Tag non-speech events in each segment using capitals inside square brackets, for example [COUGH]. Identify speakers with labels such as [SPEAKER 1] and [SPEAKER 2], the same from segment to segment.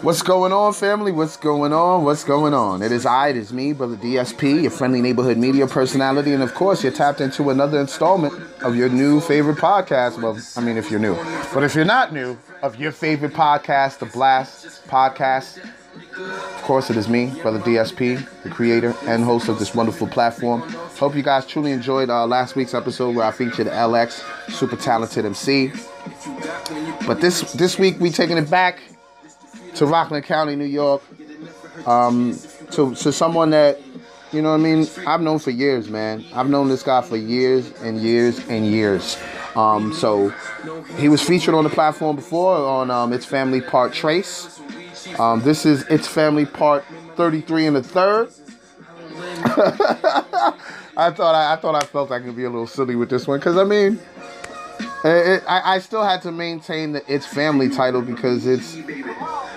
[SPEAKER 1] What's going on, family? What's going on? What's going on? It is I, it is me, Brother DSP, your friendly neighborhood media personality, and of course, you're tapped into another installment of your new favorite podcast. Well, I mean, if you're new, but if you're not new, of your favorite podcast, The Blast Podcast. Of course, it is me, Brother DSP, the creator and host of this wonderful platform. Hope you guys truly enjoyed uh, last week's episode where I featured LX, super talented MC. But this this week we taking it back to Rockland County, New York, um, to to someone that you know what I mean. I've known for years, man. I've known this guy for years and years and years. Um, so he was featured on the platform before on um, It's Family Part Trace. Um, this is It's Family Part 33 and a third. [LAUGHS] I thought I, I thought I felt I could be a little silly with this one because I mean, it, it, I, I still had to maintain the It's Family title because it's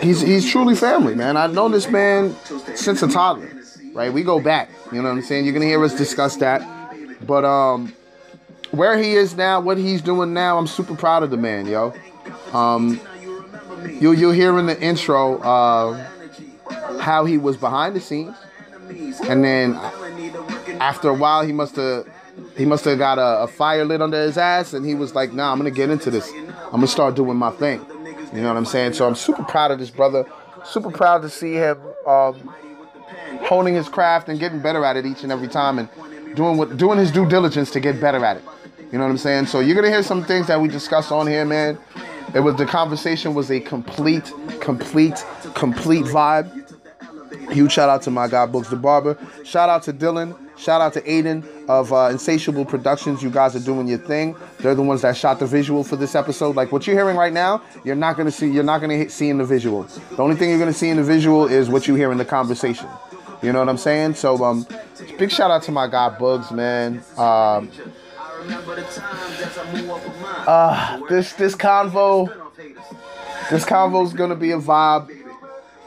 [SPEAKER 1] he's he's truly family, man. I've known this man since a toddler, right? We go back. You know what I'm saying? You're gonna hear us discuss that, but um, where he is now, what he's doing now, I'm super proud of the man, yo. Um, you you'll hear in the intro uh, how he was behind the scenes, and then after a while, he must have. He must have got a, a fire lit under his ass, and he was like, "Nah, I'm gonna get into this. I'm gonna start doing my thing." You know what I'm saying? So I'm super proud of this brother. Super proud to see him um, honing his craft and getting better at it each and every time, and doing what doing his due diligence to get better at it. You know what I'm saying? So you're gonna hear some things that we discuss on here, man. It was the conversation was a complete, complete, complete vibe. Huge shout out to my guy Books the Barber. Shout out to Dylan. Shout out to Aiden of uh, Insatiable Productions. You guys are doing your thing. They're the ones that shot the visual for this episode. Like what you're hearing right now, you're not gonna see. You're not gonna hit, see in the visual. The only thing you're gonna see in the visual is what you hear in the conversation. You know what I'm saying? So um, big shout out to my guy Bugs, man. Um, uh, this this convo, this convo's gonna be a vibe.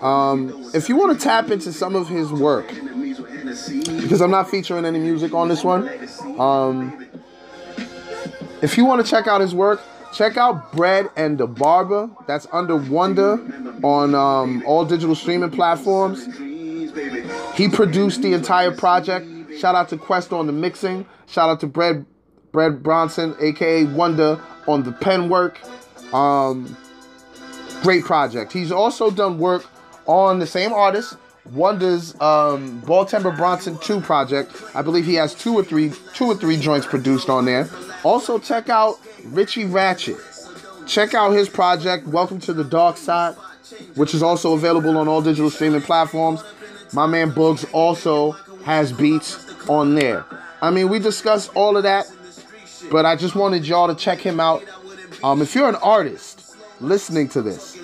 [SPEAKER 1] Um, if you want to tap into some of his work, because I'm not featuring any music on this one. Um, if you want to check out his work, check out Bread and the Barber. That's under Wonder on um, all digital streaming platforms. He produced the entire project. Shout out to Quest on the mixing. Shout out to Bread Bread Bronson, aka Wonder, on the pen work. Um, great project. He's also done work on the same artist, Wonder's um, Ball Timber Bronson 2 project. I believe he has two or three two or three joints produced on there. Also check out Richie Ratchet. Check out his project, Welcome to the Dark Side, which is also available on all digital streaming platforms. My man Bugs also has beats on there. I mean, we discussed all of that, but I just wanted y'all to check him out. Um, if you're an artist listening to this,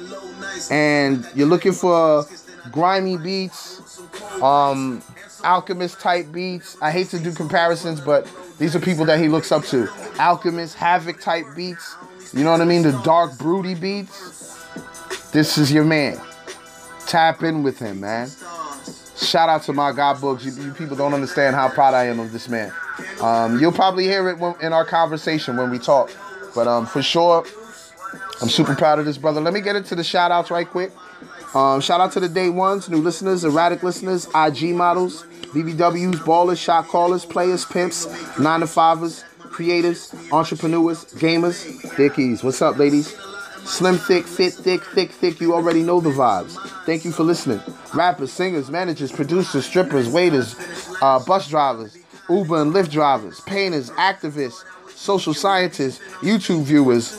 [SPEAKER 1] and you're looking for grimy beats, um, alchemist type beats. I hate to do comparisons, but these are people that he looks up to. Alchemist, Havoc type beats. You know what I mean? The dark, broody beats. This is your man. Tap in with him, man. Shout out to my God books. You, you people don't understand how proud I am of this man. Um, you'll probably hear it when, in our conversation when we talk. But um, for sure, I'm super proud of this brother. Let me get into the shout outs right quick. Um, shout out to the day ones, new listeners, erratic listeners, IG models, BBWs, ballers, shot callers, players, pimps, nine to fivers, creatives, entrepreneurs, gamers, dickies. What's up, ladies? Slim, thick, fit, thick, thick, thick. You already know the vibes. Thank you for listening. Rappers, singers, managers, producers, strippers, waiters, uh, bus drivers, Uber and Lyft drivers, painters, activists, social scientists, YouTube viewers.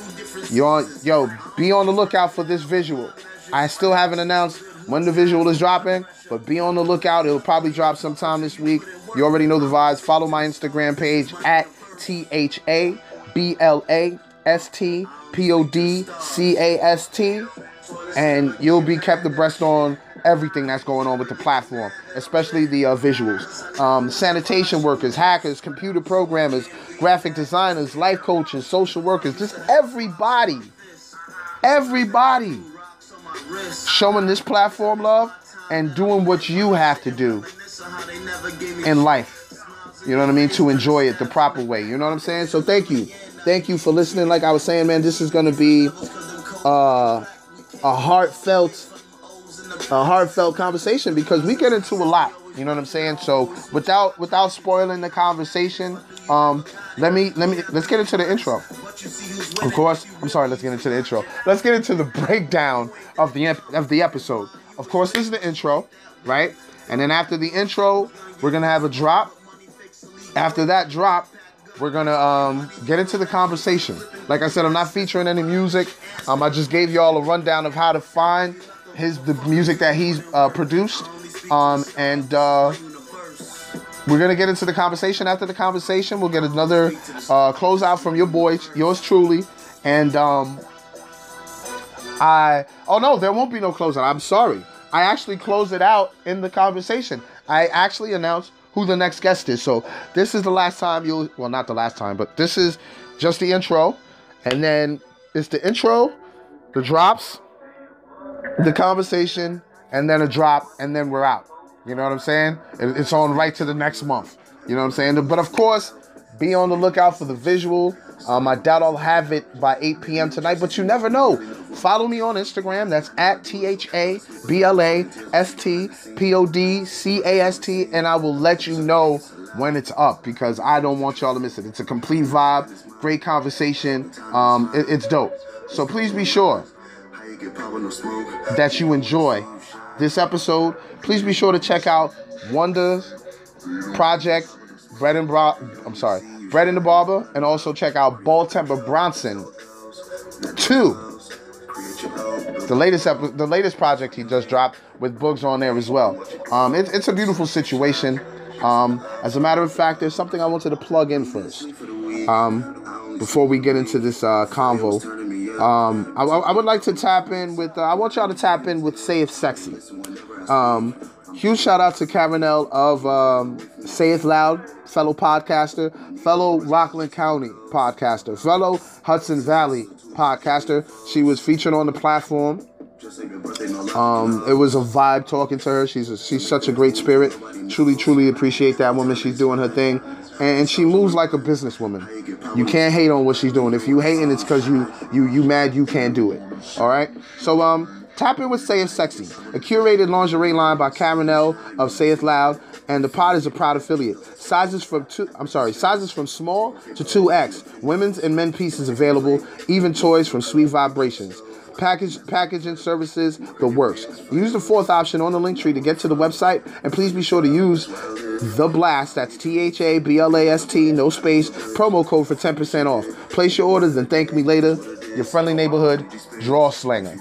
[SPEAKER 1] Y'all, yo, be on the lookout for this visual. I still haven't announced when the visual is dropping, but be on the lookout. It'll probably drop sometime this week. You already know the vibes. Follow my Instagram page at T H A B L A S T P O D C A S T and you'll be kept abreast on everything that's going on with the platform, especially the uh, visuals. Um, sanitation workers, hackers, computer programmers, graphic designers, life coaches, social workers, just everybody, everybody showing this platform love and doing what you have to do in life. You know what I mean? To enjoy it the proper way. You know what I'm saying? So thank you. Thank you for listening. Like I was saying, man, this is going to be uh, a heartfelt a heartfelt conversation because we get into a lot. You know what I'm saying? So without without spoiling the conversation, um, let me let me let's get into the intro. Of course, I'm sorry. Let's get into the intro. Let's get into the [LAUGHS] breakdown of the ep- of the episode. Of course, this is the intro, right? And then after the intro, we're gonna have a drop. After that drop, we're gonna um, get into the conversation. Like I said, I'm not featuring any music. Um, I just gave y'all a rundown of how to find his the music that he's uh, produced. Um, and uh, we're gonna get into the conversation. After the conversation, we'll get another uh, closeout from your boy, yours truly. And um, I oh no, there won't be no closeout. I'm sorry. I actually closed it out in the conversation. I actually announced who the next guest is. So this is the last time you'll well not the last time, but this is just the intro, and then it's the intro, the drops, the conversation, and then a drop, and then we're out. You know what I'm saying? It- It's on right to the next month. You know what I'm saying? But of course, be on the lookout for the visual. Um, I doubt I'll have it by 8 p.m. tonight, but you never know. Follow me on Instagram. That's at T H A B L A S T P O D C A S T, and I will let you know when it's up because I don't want y'all to miss it. It's a complete vibe, great conversation. Um, it- it's dope. So please be sure that you enjoy this episode. Please be sure to check out Wonders Project, Bread and Bra- I'm sorry, Bread and the Barber, and also check out Ball Temper Bronson Two, the latest ep- the latest project he just dropped with Boogs on there as well. Um, it, it's a beautiful situation. Um, as a matter of fact, there's something I wanted to plug in first. Um, before we get into this uh, convo, um, I, I would like to tap in with. Uh, I want y'all to tap in with "Say It's Sexy." Um, huge shout out to Caronel of um, Say It Loud, fellow podcaster, fellow Rockland County podcaster, fellow Hudson Valley podcaster. She was featured on the platform. Um, it was a vibe talking to her. She's a, she's such a great spirit. Truly, truly appreciate that woman. She's doing her thing, and she moves like a businesswoman. You can't hate on what she's doing. If you hating, it's because you you you mad you can't do it. All right. So um, tap in with Say It's Sexy, a curated lingerie line by Karen L of Say It's Loud, and the pod is a proud affiliate. Sizes from two, I'm sorry, sizes from small to two X. Women's and men pieces available. Even toys from Sweet Vibrations. Package packaging services, the works. Use the fourth option on the link tree to get to the website, and please be sure to use the blast. That's T H A B L A S T, no space. Promo code for ten percent off. Place your orders and thank me later. Your friendly neighborhood draw [LAUGHS] slinger.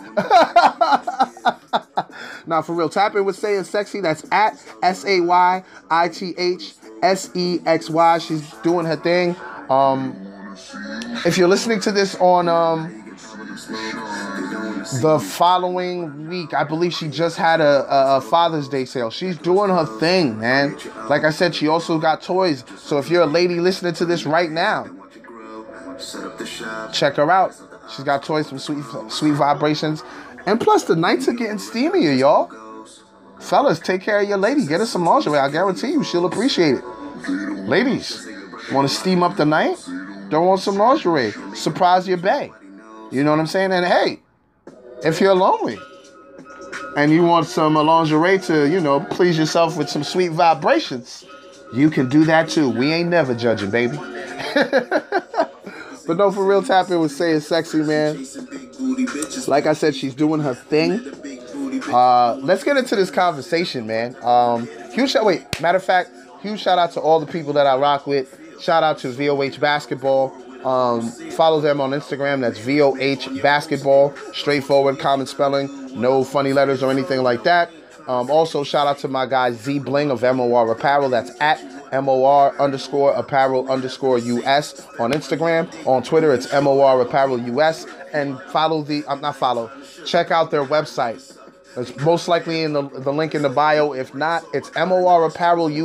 [SPEAKER 1] Now, for real, tap in with saying sexy. That's at S A Y I T H S E X Y. She's doing her thing. Um, if you're listening to this on um, the following week, I believe she just had a, a, a Father's Day sale. She's doing her thing, man. Like I said, she also got toys. So if you're a lady listening to this right now, check her out. She's got toys from Sweet Sweet Vibrations, and plus the nights are getting steamier, y'all. Fellas, take care of your lady. Get her some lingerie. I guarantee you, she'll appreciate it. Ladies, want to steam up the night? Don't want some lingerie? Surprise your bae. You know what I'm saying? And hey, if you're lonely and you want some uh, lingerie to, you know, please yourself with some sweet vibrations, you can do that too. We ain't never judging, baby. [LAUGHS] But no, for real, tap in with saying sexy, man. Like I said, she's doing her thing. Uh, let's get into this conversation, man. Um, huge shout. Wait, matter of fact, huge shout out to all the people that I rock with. Shout out to VOH Basketball. Um, follow them on Instagram. That's VOH Basketball. Straightforward, common spelling, no funny letters or anything like that. Um, also, shout out to my guy Z Bling of MOR Apparel. That's at MOR underscore apparel underscore US on Instagram. On Twitter, it's MOR Apparel US. And follow the, I'm not follow, check out their website. It's most likely in the, the link in the bio. If not, it's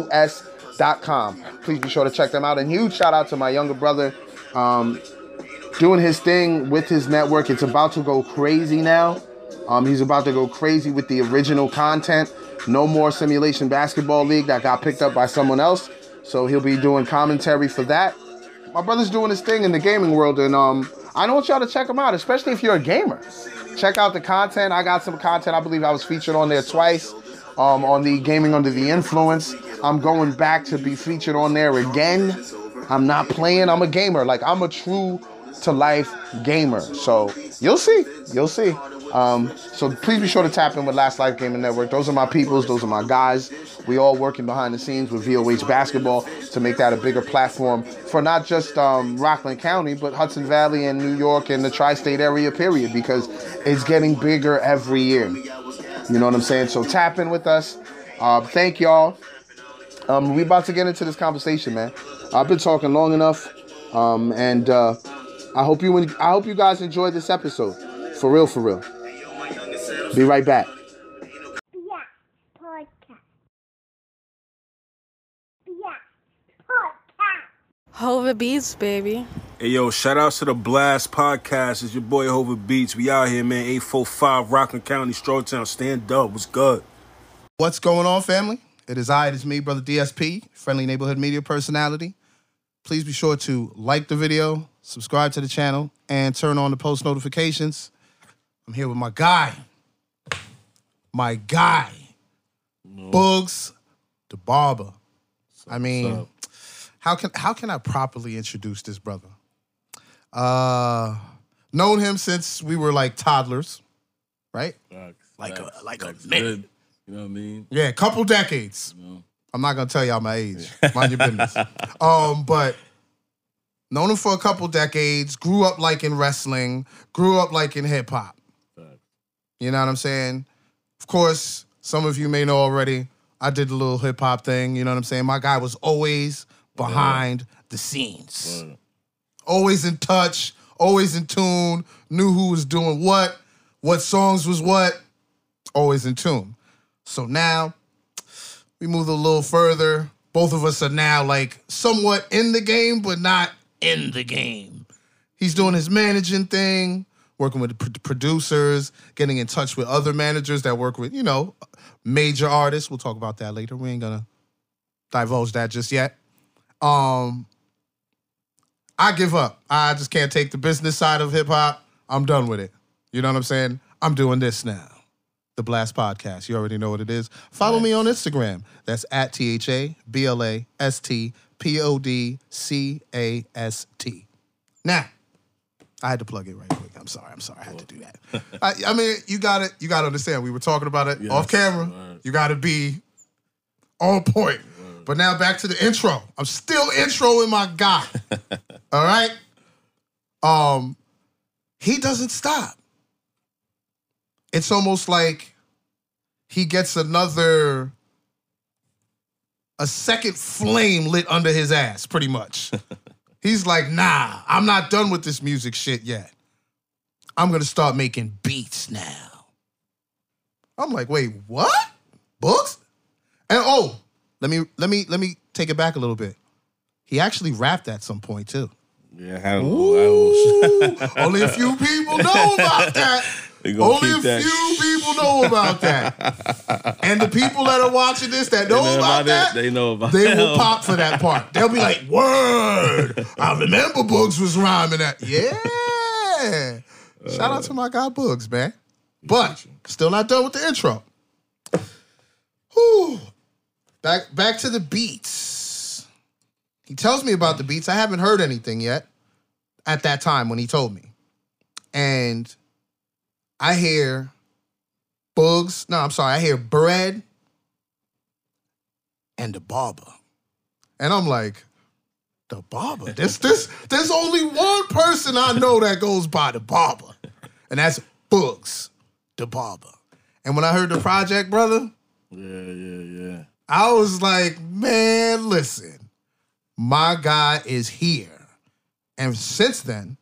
[SPEAKER 1] morapparelus.com. Please be sure to check them out. And huge shout out to my younger brother, um, doing his thing with his network. It's about to go crazy now. Um, he's about to go crazy with the original content. No more simulation basketball league that got picked up by someone else. So he'll be doing commentary for that. My brother's doing his thing in the gaming world, and um, I don't want y'all to check him out, especially if you're a gamer. Check out the content. I got some content. I believe I was featured on there twice. Um, on the Gaming Under the Influence. I'm going back to be featured on there again. I'm not playing. I'm a gamer. Like I'm a true to life gamer. So you'll see. You'll see. Um, so please be sure to tap in with Last Life Gaming Network. Those are my peoples. Those are my guys. We all working behind the scenes with VOH Basketball to make that a bigger platform for not just um, Rockland County, but Hudson Valley and New York and the tri-state area. Period. Because it's getting bigger every year. You know what I'm saying? So tap in with us. Uh, thank y'all. Um, we about to get into this conversation, man. I've been talking long enough, um, and uh, I hope you en- I hope you guys enjoyed this episode. For real, for real. Be right back.
[SPEAKER 2] Yeah, podcast. Yeah, podcast.
[SPEAKER 3] Hova Beats, baby.
[SPEAKER 4] Hey yo, shout outs to the Blast Podcast. It's your boy Hova Beats. We out here, man. 845 Rockland County, Strawtown. Stand up. What's good?
[SPEAKER 1] What's going on, family? It is I, it is me, Brother DSP, friendly neighborhood media personality. Please be sure to like the video, subscribe to the channel, and turn on the post notifications. I'm here with my guy, my guy, Bugs the Barber. I mean, how can how can I properly introduce this brother? Uh, known him since we were like toddlers, right?
[SPEAKER 5] Like a like
[SPEAKER 6] That's
[SPEAKER 5] a minute.
[SPEAKER 6] good. You know what I mean?
[SPEAKER 5] Yeah, couple decades.
[SPEAKER 1] I'm not gonna tell y'all my age. Mind your business. um, but known him for a couple decades. Grew up like in wrestling. Grew up like in hip hop. You know what I'm saying? Of course, some of you may know already. I did a little hip hop thing. You know what I'm saying? My guy was always behind the scenes,
[SPEAKER 6] Word.
[SPEAKER 1] always in touch, always in tune. Knew who was doing what, what songs was what. Always in tune. So now we moved a little further. Both of us are now like somewhat in the game, but not in the game. He's doing his managing thing, working with the pr- producers, getting in touch with other managers that work with, you know, major artists. We'll talk about that later. We ain't gonna divulge that just yet. Um, I give up. I just can't take the business side of hip hop. I'm done with it. You know what I'm saying? I'm doing this now the Blast Podcast. You already know what it is. Follow me on Instagram. That's at T H A B L A S T P O D C A S T. Now, I had to plug it right quick. I'm sorry. I'm sorry. I had to do that. I, I mean, you got to You got to understand. We were talking about it off camera. You got to be on point. But now back to the intro. I'm still introing my guy. All right. Um, he doesn't stop it's almost like he gets another a second flame lit under his ass pretty much he's like nah i'm not done with this music shit yet i'm gonna start making beats now i'm like wait what books and oh let me let me let me take it back a little bit he actually rapped at some point too
[SPEAKER 6] Yeah, I had a little. I
[SPEAKER 1] Ooh, only a few people know about
[SPEAKER 6] [LAUGHS]
[SPEAKER 1] that.
[SPEAKER 6] They gonna
[SPEAKER 1] Only a
[SPEAKER 6] keep that
[SPEAKER 1] few people know about that. [LAUGHS] and the people that are watching this that know, about, that,
[SPEAKER 6] They know about
[SPEAKER 1] they
[SPEAKER 6] that.
[SPEAKER 1] will pop for that part. They'll be like, "Word! I remember Bugs was rhyming that." Yeah. Shout out to my guy Bugs, man. But still not done with the intro. Whew. Back back to the beats. He tells me about the beats. I haven't heard anything yet at that time when he told me. And I hear Bugs. No, I'm sorry. I hear bread and the barber. And I'm like, the barber. This this there's only one person I know that goes by the barber. And that's Bugs, the barber. And when I heard the project, brother,
[SPEAKER 6] Yeah, yeah, yeah.
[SPEAKER 1] I was like, man, listen, my guy is here. And since then,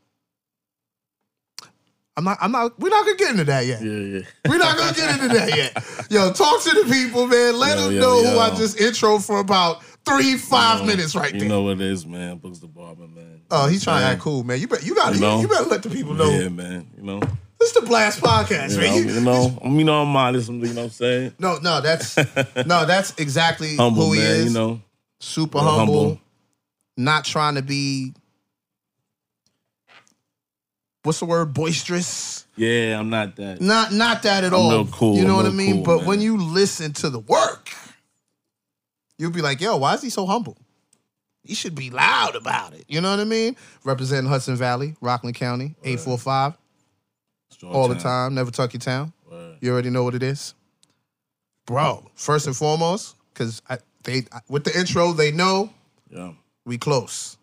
[SPEAKER 1] I'm not, I'm not, we're not gonna get into that yet.
[SPEAKER 6] Yeah, yeah.
[SPEAKER 1] We're not gonna get into that yet.
[SPEAKER 6] [LAUGHS]
[SPEAKER 1] Yo, talk to the people, man. Let
[SPEAKER 6] Yo,
[SPEAKER 1] them
[SPEAKER 6] yo,
[SPEAKER 1] know who
[SPEAKER 6] yo.
[SPEAKER 1] I just intro for about three, five minutes right
[SPEAKER 6] you
[SPEAKER 1] there.
[SPEAKER 6] know what it is, man. Books the barber, man.
[SPEAKER 1] Oh, he's trying to
[SPEAKER 6] Man.
[SPEAKER 1] act cool, man. You bet. You gotta. You,
[SPEAKER 6] You know?
[SPEAKER 1] you better let the people know.
[SPEAKER 6] Yeah, man. You know.
[SPEAKER 1] This is the Blast Podcast,
[SPEAKER 6] You know,
[SPEAKER 1] man. You-
[SPEAKER 6] you know, I mean, you know, I'm modest. You know what I'm saying?
[SPEAKER 1] no, no,
[SPEAKER 6] [LAUGHS]
[SPEAKER 1] that's no, that's exactly [LAUGHS]
[SPEAKER 6] Humble,
[SPEAKER 1] who he
[SPEAKER 6] man.
[SPEAKER 1] is.
[SPEAKER 6] You know,
[SPEAKER 1] Super
[SPEAKER 6] Real
[SPEAKER 1] humble,
[SPEAKER 6] humble.
[SPEAKER 1] Not trying to be what's the word boisterous.
[SPEAKER 6] Yeah, I'm not that.
[SPEAKER 1] Not not that at all.
[SPEAKER 6] real cool,
[SPEAKER 1] You know
[SPEAKER 6] I'm
[SPEAKER 1] what I
[SPEAKER 6] real
[SPEAKER 1] mean?
[SPEAKER 6] cool,
[SPEAKER 1] but
[SPEAKER 6] man.
[SPEAKER 1] when you listen to the work, you'll be like, yo, why is he so humble? He should be loud about it. You know what I mean? Representing Hudson Valley, Rockland County, 845,
[SPEAKER 6] Strong
[SPEAKER 1] all the time, never tuck your town.
[SPEAKER 6] Word.
[SPEAKER 1] You already know what it is, bro. First and foremost, because they I, with the intro they know
[SPEAKER 6] Yeah.
[SPEAKER 1] we close.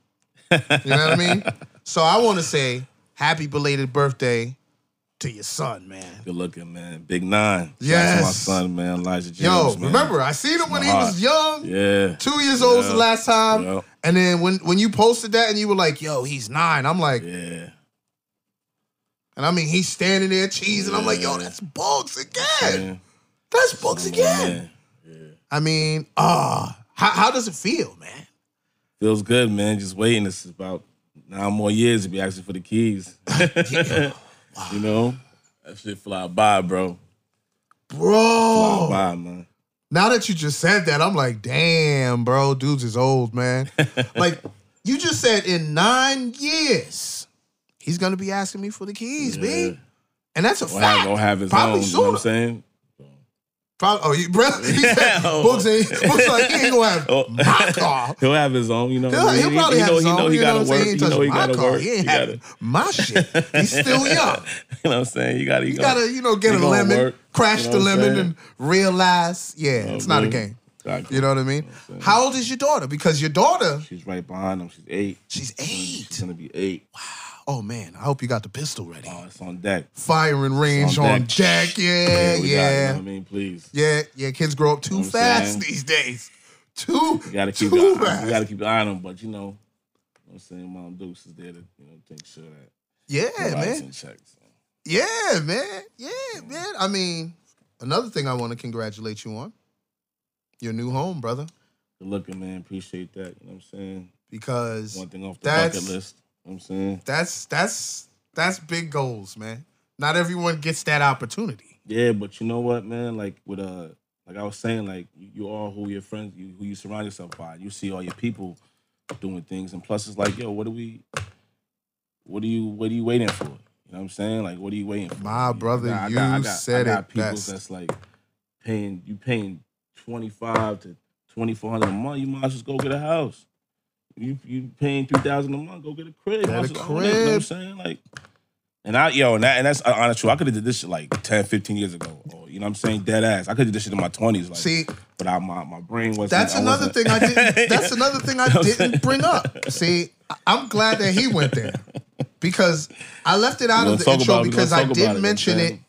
[SPEAKER 1] You know what I
[SPEAKER 6] [LAUGHS]
[SPEAKER 1] mean? So I want to say happy belated birthday to your son, man.
[SPEAKER 6] Good looking, man. Big nine. Shout out to my
[SPEAKER 1] Yes.
[SPEAKER 6] son, man. Elijah James.
[SPEAKER 1] Yo,
[SPEAKER 6] man.
[SPEAKER 1] remember I seen him when he was young.
[SPEAKER 6] Yeah.
[SPEAKER 1] Two years old was
[SPEAKER 6] Yeah.
[SPEAKER 1] the last time,
[SPEAKER 6] Yep.
[SPEAKER 1] and then when when you posted that and you were like, "Yo, he's nine. I'm like,
[SPEAKER 6] Yeah.
[SPEAKER 1] and I mean he's standing there cheesing. I'm like, "Yo,
[SPEAKER 6] Yeah.
[SPEAKER 1] that's Bugs again.
[SPEAKER 6] Man.
[SPEAKER 1] That's Bugs
[SPEAKER 6] I'm a
[SPEAKER 1] again."
[SPEAKER 6] man.
[SPEAKER 1] I mean, ah, how, how does it feel, man?
[SPEAKER 6] Feels good, man. Just waiting. It's about nine more years to be asking for the
[SPEAKER 1] [LAUGHS]
[SPEAKER 6] keys. [LAUGHS] You know? That shit fly by, bro. Fly
[SPEAKER 1] Bro,
[SPEAKER 6] by, man.
[SPEAKER 1] now that you just said that, I'm like, damn, bro, dudes is old, man.
[SPEAKER 6] [LAUGHS]
[SPEAKER 1] like, you just said in nine years, he's gonna be asking me for the keys,
[SPEAKER 6] Yeah.
[SPEAKER 1] B. And that's a
[SPEAKER 6] Gonna
[SPEAKER 1] fact.
[SPEAKER 6] have, gonna have his
[SPEAKER 1] Probably
[SPEAKER 6] own. You know
[SPEAKER 1] sooner.
[SPEAKER 6] what I'm saying?
[SPEAKER 1] Prob- oh, you, bro, he
[SPEAKER 6] [LAUGHS]
[SPEAKER 1] said,
[SPEAKER 6] Oh.
[SPEAKER 1] Books ain't, Books like, he ain't gonna have
[SPEAKER 6] [LAUGHS] Oh.
[SPEAKER 1] my
[SPEAKER 6] [LAUGHS]
[SPEAKER 1] car.
[SPEAKER 6] He'll have his own, you know.
[SPEAKER 1] He'll, he'll probably have his own. you know what I'm saying? He ain't
[SPEAKER 6] You know
[SPEAKER 1] touching
[SPEAKER 6] he
[SPEAKER 1] my
[SPEAKER 6] gotta
[SPEAKER 1] car.
[SPEAKER 6] work.
[SPEAKER 1] He
[SPEAKER 6] You
[SPEAKER 1] ain't
[SPEAKER 6] gotta,
[SPEAKER 1] [LAUGHS] having my shit.
[SPEAKER 6] [LAUGHS]
[SPEAKER 1] He's still young.
[SPEAKER 6] you know what I'm saying? You gotta,
[SPEAKER 1] You gotta, you know, get
[SPEAKER 6] It
[SPEAKER 1] a
[SPEAKER 6] gonna
[SPEAKER 1] lemon,
[SPEAKER 6] work.
[SPEAKER 1] crash
[SPEAKER 6] You know
[SPEAKER 1] the
[SPEAKER 6] what I'm
[SPEAKER 1] lemon,
[SPEAKER 6] saying? Oh,
[SPEAKER 1] and realize, yeah, it's not a game. You know what I mean?
[SPEAKER 6] what I'm saying?
[SPEAKER 1] How old is your daughter? Because your daughter,
[SPEAKER 6] She's right behind him. She's eight.
[SPEAKER 1] she's
[SPEAKER 6] She's
[SPEAKER 1] eight.
[SPEAKER 6] gonna be eight.
[SPEAKER 1] Oh man, I hope you got the pistol ready.
[SPEAKER 6] Oh, it's on deck.
[SPEAKER 1] Firing range
[SPEAKER 6] on
[SPEAKER 1] on deck.
[SPEAKER 6] deck.
[SPEAKER 1] Yeah,
[SPEAKER 6] we got it, you know
[SPEAKER 1] yeah,
[SPEAKER 6] what I mean, please.
[SPEAKER 1] yeah, yeah. Kids grow up too
[SPEAKER 6] what I'm
[SPEAKER 1] fast
[SPEAKER 6] saying?
[SPEAKER 1] these days. Too,
[SPEAKER 6] You gotta keep
[SPEAKER 1] too
[SPEAKER 6] an eye,
[SPEAKER 1] fast.
[SPEAKER 6] you gotta keep an eye on him, but you know, you know what I'm saying Mom Deuce is there to you know make sure that
[SPEAKER 1] yeah,
[SPEAKER 6] everybody's
[SPEAKER 1] man.
[SPEAKER 6] in check. So.
[SPEAKER 1] Yeah, man. Yeah, man. I mean, another thing I want to congratulate you on your new home, brother,
[SPEAKER 6] Good looking, man. Appreciate that. You know what I'm saying?
[SPEAKER 1] because
[SPEAKER 6] One thing off the
[SPEAKER 1] That's-
[SPEAKER 6] bucket list. You know what I'm saying?
[SPEAKER 1] that's that's that's big goals, man. Not everyone gets that opportunity.
[SPEAKER 6] Yeah, but you know what, man? Like with uh, like I was saying, like you, you are who your friends, you, who you surround yourself by. You see all your people doing things, and plus, it's like, yo, what are we? What are you? What are you waiting for? You know what I'm saying? Like, what are you waiting for?
[SPEAKER 1] My brother, you said it
[SPEAKER 6] people
[SPEAKER 1] best.
[SPEAKER 6] that's like paying you paying twenty five to twenty four hundred a month. You might as well go get a house. You you paying three thousand a month? Go get a crib.
[SPEAKER 1] Get a
[SPEAKER 6] Might as well own it, You know what I'm
[SPEAKER 1] crib.
[SPEAKER 6] saying? Like. And I, yo, and, that, and that's uh, honest truth. I could have did this shit like 10, 15 years ago. Or, you know what I'm saying? Dead ass. I could have did this shit in my 20s. Like,
[SPEAKER 1] See,
[SPEAKER 6] but I, my, my brain wasn't.
[SPEAKER 1] that's
[SPEAKER 6] I
[SPEAKER 1] another
[SPEAKER 6] wasn't-
[SPEAKER 1] thing I
[SPEAKER 6] [LAUGHS]
[SPEAKER 1] didn't. That's another thing I
[SPEAKER 6] I'm
[SPEAKER 1] didn't bring up. See, I- I'm glad that he went there because I left it out
[SPEAKER 6] We're
[SPEAKER 1] of
[SPEAKER 6] gonna
[SPEAKER 1] the
[SPEAKER 6] talk
[SPEAKER 1] intro
[SPEAKER 6] about it, we're
[SPEAKER 1] because
[SPEAKER 6] gonna
[SPEAKER 1] I
[SPEAKER 6] talk
[SPEAKER 1] did
[SPEAKER 6] about it,
[SPEAKER 1] mention
[SPEAKER 6] you know
[SPEAKER 1] it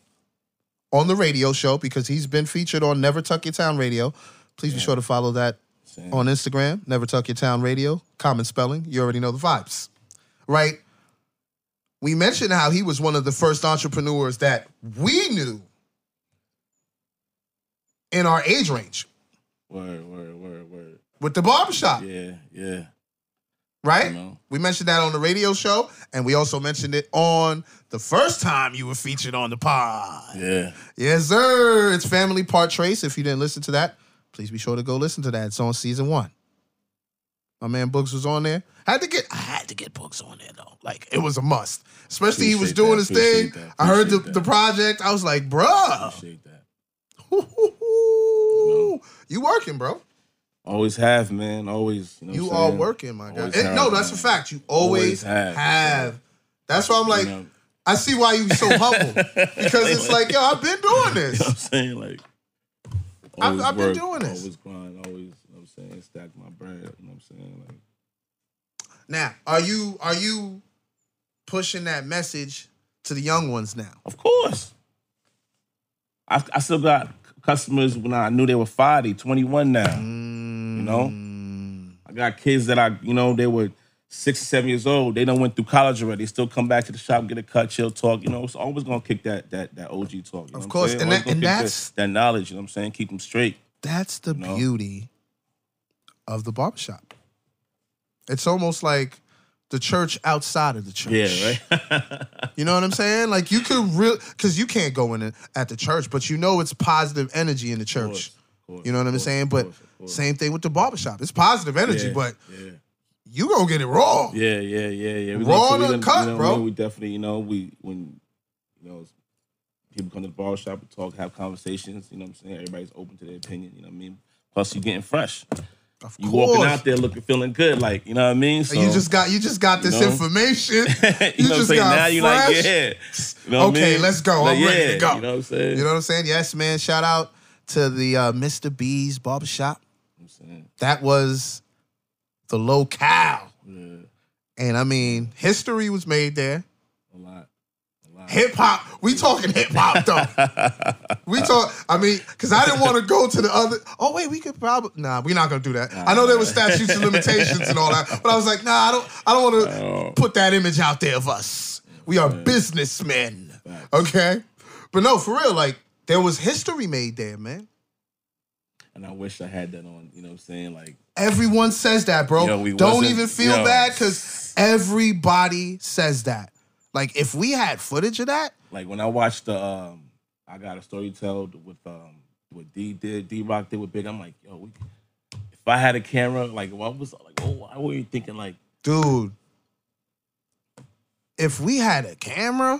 [SPEAKER 6] what I'm
[SPEAKER 1] on the radio show because he's been featured on Never Tuck Your Town Radio. Please be sure to follow that
[SPEAKER 6] saying?
[SPEAKER 1] on Instagram, Never Tuck Your Town Radio. Common spelling, you already know the vibes, right? We mentioned how he was one of the first entrepreneurs that we knew in our age range
[SPEAKER 6] Word, word, word, word.
[SPEAKER 1] with the barbershop,
[SPEAKER 6] Yeah, yeah.
[SPEAKER 1] right?
[SPEAKER 6] You know?
[SPEAKER 1] We mentioned that on the radio show, and we also mentioned it on the first time you were featured on the pod.
[SPEAKER 6] Yeah.
[SPEAKER 1] Yes, sir. It's Family Part Trace. If you didn't listen to that, please be sure to go listen to that. It's on season one. My man Books was on there. Had to get I had to get Books on there though. Like it was a must. Especially he was
[SPEAKER 6] Appreciate
[SPEAKER 1] doing his
[SPEAKER 6] that,
[SPEAKER 1] thing.
[SPEAKER 6] appreciate that,
[SPEAKER 1] I heard the,
[SPEAKER 6] appreciate
[SPEAKER 1] the
[SPEAKER 6] that.
[SPEAKER 1] project. I was like, bruh.
[SPEAKER 6] Appreciate that.
[SPEAKER 1] You working, bro.
[SPEAKER 6] Always have, man. Always. You, know what
[SPEAKER 1] You
[SPEAKER 6] I'm
[SPEAKER 1] are
[SPEAKER 6] saying?
[SPEAKER 1] working, my guy.
[SPEAKER 6] Always
[SPEAKER 1] And
[SPEAKER 6] have,
[SPEAKER 1] no, that's a
[SPEAKER 6] man.
[SPEAKER 1] fact. You always,
[SPEAKER 6] Always
[SPEAKER 1] have.
[SPEAKER 6] have.
[SPEAKER 1] That's why I'm like,
[SPEAKER 6] you know, [LAUGHS] you know
[SPEAKER 1] I see why you so
[SPEAKER 6] [LAUGHS]
[SPEAKER 1] humble. Because it's like, yo, I've been doing
[SPEAKER 6] what I'm
[SPEAKER 1] this.
[SPEAKER 6] saying? Like,
[SPEAKER 1] I've-
[SPEAKER 6] always
[SPEAKER 1] I've been
[SPEAKER 6] work,
[SPEAKER 1] doing this.
[SPEAKER 6] Always grind, always, you know what I'm saying? Stack my bread. You know what I'm saying? Like,
[SPEAKER 1] Now, are you are you pushing that message to the young ones now?
[SPEAKER 6] Of course. I, I still got customers when I knew they were five, they 21 now. You know?
[SPEAKER 1] Mm.
[SPEAKER 6] I got kids that I, you know, they were six or seven years old. They done went through college already. They still come back to the shop, get a cut, chill, talk. You know, it's always gonna kick that that that OG talk. You know what I'm
[SPEAKER 1] course,
[SPEAKER 6] saying?
[SPEAKER 1] and that-
[SPEAKER 6] Always gonna
[SPEAKER 1] and
[SPEAKER 6] kick
[SPEAKER 1] that's-
[SPEAKER 6] that, that knowledge, you know what I'm saying? Keep them straight.
[SPEAKER 1] That's the
[SPEAKER 6] No.
[SPEAKER 1] beauty of the barbershop. It's almost like the church outside of the church.
[SPEAKER 6] Yeah, [LAUGHS] right?
[SPEAKER 1] You know what I'm saying? Like you could real because you can't go in it at the church, but you know it's positive energy in the church.
[SPEAKER 6] course, of course,
[SPEAKER 1] you know what
[SPEAKER 6] of
[SPEAKER 1] I'm
[SPEAKER 6] course,
[SPEAKER 1] saying?
[SPEAKER 6] of
[SPEAKER 1] But
[SPEAKER 6] course, of course.
[SPEAKER 1] same thing with the barbershop. It's positive energy,
[SPEAKER 6] Yeah,
[SPEAKER 1] but
[SPEAKER 6] yeah.
[SPEAKER 1] you gonna get it raw.
[SPEAKER 6] Yeah, yeah, yeah, yeah. We
[SPEAKER 1] Raw and
[SPEAKER 6] done- we done-
[SPEAKER 1] uncut,
[SPEAKER 6] you know,
[SPEAKER 1] bro.
[SPEAKER 6] We definitely, you know, we when you know people come to the barber shop and talk, have conversations. You know what I'm saying? Everybody's open to their opinion. You know what I mean? Plus, you getting fresh.
[SPEAKER 1] Of
[SPEAKER 6] You
[SPEAKER 1] course.
[SPEAKER 6] walking out there looking, feeling good, like you know what I mean. So
[SPEAKER 1] And you just got you just got this
[SPEAKER 6] know?
[SPEAKER 1] information.
[SPEAKER 6] [LAUGHS] you,
[SPEAKER 1] you
[SPEAKER 6] know what I'm
[SPEAKER 1] just
[SPEAKER 6] saying?
[SPEAKER 1] got
[SPEAKER 6] Now you like,
[SPEAKER 1] fresh.
[SPEAKER 6] yeah. [LAUGHS] You know what I
[SPEAKER 1] Okay,
[SPEAKER 6] mean?
[SPEAKER 1] let's go. I'm ready to
[SPEAKER 6] yeah,
[SPEAKER 1] go.
[SPEAKER 6] You know what I'm saying?
[SPEAKER 1] You know what I'm saying? Yes, man. Shout out to the uh, Mr. B's barbershop.
[SPEAKER 6] I'm saying?
[SPEAKER 1] That was the locale. And I mean, history was made there.
[SPEAKER 6] A lot. A lot.
[SPEAKER 1] Hip hop. We talking hip hop though.
[SPEAKER 6] [LAUGHS]
[SPEAKER 1] we talk. I mean, because I didn't want to go to the other. Oh wait, we could probably. Nah, we're not gonna do that. I know there was statutes and limitations and all that, but I was like, nah, I don't. I don't want to
[SPEAKER 6] Oh.
[SPEAKER 1] put that image out there of us. We are businessmen. Okay, but no, for real. Like there was history made there, man.
[SPEAKER 6] And I wish I had that on, you know what I'm saying? Like,
[SPEAKER 1] Everyone says that, bro.
[SPEAKER 6] Yo, we
[SPEAKER 1] Don't
[SPEAKER 6] wasn't-
[SPEAKER 1] even feel
[SPEAKER 6] yo.
[SPEAKER 1] bad because everybody says that. Like if we had footage of that,
[SPEAKER 6] like when I watched the um I got a story told with um what D did, D Rock did with Big, I'm like, yo, we, if I had a camera, like what was like, oh, I were you thinking like
[SPEAKER 1] dude. If we had a camera,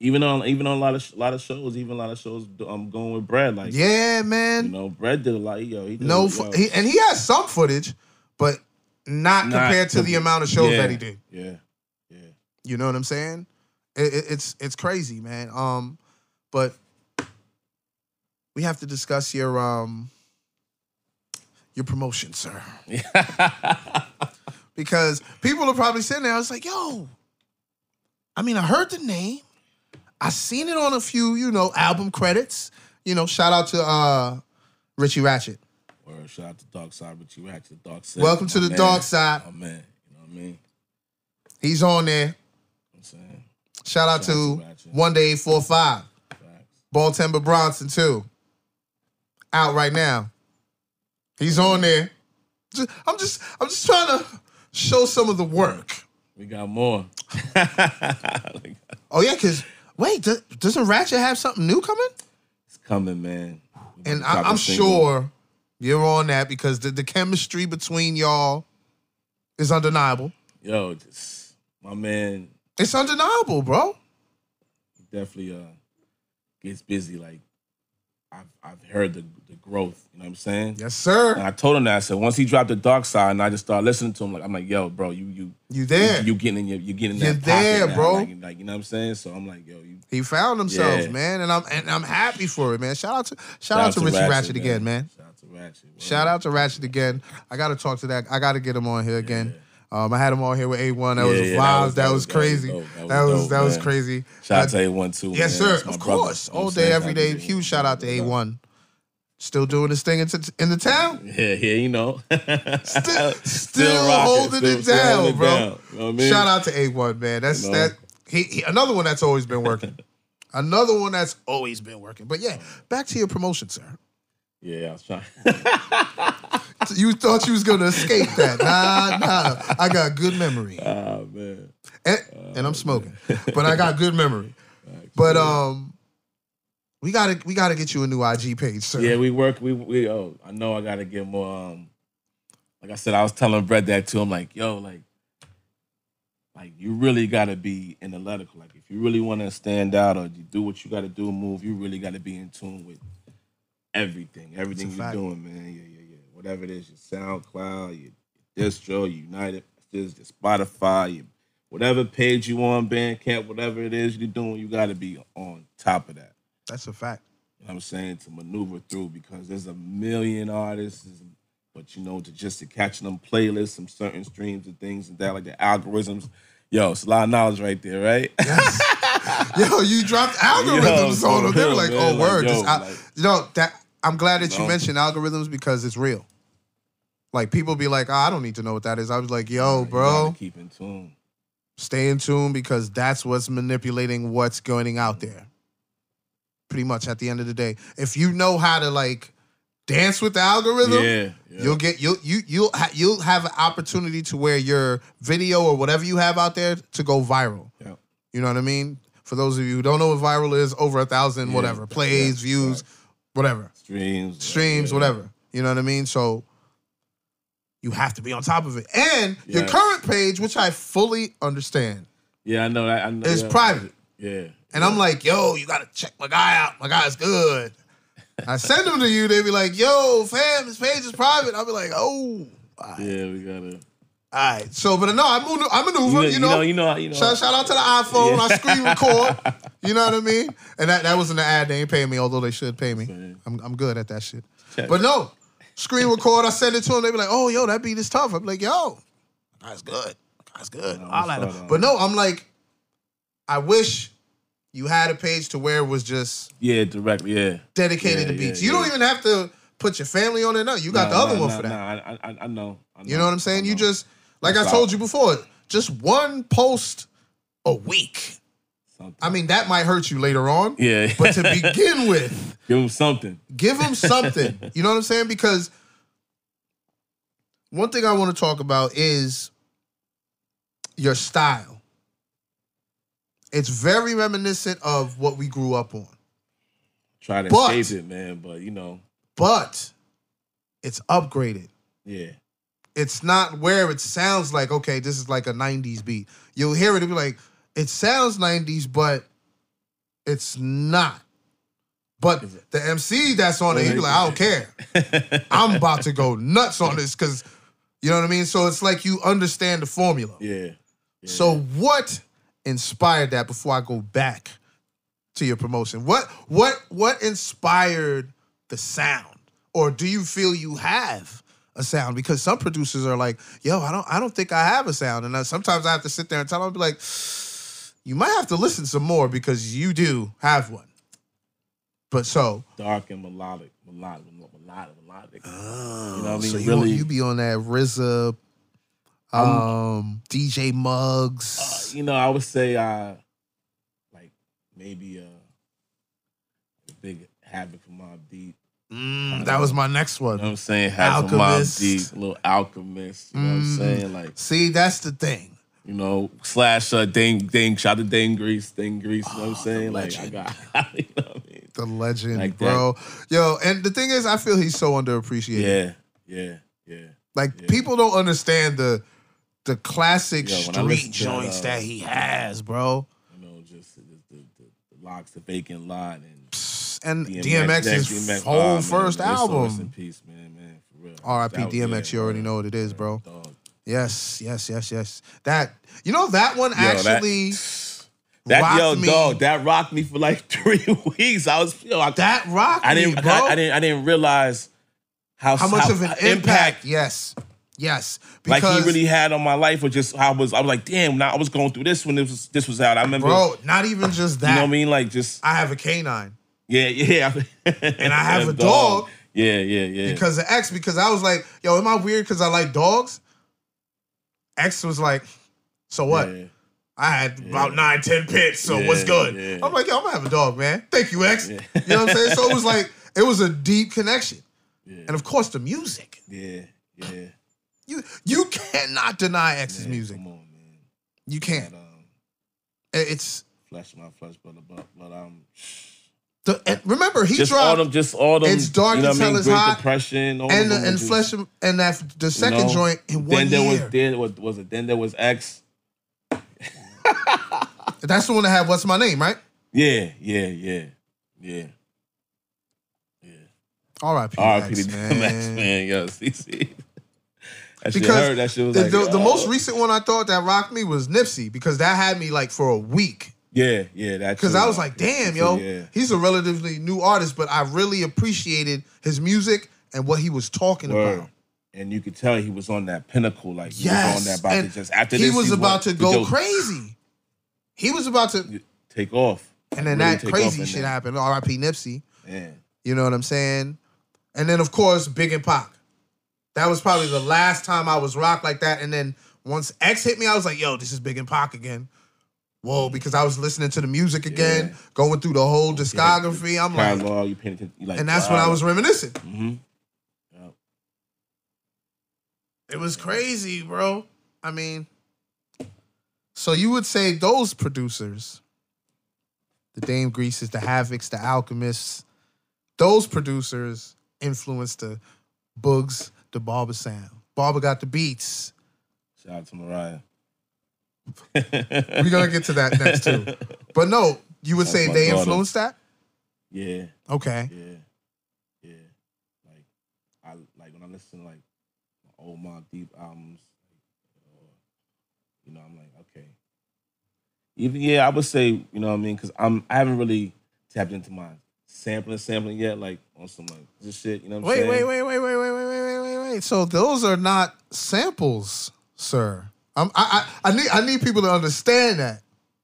[SPEAKER 6] even on even on a lot of a lot of shows, even a lot of shows um going with Brad, like
[SPEAKER 1] yeah, man.
[SPEAKER 6] you know, Brad did a lot, yo, he did,
[SPEAKER 1] no,
[SPEAKER 6] yo,
[SPEAKER 1] fo- he, and he has some footage, but not,
[SPEAKER 6] Not
[SPEAKER 1] compared to the
[SPEAKER 6] compa-
[SPEAKER 1] amount of shows
[SPEAKER 6] yeah,
[SPEAKER 1] that he did.
[SPEAKER 6] Yeah. Yeah.
[SPEAKER 1] You know what I'm saying? It, it- it's it's crazy, man. Um, but we have to discuss your um your promotion, sir,
[SPEAKER 6] [LAUGHS]
[SPEAKER 1] because people are probably sitting there. I was like, yo, I mean, I heard the name, I seen it on a few, you know, album credits. You know, shout out to uh Richie Ratchet.
[SPEAKER 6] Or shout out to Dark Side, but you had to the Dark Side.
[SPEAKER 1] Welcome to
[SPEAKER 6] My
[SPEAKER 1] the
[SPEAKER 6] man.
[SPEAKER 1] dark side.
[SPEAKER 6] Oh man, you know what I mean?
[SPEAKER 1] He's on there.
[SPEAKER 6] I'm saying
[SPEAKER 1] Shout out
[SPEAKER 6] Shout out
[SPEAKER 1] to
[SPEAKER 6] to Ratchet.
[SPEAKER 1] One Day Eight Four Five,
[SPEAKER 6] facts.
[SPEAKER 1] Baltimore Bronson too. Out right now. He's on there. Ju- I'm just I'm just trying to show some of the work.
[SPEAKER 6] We got more. [LAUGHS] Like,
[SPEAKER 1] Oh yeah, cause wait, do- doesn't Ratchet have something new coming?
[SPEAKER 6] it's coming, man. We about
[SPEAKER 1] And
[SPEAKER 6] to
[SPEAKER 1] I,
[SPEAKER 6] drop a
[SPEAKER 1] I'm
[SPEAKER 6] single.
[SPEAKER 1] sure you're on that because the, the chemistry between y'all is undeniable.
[SPEAKER 6] yo, just my man
[SPEAKER 1] It's undeniable, bro.
[SPEAKER 6] definitely uh gets busy. Like I've I've heard the the growth. You know what I'm saying?
[SPEAKER 1] Yes,
[SPEAKER 6] And
[SPEAKER 1] sir.
[SPEAKER 6] I told him that. I said once he dropped the dark side, and I just started listening to him. Like I'm like, yo, bro, you you
[SPEAKER 1] You there.
[SPEAKER 6] you, you getting in your you getting in
[SPEAKER 1] You're
[SPEAKER 6] that pocket
[SPEAKER 1] there,
[SPEAKER 6] now.
[SPEAKER 1] bro.
[SPEAKER 6] Like, like, you know what I'm saying? So I'm like, yo, you
[SPEAKER 1] He found himself,
[SPEAKER 6] Yeah.
[SPEAKER 1] man, and I'm and I'm happy for it, man. Shout out to shout, out to, Richie Ratchet, again, man.
[SPEAKER 6] Shout out to Ratchet. Word.
[SPEAKER 1] Shout out to Ratchet again. I got to talk to that. I got to get him on here again. Um, I had him on here with A1. That was
[SPEAKER 6] Yeah,
[SPEAKER 1] a
[SPEAKER 6] yeah,
[SPEAKER 1] vibe. That was, crazy.
[SPEAKER 6] dope.
[SPEAKER 1] That was that was,
[SPEAKER 6] dope, man.
[SPEAKER 1] crazy.
[SPEAKER 6] Shout out
[SPEAKER 1] Uh,
[SPEAKER 6] to A1 too.
[SPEAKER 1] yes,
[SPEAKER 6] man.
[SPEAKER 1] sir.
[SPEAKER 6] That's my
[SPEAKER 1] Of
[SPEAKER 6] brother.
[SPEAKER 1] course.
[SPEAKER 6] You know what
[SPEAKER 1] All
[SPEAKER 6] I'm
[SPEAKER 1] day,
[SPEAKER 6] saying?
[SPEAKER 1] every
[SPEAKER 6] Shout out
[SPEAKER 1] day.
[SPEAKER 6] to
[SPEAKER 1] Huge shout out to
[SPEAKER 6] Yeah.
[SPEAKER 1] A1. Still doing his thing in, t- in the town.
[SPEAKER 6] [LAUGHS] Yeah, yeah, you know.
[SPEAKER 1] Still, still,
[SPEAKER 6] rocking,
[SPEAKER 1] holding
[SPEAKER 6] still-
[SPEAKER 1] it
[SPEAKER 6] still
[SPEAKER 1] down,
[SPEAKER 6] holding it
[SPEAKER 1] bro.
[SPEAKER 6] down. You know what I mean?
[SPEAKER 1] Shout out to A1, man. That's
[SPEAKER 6] You know?
[SPEAKER 1] that. He, he another one that's always been working. another one that's always been working. But yeah, back to your promotion, sir.
[SPEAKER 6] Yeah, I was trying. [LAUGHS]
[SPEAKER 1] You thought you was gonna escape that? Nah, nah. I got good memory,
[SPEAKER 6] oh man.
[SPEAKER 1] and, and I'm smoking, but I got good memory. But um, we gotta we gotta get you a new IG page, sir.
[SPEAKER 6] Yeah, we work. We we. Oh, I know. I gotta get more. Um, like I said, I was telling Brett that too. I'm like, yo, like, like you really gotta be analytical. Like, if you really want to stand out or you do what you gotta do, move. You really gotta be in tune with everything. Everything you're
[SPEAKER 1] fact.
[SPEAKER 6] doing, man. Yeah, yeah, yeah. Whatever it is, your SoundCloud, your, your distro, your United, your Spotify, your whatever page you on, Bandcamp, whatever it is you're doing, you gotta be on top of that.
[SPEAKER 1] that's a fact.
[SPEAKER 6] You know what I'm saying to maneuver through because there's a million artists, but you know to just to catch them playlists, some certain streams and things and that, like the algorithms. Yo, it's a lot of knowledge right there, right? [LAUGHS]
[SPEAKER 1] Yo, you dropped algorithms
[SPEAKER 6] Yo,
[SPEAKER 1] on them. They were
[SPEAKER 6] for
[SPEAKER 1] like,
[SPEAKER 6] real,
[SPEAKER 1] "Oh,
[SPEAKER 6] man.
[SPEAKER 1] word!"
[SPEAKER 6] Like,
[SPEAKER 1] this
[SPEAKER 6] yo,
[SPEAKER 1] al-
[SPEAKER 6] like-
[SPEAKER 1] you know that. I'm glad that you
[SPEAKER 6] No.
[SPEAKER 1] mentioned algorithms because it's real. Like people be like, oh, "I don't need to know what that is." I was like, "Yo,
[SPEAKER 6] You
[SPEAKER 1] bro,
[SPEAKER 6] gotta keep in tune.
[SPEAKER 1] stay in tune because that's what's manipulating what's going out there. Pretty much at the end of the day, if you know how to like dance with the algorithm,
[SPEAKER 6] Yeah, yeah.
[SPEAKER 1] you'll get you'll you you'll ha- you'll have an opportunity to where your video or whatever you have out there to go viral.
[SPEAKER 6] Yep.
[SPEAKER 1] You know what I mean? For those of you who don't know what viral is, over a thousand
[SPEAKER 6] Yeah,
[SPEAKER 1] whatever
[SPEAKER 6] yeah,
[SPEAKER 1] plays, views, whatever
[SPEAKER 6] streams,
[SPEAKER 1] streams,
[SPEAKER 6] yeah.
[SPEAKER 1] whatever. You know what I mean? So You have to be on top of it. And your
[SPEAKER 6] Yes.
[SPEAKER 1] current page, which I fully understand,
[SPEAKER 6] Yeah, I know that. I know,
[SPEAKER 1] is
[SPEAKER 6] yeah.
[SPEAKER 1] private.
[SPEAKER 6] Yeah.
[SPEAKER 1] And I'm like, yo, you gotta check my guy out. My guy's good. I send them to you, they be like, yo, fam, this page is private. I'll be like, oh. All right.
[SPEAKER 6] Yeah, we gotta.
[SPEAKER 1] All right. So, but no, I, maneuver, I maneuver, you know.
[SPEAKER 6] you know, you know.
[SPEAKER 1] Shout, shout out to the iPhone. I screen
[SPEAKER 6] [LAUGHS]
[SPEAKER 1] record. You know what I mean? And that, that wasn't an ad. They ain't paying me, although they should pay me. I'm, I'm good at that shit. But no, screen record. I send it to them. They be like, "Oh, yo, that beat is tough." I'm like, "Yo, that's good. That's good." I'll at
[SPEAKER 6] thought,
[SPEAKER 1] them.
[SPEAKER 6] uh,
[SPEAKER 1] But no, I'm like, I wish you had a page to where it was just
[SPEAKER 6] Yeah, directly. Yeah.
[SPEAKER 1] dedicated
[SPEAKER 6] Yeah,
[SPEAKER 1] to
[SPEAKER 6] yeah,
[SPEAKER 1] beats. you don't
[SPEAKER 6] yeah.
[SPEAKER 1] even have to put your family on it. No, you got the other one for that.
[SPEAKER 6] Nah, I, I, I know. I
[SPEAKER 1] You know what I'm saying?
[SPEAKER 6] I
[SPEAKER 1] You
[SPEAKER 6] know.
[SPEAKER 1] just like I
[SPEAKER 6] That's
[SPEAKER 1] told
[SPEAKER 6] out.
[SPEAKER 1] you before, just one post a week.
[SPEAKER 6] Something.
[SPEAKER 1] I mean, that might hurt you later on.
[SPEAKER 6] Yeah.
[SPEAKER 1] But to begin with,
[SPEAKER 6] [LAUGHS] give him something.
[SPEAKER 1] give them something. You know what I'm saying? Because one thing I want to talk about is your style. It's very reminiscent of what we grew up on,
[SPEAKER 6] Try to
[SPEAKER 1] But-
[SPEAKER 6] escape it, man. But you know,
[SPEAKER 1] but it's upgraded.
[SPEAKER 6] yeah, [LAUGHS]
[SPEAKER 1] it's not where it sounds like okay this is like a 90s beat you'll hear it and be like it sounds 90s but it's not but the mc that's on it he'd be like i don't care i'm about to go nuts on this because you know what i mean so it's like you understand the formula
[SPEAKER 6] yeah.
[SPEAKER 1] so what inspired that before i go back to your promotion what what what inspired the sound or do you feel you have a sound because some producers are like yo i don't i don't think i have a sound and I, sometimes i have to sit there and tell them be like you might have to listen some more because you do have one but so
[SPEAKER 6] Dark and melodic, melodic, melodic, melodic. Uh, you know what I mean?
[SPEAKER 1] so you,
[SPEAKER 6] really,
[SPEAKER 1] you be on that RZA, um dj
[SPEAKER 6] uh,
[SPEAKER 1] muggs
[SPEAKER 6] you know, I would say, uh, like maybe uh, a big habit for Mob Deep.
[SPEAKER 1] Mm, that was my next one
[SPEAKER 6] You know what I'm saying? Habit for Mob
[SPEAKER 1] Alchemist. Mm.
[SPEAKER 6] Deep, little alchemist. You know what I'm saying? Like,
[SPEAKER 1] see that's the thing
[SPEAKER 6] you know, slash uh, Dane, Dane, shout to Dane Grease, Dane Grease. You know what I'm saying? Like,
[SPEAKER 1] Oh,
[SPEAKER 6] I
[SPEAKER 1] legend.
[SPEAKER 6] got, [LAUGHS] you know what I mean?
[SPEAKER 1] The legend,
[SPEAKER 6] Like that.
[SPEAKER 1] bro. Yo, and the thing is, I feel he's so underappreciated.
[SPEAKER 6] Yeah, yeah, yeah.
[SPEAKER 1] Like people don't understand the the classic
[SPEAKER 6] Yo, when I
[SPEAKER 1] street
[SPEAKER 6] listen to that,
[SPEAKER 1] joints
[SPEAKER 6] uh,
[SPEAKER 1] that he has, bro.
[SPEAKER 6] You know, just the, the, the, the locks, the vacant lot, and
[SPEAKER 1] And
[SPEAKER 6] DMX,
[SPEAKER 1] DMX's
[SPEAKER 6] DMX,
[SPEAKER 1] whole
[SPEAKER 6] oh, man,
[SPEAKER 1] first
[SPEAKER 6] rest- Rest in
[SPEAKER 1] album.
[SPEAKER 6] peace, man, man, for real.
[SPEAKER 1] R.I.P.
[SPEAKER 6] That was-
[SPEAKER 1] DMX.
[SPEAKER 6] yeah,
[SPEAKER 1] you already
[SPEAKER 6] man,
[SPEAKER 1] know what it is, bro.
[SPEAKER 6] dog.
[SPEAKER 1] Yes, yes, yes, yes. That you know that one
[SPEAKER 6] that-
[SPEAKER 1] actually
[SPEAKER 6] [SIGHS] That
[SPEAKER 1] rocked
[SPEAKER 6] yo,
[SPEAKER 1] me.
[SPEAKER 6] dog, that rocked me for like [LAUGHS] three weeks. I was, yo, I,
[SPEAKER 1] that rocked
[SPEAKER 6] I didn't,
[SPEAKER 1] me, bro.
[SPEAKER 6] I, I didn't, I didn't realize how
[SPEAKER 1] how much of an
[SPEAKER 6] impact,
[SPEAKER 1] impact? Yes, yes.
[SPEAKER 6] like
[SPEAKER 1] Because
[SPEAKER 6] he really had on my life, or just how I was, I was like, damn, now I was going through this when this was, this was out. I remember,
[SPEAKER 1] bro, not even just that.
[SPEAKER 6] you know what I mean? Like just
[SPEAKER 1] I have a canine.
[SPEAKER 6] Yeah, [LAUGHS] yeah.
[SPEAKER 1] And I
[SPEAKER 6] [LAUGHS]
[SPEAKER 1] have a dog.
[SPEAKER 6] Yeah, yeah, yeah.
[SPEAKER 1] because of X. Because I was like, yo, am I weird? Because I like dogs. X was like, so what?
[SPEAKER 6] Yeah.
[SPEAKER 1] I had about nine, ten pits. So
[SPEAKER 6] Yeah,
[SPEAKER 1] what's good?
[SPEAKER 6] yeah.
[SPEAKER 1] I'm like, yo, I'm gonna have a dog, man. Thank you, X. You know what I'm saying? So it was like, it was a deep connection, and of course the music.
[SPEAKER 6] yeah, yeah.
[SPEAKER 1] You you cannot deny X's music.
[SPEAKER 6] Come on, man.
[SPEAKER 1] You can't.
[SPEAKER 6] That, um,
[SPEAKER 1] It- It's
[SPEAKER 6] flesh my flesh, but but, but um,
[SPEAKER 1] the, and remember he
[SPEAKER 6] just all
[SPEAKER 1] dropped
[SPEAKER 6] them, just all them.
[SPEAKER 1] It's dark
[SPEAKER 6] you know
[SPEAKER 1] as
[SPEAKER 6] what I
[SPEAKER 1] hell
[SPEAKER 6] mean?
[SPEAKER 1] is
[SPEAKER 6] Great
[SPEAKER 1] hot.
[SPEAKER 6] depression, all
[SPEAKER 1] and
[SPEAKER 6] of
[SPEAKER 1] the,
[SPEAKER 6] them
[SPEAKER 1] and
[SPEAKER 6] was just,
[SPEAKER 1] flesh and that the
[SPEAKER 6] you
[SPEAKER 1] second
[SPEAKER 6] know?
[SPEAKER 1] joint in one
[SPEAKER 6] Then there
[SPEAKER 1] year.
[SPEAKER 6] was then was, was it then there was X.
[SPEAKER 1] That's the one that had what's my name, right?
[SPEAKER 6] Yeah, yeah, yeah, yeah.
[SPEAKER 1] R.I.P.
[SPEAKER 6] R.I.P.
[SPEAKER 1] X,
[SPEAKER 6] to [LAUGHS] DMX, man. Yo, [LAUGHS] see, see. That shit
[SPEAKER 1] because
[SPEAKER 6] hurt. That shit was
[SPEAKER 1] the,
[SPEAKER 6] like
[SPEAKER 1] the, the
[SPEAKER 6] oh.
[SPEAKER 1] most recent one I thought that rocked me was Nipsey because that had me like for a week
[SPEAKER 6] Yeah, yeah. That
[SPEAKER 1] because
[SPEAKER 6] too.
[SPEAKER 1] I was like, damn, yo,
[SPEAKER 6] Yeah.
[SPEAKER 1] he's a relatively new artist, but I really appreciated his music and what he was talking
[SPEAKER 6] Word.
[SPEAKER 1] about.
[SPEAKER 6] And you could tell he was on that pinnacle, like he was on that
[SPEAKER 1] Yes,
[SPEAKER 6] about
[SPEAKER 1] and
[SPEAKER 6] to just after
[SPEAKER 1] he
[SPEAKER 6] this.
[SPEAKER 1] was about
[SPEAKER 6] went-
[SPEAKER 1] to
[SPEAKER 6] he
[SPEAKER 1] go
[SPEAKER 6] just
[SPEAKER 1] crazy. He was about to,
[SPEAKER 6] Take off,
[SPEAKER 1] and then
[SPEAKER 6] Really
[SPEAKER 1] that
[SPEAKER 6] take off
[SPEAKER 1] crazy
[SPEAKER 6] in
[SPEAKER 1] shit
[SPEAKER 6] that.
[SPEAKER 1] happened. R.I.P. Nipsey.
[SPEAKER 6] Man.
[SPEAKER 1] You know what I'm saying? And then of course Big and Pac. That was probably the last time I was rocked like that. And then once X hit me, I was like, yo, this is Big and Pac again. Whoa, because I was listening to the music again,
[SPEAKER 6] Yeah.
[SPEAKER 1] going through the whole discography. I'm like,
[SPEAKER 6] Catalog, you paying attention, you like,
[SPEAKER 1] and that's when I was reminiscing.
[SPEAKER 6] hmm
[SPEAKER 1] It was crazy, bro. I mean, so you would say those producers, the Dame Greases, the Havocs, the Alchemists, those producers influenced the Boogs, the Barber Sound. Barbara got the beats.
[SPEAKER 6] Shout out to Mariah.
[SPEAKER 1] We're gonna get to that next too. But no, you would
[SPEAKER 6] That's
[SPEAKER 1] say
[SPEAKER 6] my
[SPEAKER 1] they
[SPEAKER 6] daughter.
[SPEAKER 1] influenced that?
[SPEAKER 6] [LAUGHS] Yeah,
[SPEAKER 1] Okay.
[SPEAKER 6] yeah, yeah. Like I like when I listen to like my old Mob Deep albums, or, you know, I'm like, okay. Even yeah, I would say, you know what I mean, because I'm I haven't really tapped into my sampling sampling yet, like on some like this shit, you know what I'm
[SPEAKER 1] Wait,
[SPEAKER 6] saying?
[SPEAKER 1] wait, wait, wait, wait, wait, wait, wait, wait, wait, wait. So those are not samples, sir. I'm, I, I, I need I need people to understand that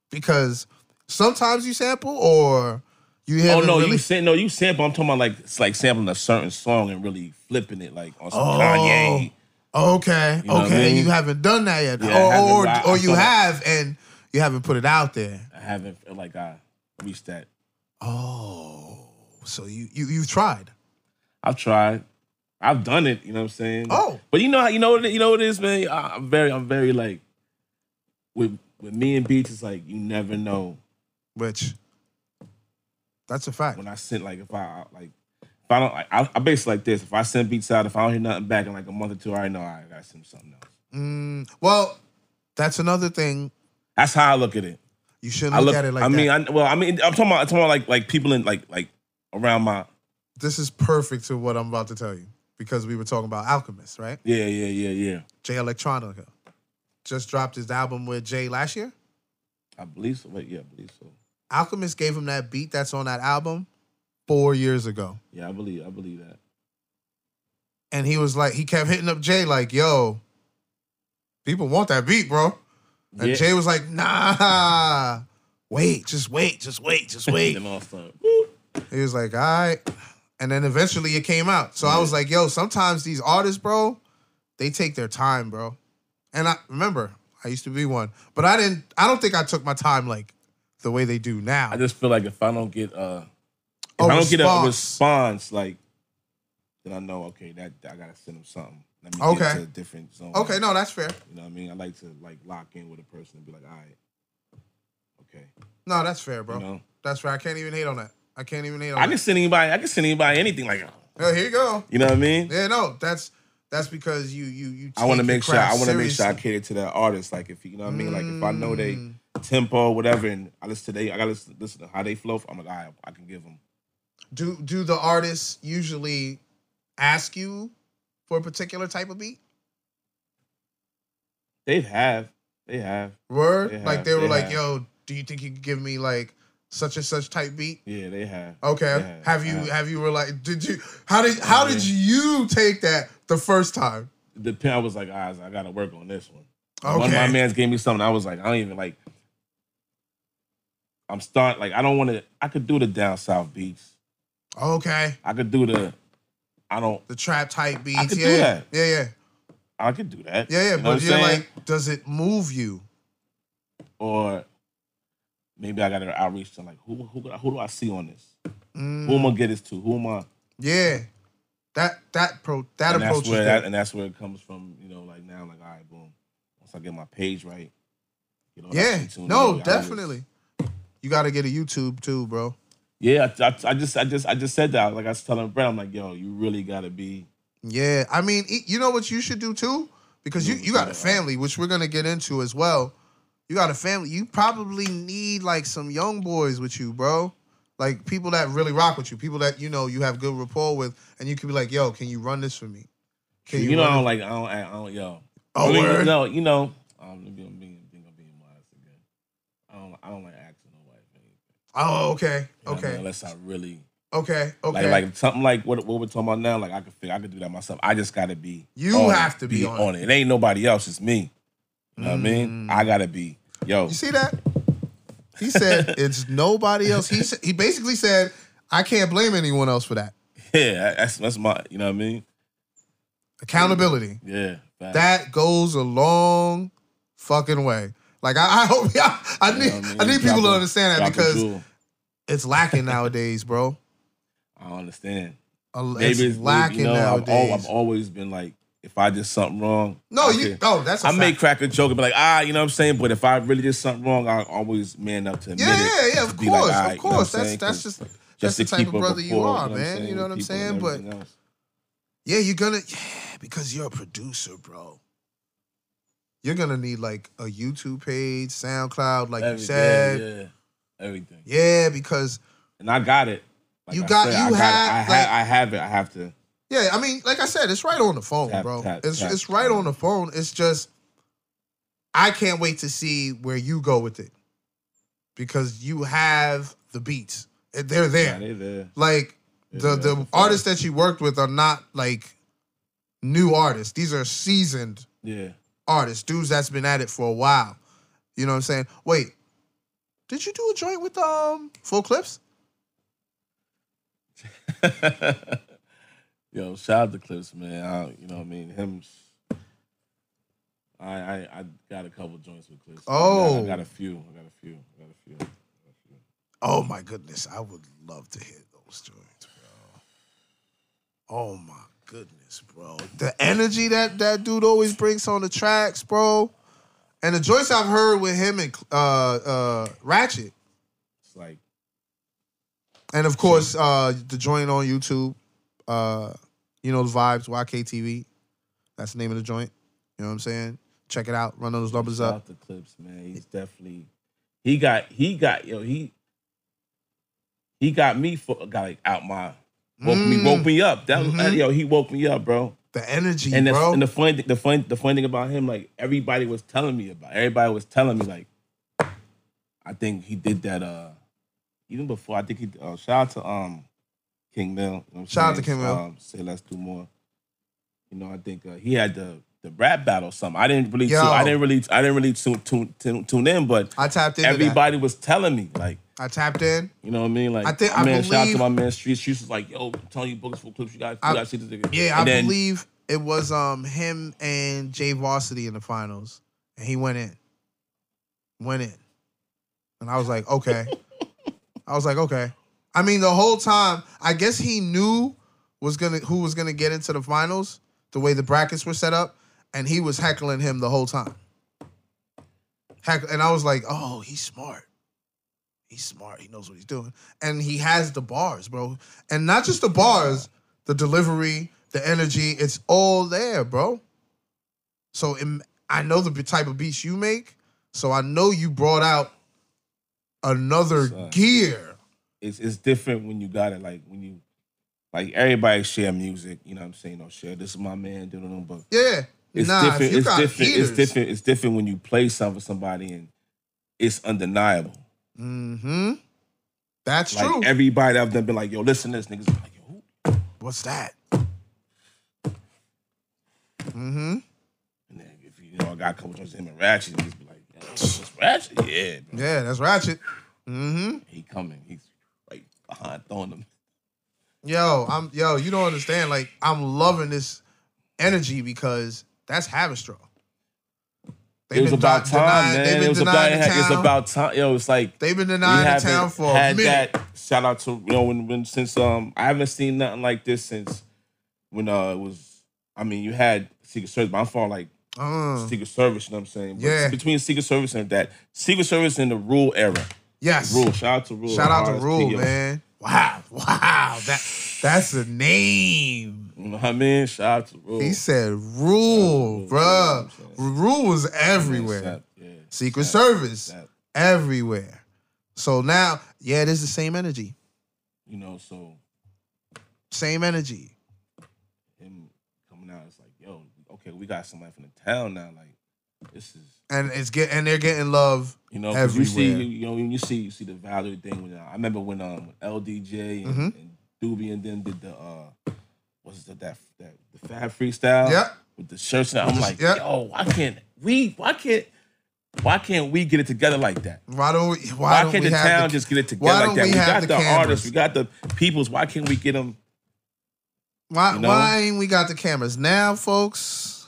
[SPEAKER 1] because sometimes you sample or you
[SPEAKER 6] Oh
[SPEAKER 1] haven't
[SPEAKER 6] no,
[SPEAKER 1] really.
[SPEAKER 6] you said no, you sample. I'm talking about like it's like sampling a certain song and really flipping it like on some
[SPEAKER 1] Oh.
[SPEAKER 6] Kanye.
[SPEAKER 1] okay,
[SPEAKER 6] You know what I
[SPEAKER 1] okay,
[SPEAKER 6] mean?
[SPEAKER 1] you haven't done that yet,
[SPEAKER 6] Yeah, I haven't,
[SPEAKER 1] or
[SPEAKER 6] but I-
[SPEAKER 1] or, or
[SPEAKER 6] I
[SPEAKER 1] you
[SPEAKER 6] thought I-
[SPEAKER 1] have and you haven't put it out there.
[SPEAKER 6] I haven't felt like I reached that.
[SPEAKER 1] Oh, so you you you've tried.
[SPEAKER 6] I've tried. I've done it. You know what I'm saying?
[SPEAKER 1] Oh.
[SPEAKER 6] but you know how you know what it- you know what it is, man. I- I'm very I'm very like with with me and beats. It's like you never know
[SPEAKER 1] Which that's a fact.
[SPEAKER 6] when I sent like if I like if I don't like I, I basically like this. If I send beats out, if I don't hear nothing back in like a month or two, I already know I gotta send something else.
[SPEAKER 1] Mm, well, that's another thing.
[SPEAKER 6] That's how I look at it.
[SPEAKER 1] You shouldn't
[SPEAKER 6] I
[SPEAKER 1] look,
[SPEAKER 6] look
[SPEAKER 1] at it like
[SPEAKER 6] I
[SPEAKER 1] that.
[SPEAKER 6] mean, I, well, I mean, I'm talking about I'm talking about like like people in like like around my
[SPEAKER 1] this is perfect to what I'm about to tell you because we were talking about Alchemist, right?
[SPEAKER 6] yeah yeah yeah yeah.
[SPEAKER 1] Jay Electronica just dropped his album with Jay last year.
[SPEAKER 6] I believe so. Wait, yeah, I believe so.
[SPEAKER 1] Alchemist gave him that beat that's on that album four years ago.
[SPEAKER 6] Yeah, I believe I believe that.
[SPEAKER 1] And he was like, he kept hitting up Jay, like, yo, people want that beat, bro. And
[SPEAKER 6] Yeah.
[SPEAKER 1] Jay was like, nah, wait, just wait, just wait, just wait.
[SPEAKER 6] Then all start.
[SPEAKER 1] He was like, all right. And then eventually it came out. So I was like, yo, sometimes these artists, bro, they take their time, bro. And I remember, I used to be one. But I didn't, I don't think I took my time like the way they do now.
[SPEAKER 6] I just feel like if I don't get uh if
[SPEAKER 1] A
[SPEAKER 6] I don't get a
[SPEAKER 1] response.
[SPEAKER 6] response, like then I know okay that I gotta send them something. Let me
[SPEAKER 1] Okay.
[SPEAKER 6] get to a different zone.
[SPEAKER 1] okay, no, that's fair.
[SPEAKER 6] You know what I mean? I like to like lock in with a person and be like, all right, okay.
[SPEAKER 1] No, that's fair, bro.
[SPEAKER 6] You know?
[SPEAKER 1] That's fair. I can't even hate on that. I can't even hate on
[SPEAKER 6] I can
[SPEAKER 1] that.
[SPEAKER 6] send anybody I can send anybody anything like
[SPEAKER 1] Yeah, here you go.
[SPEAKER 6] you know what I mean?
[SPEAKER 1] Yeah, no, that's that's because you you you
[SPEAKER 6] I want to
[SPEAKER 1] take your
[SPEAKER 6] make sure I
[SPEAKER 1] craft
[SPEAKER 6] want to make sure I
[SPEAKER 1] seriously. Mm.
[SPEAKER 6] cater to that artist. Like if you know what I mean, like if I know they tempo whatever, and I listen to they, I gotta listen, listen to how they flow. I'm like, all right, I can give them.
[SPEAKER 1] do do the artists usually ask you for a particular type of beat?
[SPEAKER 6] They have, they have,
[SPEAKER 1] Word?
[SPEAKER 6] They
[SPEAKER 1] like
[SPEAKER 6] have,
[SPEAKER 1] they were
[SPEAKER 6] they
[SPEAKER 1] like,
[SPEAKER 6] have.
[SPEAKER 1] yo, do you think you could give me like such and such type beat?
[SPEAKER 6] yeah, they have.
[SPEAKER 1] Okay.
[SPEAKER 6] They have,
[SPEAKER 1] have
[SPEAKER 6] they
[SPEAKER 1] you
[SPEAKER 6] have.
[SPEAKER 1] have you were like did you how did how did you take that the first time?
[SPEAKER 6] the pen, I was like, ah, I gotta work on this one. One of my
[SPEAKER 1] Okay.
[SPEAKER 6] man's gave me something. I was like, I don't even like. I'm start like I don't want to. I could do the down south beats.
[SPEAKER 1] Okay.
[SPEAKER 6] I could do the. I don't.
[SPEAKER 1] The trap type beats.
[SPEAKER 6] I could do
[SPEAKER 1] yeah.
[SPEAKER 6] that.
[SPEAKER 1] Yeah, yeah.
[SPEAKER 6] I could do that.
[SPEAKER 1] Yeah, yeah.
[SPEAKER 6] You know what I'm
[SPEAKER 1] but you're
[SPEAKER 6] saying?
[SPEAKER 1] like, does it move you?
[SPEAKER 6] or maybe I gotta outreach to like who who who do I see on this?
[SPEAKER 1] Mm,
[SPEAKER 6] Who am I gonna get this to? Who am I?
[SPEAKER 1] yeah. That that pro that
[SPEAKER 6] and
[SPEAKER 1] approach
[SPEAKER 6] that's
[SPEAKER 1] is
[SPEAKER 6] where
[SPEAKER 1] good.
[SPEAKER 6] that, and that's where it comes from. You know, like now, like all right, boom. Once I get my page right, you know.
[SPEAKER 1] Yeah. No, definitely. You gotta get a YouTube too, bro.
[SPEAKER 6] Yeah, I, I, I just, I just, I just said that. Like I was telling Brett, I'm like, yo, you really gotta be.
[SPEAKER 1] Yeah, I mean, e- you know what you should do too, because you you got a family, which we're gonna get into as well. You got a family. You probably need like some young boys with you, bro. Like people that really rock with you, people that you know you have good rapport with, and you could be like, "Yo, can you run this for me?" Can
[SPEAKER 6] You, know, I
[SPEAKER 1] run
[SPEAKER 6] don't
[SPEAKER 1] this-
[SPEAKER 6] like, I don't, I don't, yo.
[SPEAKER 1] Oh,
[SPEAKER 6] I mean,
[SPEAKER 1] word.
[SPEAKER 6] no, you know, um, I'm being, being, being, being modest again. I don't, I don't like asking nobody. for anything.
[SPEAKER 1] Oh, okay,
[SPEAKER 6] You know what I mean?
[SPEAKER 1] okay,
[SPEAKER 6] Unless I really
[SPEAKER 1] okay, okay.
[SPEAKER 6] like, like something like what, what we're talking about now. Like I could, figure, I could do that myself. I just gotta be.
[SPEAKER 1] You
[SPEAKER 6] on it,
[SPEAKER 1] have to be on it. Mm.
[SPEAKER 6] it. It ain't nobody else. It's me. You know what I mean? I gotta be. Yo,
[SPEAKER 1] you see that? He said it's nobody else. He sa- he basically said I can't blame anyone else for that.
[SPEAKER 6] [LAUGHS] yeah, that's that's my. You know what I mean?
[SPEAKER 1] Accountability.
[SPEAKER 6] Yeah. facts.
[SPEAKER 1] that goes a long fucking way. Like I, I hope I, I
[SPEAKER 6] You
[SPEAKER 1] need
[SPEAKER 6] know what
[SPEAKER 1] I
[SPEAKER 6] mean?
[SPEAKER 1] need people to
[SPEAKER 6] Drop a-
[SPEAKER 1] understand that
[SPEAKER 6] drop a
[SPEAKER 1] because
[SPEAKER 6] jewel.
[SPEAKER 1] it's lacking nowadays, bro.
[SPEAKER 6] I don't understand.
[SPEAKER 1] A- It's
[SPEAKER 6] Maybe it's
[SPEAKER 1] lacking
[SPEAKER 6] you know, I've,
[SPEAKER 1] nowadays.
[SPEAKER 6] al- I've always been like, if I did something wrong,
[SPEAKER 1] no,
[SPEAKER 6] I
[SPEAKER 1] you.
[SPEAKER 6] could-
[SPEAKER 1] Oh, that's a
[SPEAKER 6] I may
[SPEAKER 1] fact.
[SPEAKER 6] crack a joke and be like, ah, you know what I'm saying? But if I really did something wrong, I always man up to admit
[SPEAKER 1] Yeah,
[SPEAKER 6] it.
[SPEAKER 1] yeah, yeah.
[SPEAKER 6] to
[SPEAKER 1] Of
[SPEAKER 6] be like,
[SPEAKER 1] course,
[SPEAKER 6] all right,
[SPEAKER 1] of
[SPEAKER 6] you know what I'm
[SPEAKER 1] course.
[SPEAKER 6] saying?
[SPEAKER 1] that's that's
[SPEAKER 6] 'Cause
[SPEAKER 1] just that's
[SPEAKER 6] just
[SPEAKER 1] the
[SPEAKER 6] to
[SPEAKER 1] type
[SPEAKER 6] keep
[SPEAKER 1] of
[SPEAKER 6] a
[SPEAKER 1] brother you
[SPEAKER 6] rapport,
[SPEAKER 1] are, man. You know what I'm
[SPEAKER 6] with
[SPEAKER 1] saying?
[SPEAKER 6] people
[SPEAKER 1] But
[SPEAKER 6] and everything else.
[SPEAKER 1] yeah, you're gonna, yeah, because you're a producer, bro. You're gonna need like a YouTube page, SoundCloud, like you said. Yeah,
[SPEAKER 6] yeah, everything.
[SPEAKER 1] because
[SPEAKER 6] And I got it. Like
[SPEAKER 1] You
[SPEAKER 6] I
[SPEAKER 1] got-
[SPEAKER 6] said,
[SPEAKER 1] you
[SPEAKER 6] I got
[SPEAKER 1] had,
[SPEAKER 6] it. I,
[SPEAKER 1] like-
[SPEAKER 6] ha- I have it. I have to.
[SPEAKER 1] yeah, I mean, like I said, it's right on the phone,
[SPEAKER 6] Tap,
[SPEAKER 1] bro.
[SPEAKER 6] tap,
[SPEAKER 1] it's
[SPEAKER 6] tap.
[SPEAKER 1] it's right on the phone. It's just I can't wait to see where you go with it. Because you have the beats. They're there.
[SPEAKER 6] Yeah, they there.
[SPEAKER 1] like the
[SPEAKER 6] Yeah,
[SPEAKER 1] the
[SPEAKER 6] for
[SPEAKER 1] artists that you worked with are not like new artists. These are seasoned
[SPEAKER 6] Yeah.
[SPEAKER 1] artists, dudes that's been at it for a while. You know what I'm saying? Wait, did you do a joint with um Full Clips?
[SPEAKER 6] [LAUGHS] Yo, shout out to Clips, man. I, you know what I mean? Him. I, I I got a couple joints with Clips. I got,
[SPEAKER 1] Oh.
[SPEAKER 6] I got a few. I got a few. I got a few.
[SPEAKER 1] Oh my goodness, I would love to hear those joints, bro. Oh my goodness, bro. The energy that that dude always brings on the tracks, bro. And the joints I've heard with him and uh uh Ratchet
[SPEAKER 6] It's like,
[SPEAKER 1] And of course, uh, the joint on YouTube, uh, you know the vibes, YKTV. That's the name of the joint. You know what I'm saying? Check it out. Run those numbers
[SPEAKER 6] shout
[SPEAKER 1] up.
[SPEAKER 6] out to Clips, man. He's definitely. He got. He got. Yo, he. He got me for got like, out my woke me woke me up. That was uh,
[SPEAKER 1] Mhm.
[SPEAKER 6] yo. He woke me up, bro.
[SPEAKER 1] The energy,
[SPEAKER 6] And the,
[SPEAKER 1] bro.
[SPEAKER 6] and the funny thing- the funny the funny thing about him, like everybody was telling me about. Everybody was telling me like, I think he did that. Uh, even before I think he. Uh, shout out to um, King Mill. you know what I'm
[SPEAKER 1] Shout out to
[SPEAKER 6] saying?
[SPEAKER 1] King Mill.
[SPEAKER 6] Um, say let's do more. You know, I think uh, he had the the rap battle. or Something I didn't really. Tune,
[SPEAKER 1] Yo.
[SPEAKER 6] I didn't really. I didn't really tune tune tune, tune in, but
[SPEAKER 1] I tapped into everybody.
[SPEAKER 6] everybody was telling me like.
[SPEAKER 1] I tapped in.
[SPEAKER 6] You know what I mean? Like,
[SPEAKER 1] I think-
[SPEAKER 6] my
[SPEAKER 1] I
[SPEAKER 6] man, shout out
[SPEAKER 1] believe-
[SPEAKER 6] to my man Street. Streets was like, "Yo, I'm telling you, books full clips. You got, you
[SPEAKER 1] I-
[SPEAKER 6] got to see this nigga."
[SPEAKER 1] Yeah, I
[SPEAKER 6] And then-
[SPEAKER 1] believe it was um him and Jay Varsity in the finals, and he went in, went in, and I was like, okay, I was like, okay. I mean, the whole time, I guess he knew was gonna who was gonna get into the finals the way the brackets were set up, and he was heckling him the whole time. Heck, and I was like, oh, he's smart. He's smart. He knows what he's doing, and he has the bars, bro, and not just the bars the delivery, the energy, it's all there, bro. So im- I know the type of beats you make, so I know you brought out another
[SPEAKER 6] Son.
[SPEAKER 1] gear.
[SPEAKER 6] it's it's different when you got it like when you like everybody share music, you know what I'm saying? Don't share this is my man, do do but
[SPEAKER 1] Yeah.
[SPEAKER 6] it's
[SPEAKER 1] nah, if
[SPEAKER 6] different,
[SPEAKER 1] you
[SPEAKER 6] it's
[SPEAKER 1] got
[SPEAKER 6] different,
[SPEAKER 1] heaters,
[SPEAKER 6] it's different, it's different when you play something for somebody and it's undeniable.
[SPEAKER 1] Mm-hmm. That's
[SPEAKER 6] Like
[SPEAKER 1] true.
[SPEAKER 6] everybody I've done been like, yo, listen to this niggas like, yo, who?
[SPEAKER 1] What's that? Mm-hmm.
[SPEAKER 6] and then if you, you know I got a couple times him and Ratchet, he's be like, yo, it's Ratchet, yeah, bro.
[SPEAKER 1] Yeah, that's Ratchet. Mm-hmm.
[SPEAKER 6] he coming, he's right behind throwing them.
[SPEAKER 1] Yo, I'm yo, you don't understand. Like, I'm loving this energy because that's Havistraw. They've
[SPEAKER 6] It was
[SPEAKER 1] been
[SPEAKER 6] about
[SPEAKER 1] de-
[SPEAKER 6] time,
[SPEAKER 1] denying- they've
[SPEAKER 6] man.
[SPEAKER 1] been
[SPEAKER 6] It was about
[SPEAKER 1] denying the
[SPEAKER 6] it's
[SPEAKER 1] town.
[SPEAKER 6] about time. Yo, it's like
[SPEAKER 1] They've been
[SPEAKER 6] We
[SPEAKER 1] denying the
[SPEAKER 6] haven't
[SPEAKER 1] town for a
[SPEAKER 6] had
[SPEAKER 1] minute.
[SPEAKER 6] that. Shout out to you know when, when since um I haven't seen nothing like this since when uh it was I mean you had Secret Service, but I'm for like
[SPEAKER 1] Uh,
[SPEAKER 6] Secret Service. You know what I'm saying? But
[SPEAKER 1] Yeah.
[SPEAKER 6] Between Secret Service and that Secret Service and the Rule era.
[SPEAKER 1] yes.
[SPEAKER 6] Rule. Shout out to Rule.
[SPEAKER 1] Shout out to
[SPEAKER 6] RSP,
[SPEAKER 1] Rule,
[SPEAKER 6] yo.
[SPEAKER 1] man. Wow, wow. That that's the name.
[SPEAKER 6] You know what I mean? Shout out to Rule.
[SPEAKER 1] He said Rule,
[SPEAKER 6] Rule,
[SPEAKER 1] bruh.
[SPEAKER 6] you know what I'm
[SPEAKER 1] Rule was
[SPEAKER 6] Shout out-
[SPEAKER 1] everywhere.
[SPEAKER 6] yeah.
[SPEAKER 1] Secret
[SPEAKER 6] Shout out-
[SPEAKER 1] Service
[SPEAKER 6] shout out.
[SPEAKER 1] everywhere. So now, yeah, it is the same energy.
[SPEAKER 6] You know, so
[SPEAKER 1] Same energy.
[SPEAKER 6] him coming out, it's like, yo, okay, we got somebody from the town now. Like, this is
[SPEAKER 1] And it's get and they're getting love.
[SPEAKER 6] You know, 'cause you see,
[SPEAKER 1] Everywhere.
[SPEAKER 6] you know, you see, you see the value thing. When, uh, I remember when um when LDJ and,
[SPEAKER 1] Mhm.
[SPEAKER 6] and Doobie and them did the uh, what's the, that that the Fab freestyle?
[SPEAKER 1] Yep.
[SPEAKER 6] With the shirts, and I'm
[SPEAKER 1] With the-
[SPEAKER 6] like,
[SPEAKER 1] yep.
[SPEAKER 6] yo, why can't we? Why can't? Why can't we get it together like that?
[SPEAKER 1] Why don't we why,
[SPEAKER 6] Why,
[SPEAKER 1] don't
[SPEAKER 6] can't
[SPEAKER 1] we
[SPEAKER 6] the
[SPEAKER 1] have
[SPEAKER 6] town
[SPEAKER 1] the-
[SPEAKER 6] just get it together
[SPEAKER 1] why
[SPEAKER 6] like
[SPEAKER 1] don't
[SPEAKER 6] that?
[SPEAKER 1] we
[SPEAKER 6] We,
[SPEAKER 1] have
[SPEAKER 6] got
[SPEAKER 1] the
[SPEAKER 6] the,
[SPEAKER 1] cameras?
[SPEAKER 6] artists, we got the peoples. Why can't we get them?
[SPEAKER 1] Why,
[SPEAKER 6] You know?
[SPEAKER 1] why ain't we got the cameras now, folks?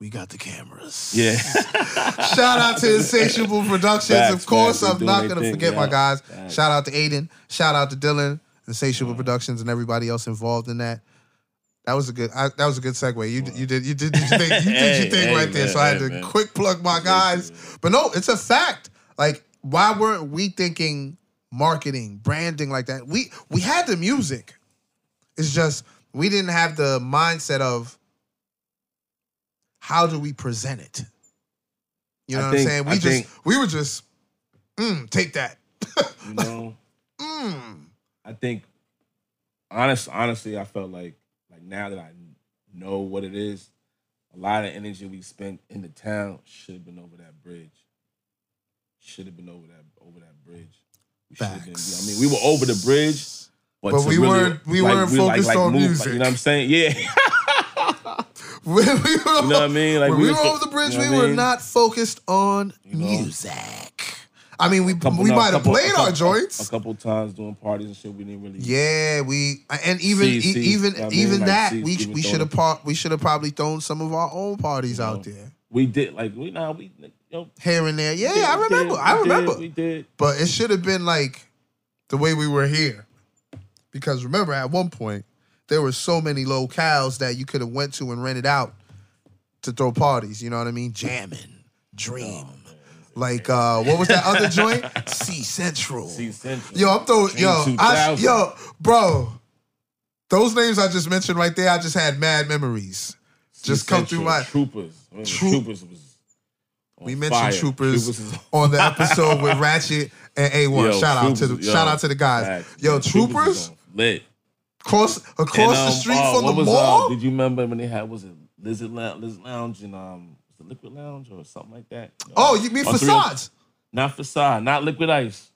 [SPEAKER 1] We got the cameras.
[SPEAKER 6] Yeah,
[SPEAKER 1] Shout out to Insatiable Productions.
[SPEAKER 6] Facts,
[SPEAKER 1] of course,
[SPEAKER 6] facts. They
[SPEAKER 1] I'm
[SPEAKER 6] doing
[SPEAKER 1] not
[SPEAKER 6] their
[SPEAKER 1] going to
[SPEAKER 6] thing,
[SPEAKER 1] forget
[SPEAKER 6] yeah.
[SPEAKER 1] my guys.
[SPEAKER 6] Facts.
[SPEAKER 1] Shout out to Aiden. Shout out to Dylan, Insatiable Productions, and everybody else involved in that. That was a good. I, that was a good segue. You did. You did. You did. Did your thing. You did your
[SPEAKER 6] [LAUGHS] Hey,
[SPEAKER 1] thing
[SPEAKER 6] hey,
[SPEAKER 1] right there.
[SPEAKER 6] man,
[SPEAKER 1] So I had to
[SPEAKER 6] hey, man.
[SPEAKER 1] quick plug my guys. But no, it's a fact. Like, why weren't we thinking marketing, branding like that? We we had the music. It's just we didn't have the mindset of how do we present it? You
[SPEAKER 6] I
[SPEAKER 1] know what
[SPEAKER 6] think-
[SPEAKER 1] I'm saying? We
[SPEAKER 6] I
[SPEAKER 1] just
[SPEAKER 6] think-
[SPEAKER 1] we were just mm, take that.
[SPEAKER 6] [LAUGHS]
[SPEAKER 1] [LAUGHS]
[SPEAKER 6] You know,
[SPEAKER 1] Mm.
[SPEAKER 6] I think honest honestly, I felt like like now that I know what it is, a lot of energy we spent in the town should have been over that bridge. Should have been over that over that bridge. We should have been. I mean, we were over the bridge, but,
[SPEAKER 1] But
[SPEAKER 6] to
[SPEAKER 1] we
[SPEAKER 6] really,
[SPEAKER 1] weren't- we weren't focused on music.
[SPEAKER 6] you know what I'm saying? Yeah. [LAUGHS]
[SPEAKER 1] When [LAUGHS] we were,
[SPEAKER 6] You know what I mean? Like
[SPEAKER 1] when we were
[SPEAKER 6] fo-
[SPEAKER 1] over the bridge,
[SPEAKER 6] you know
[SPEAKER 1] we
[SPEAKER 6] what I
[SPEAKER 1] were
[SPEAKER 6] mean?
[SPEAKER 1] not focused on
[SPEAKER 6] You know.
[SPEAKER 1] music. I mean, we
[SPEAKER 6] Couple-
[SPEAKER 1] we
[SPEAKER 6] no,
[SPEAKER 1] might have
[SPEAKER 6] couple-
[SPEAKER 1] played
[SPEAKER 6] a
[SPEAKER 1] our
[SPEAKER 6] couple-
[SPEAKER 1] joints.
[SPEAKER 6] a couple times doing parties and shit. We didn't really.
[SPEAKER 1] Yeah, we and even
[SPEAKER 6] See,
[SPEAKER 1] e-
[SPEAKER 6] see,
[SPEAKER 1] even
[SPEAKER 6] you know what I mean?
[SPEAKER 1] even
[SPEAKER 6] Like,
[SPEAKER 1] that
[SPEAKER 6] see,
[SPEAKER 1] we
[SPEAKER 6] see what's
[SPEAKER 1] we
[SPEAKER 6] going
[SPEAKER 1] should have
[SPEAKER 6] on.
[SPEAKER 1] par- we should have probably thrown some of our own parties
[SPEAKER 6] You know.
[SPEAKER 1] out there
[SPEAKER 6] We did like we nah we you know,
[SPEAKER 1] here and there. Yeah,
[SPEAKER 6] did-
[SPEAKER 1] I
[SPEAKER 6] we
[SPEAKER 1] remember.
[SPEAKER 6] did-
[SPEAKER 1] I
[SPEAKER 6] we did-
[SPEAKER 1] remember.
[SPEAKER 6] we did.
[SPEAKER 1] But it should have been like the way we were here. Because remember, at one point, there were so many locales that you could have went to and rented out to throw parties. You know what I mean? Jamming, dream. like uh, what was that other joint? C Central.
[SPEAKER 6] See Central.
[SPEAKER 1] Yo, I'm throwing. Yo,
[SPEAKER 6] Dream
[SPEAKER 1] I,
[SPEAKER 6] 2000.
[SPEAKER 1] yo, bro. Those names I just mentioned right there, I just had mad memories.
[SPEAKER 6] See
[SPEAKER 1] Just come through
[SPEAKER 6] Central,
[SPEAKER 1] my.
[SPEAKER 6] troopers. I mean,
[SPEAKER 1] Troop-
[SPEAKER 6] troopers was. on
[SPEAKER 1] We mentioned
[SPEAKER 6] fire.
[SPEAKER 1] Troopers,
[SPEAKER 6] is-
[SPEAKER 1] on the episode with Ratchet and A1.
[SPEAKER 6] Yo,
[SPEAKER 1] shout out to the
[SPEAKER 6] Troopers, yo,
[SPEAKER 1] shout out to the guys.
[SPEAKER 6] facts.
[SPEAKER 1] Yo,
[SPEAKER 6] is
[SPEAKER 1] Troopers
[SPEAKER 6] on lit
[SPEAKER 1] cross across
[SPEAKER 6] And,
[SPEAKER 1] the
[SPEAKER 6] um,
[SPEAKER 1] street
[SPEAKER 6] uh,
[SPEAKER 1] from
[SPEAKER 6] what
[SPEAKER 1] the
[SPEAKER 6] was, uh,
[SPEAKER 1] mall.
[SPEAKER 6] did you remember when they had was it Lizard Lounge, Lizard Lounge and um was it Liquid Lounge or something like that?
[SPEAKER 1] oh, you mean
[SPEAKER 6] on three-
[SPEAKER 1] facades?
[SPEAKER 6] Not facade, not liquid ice.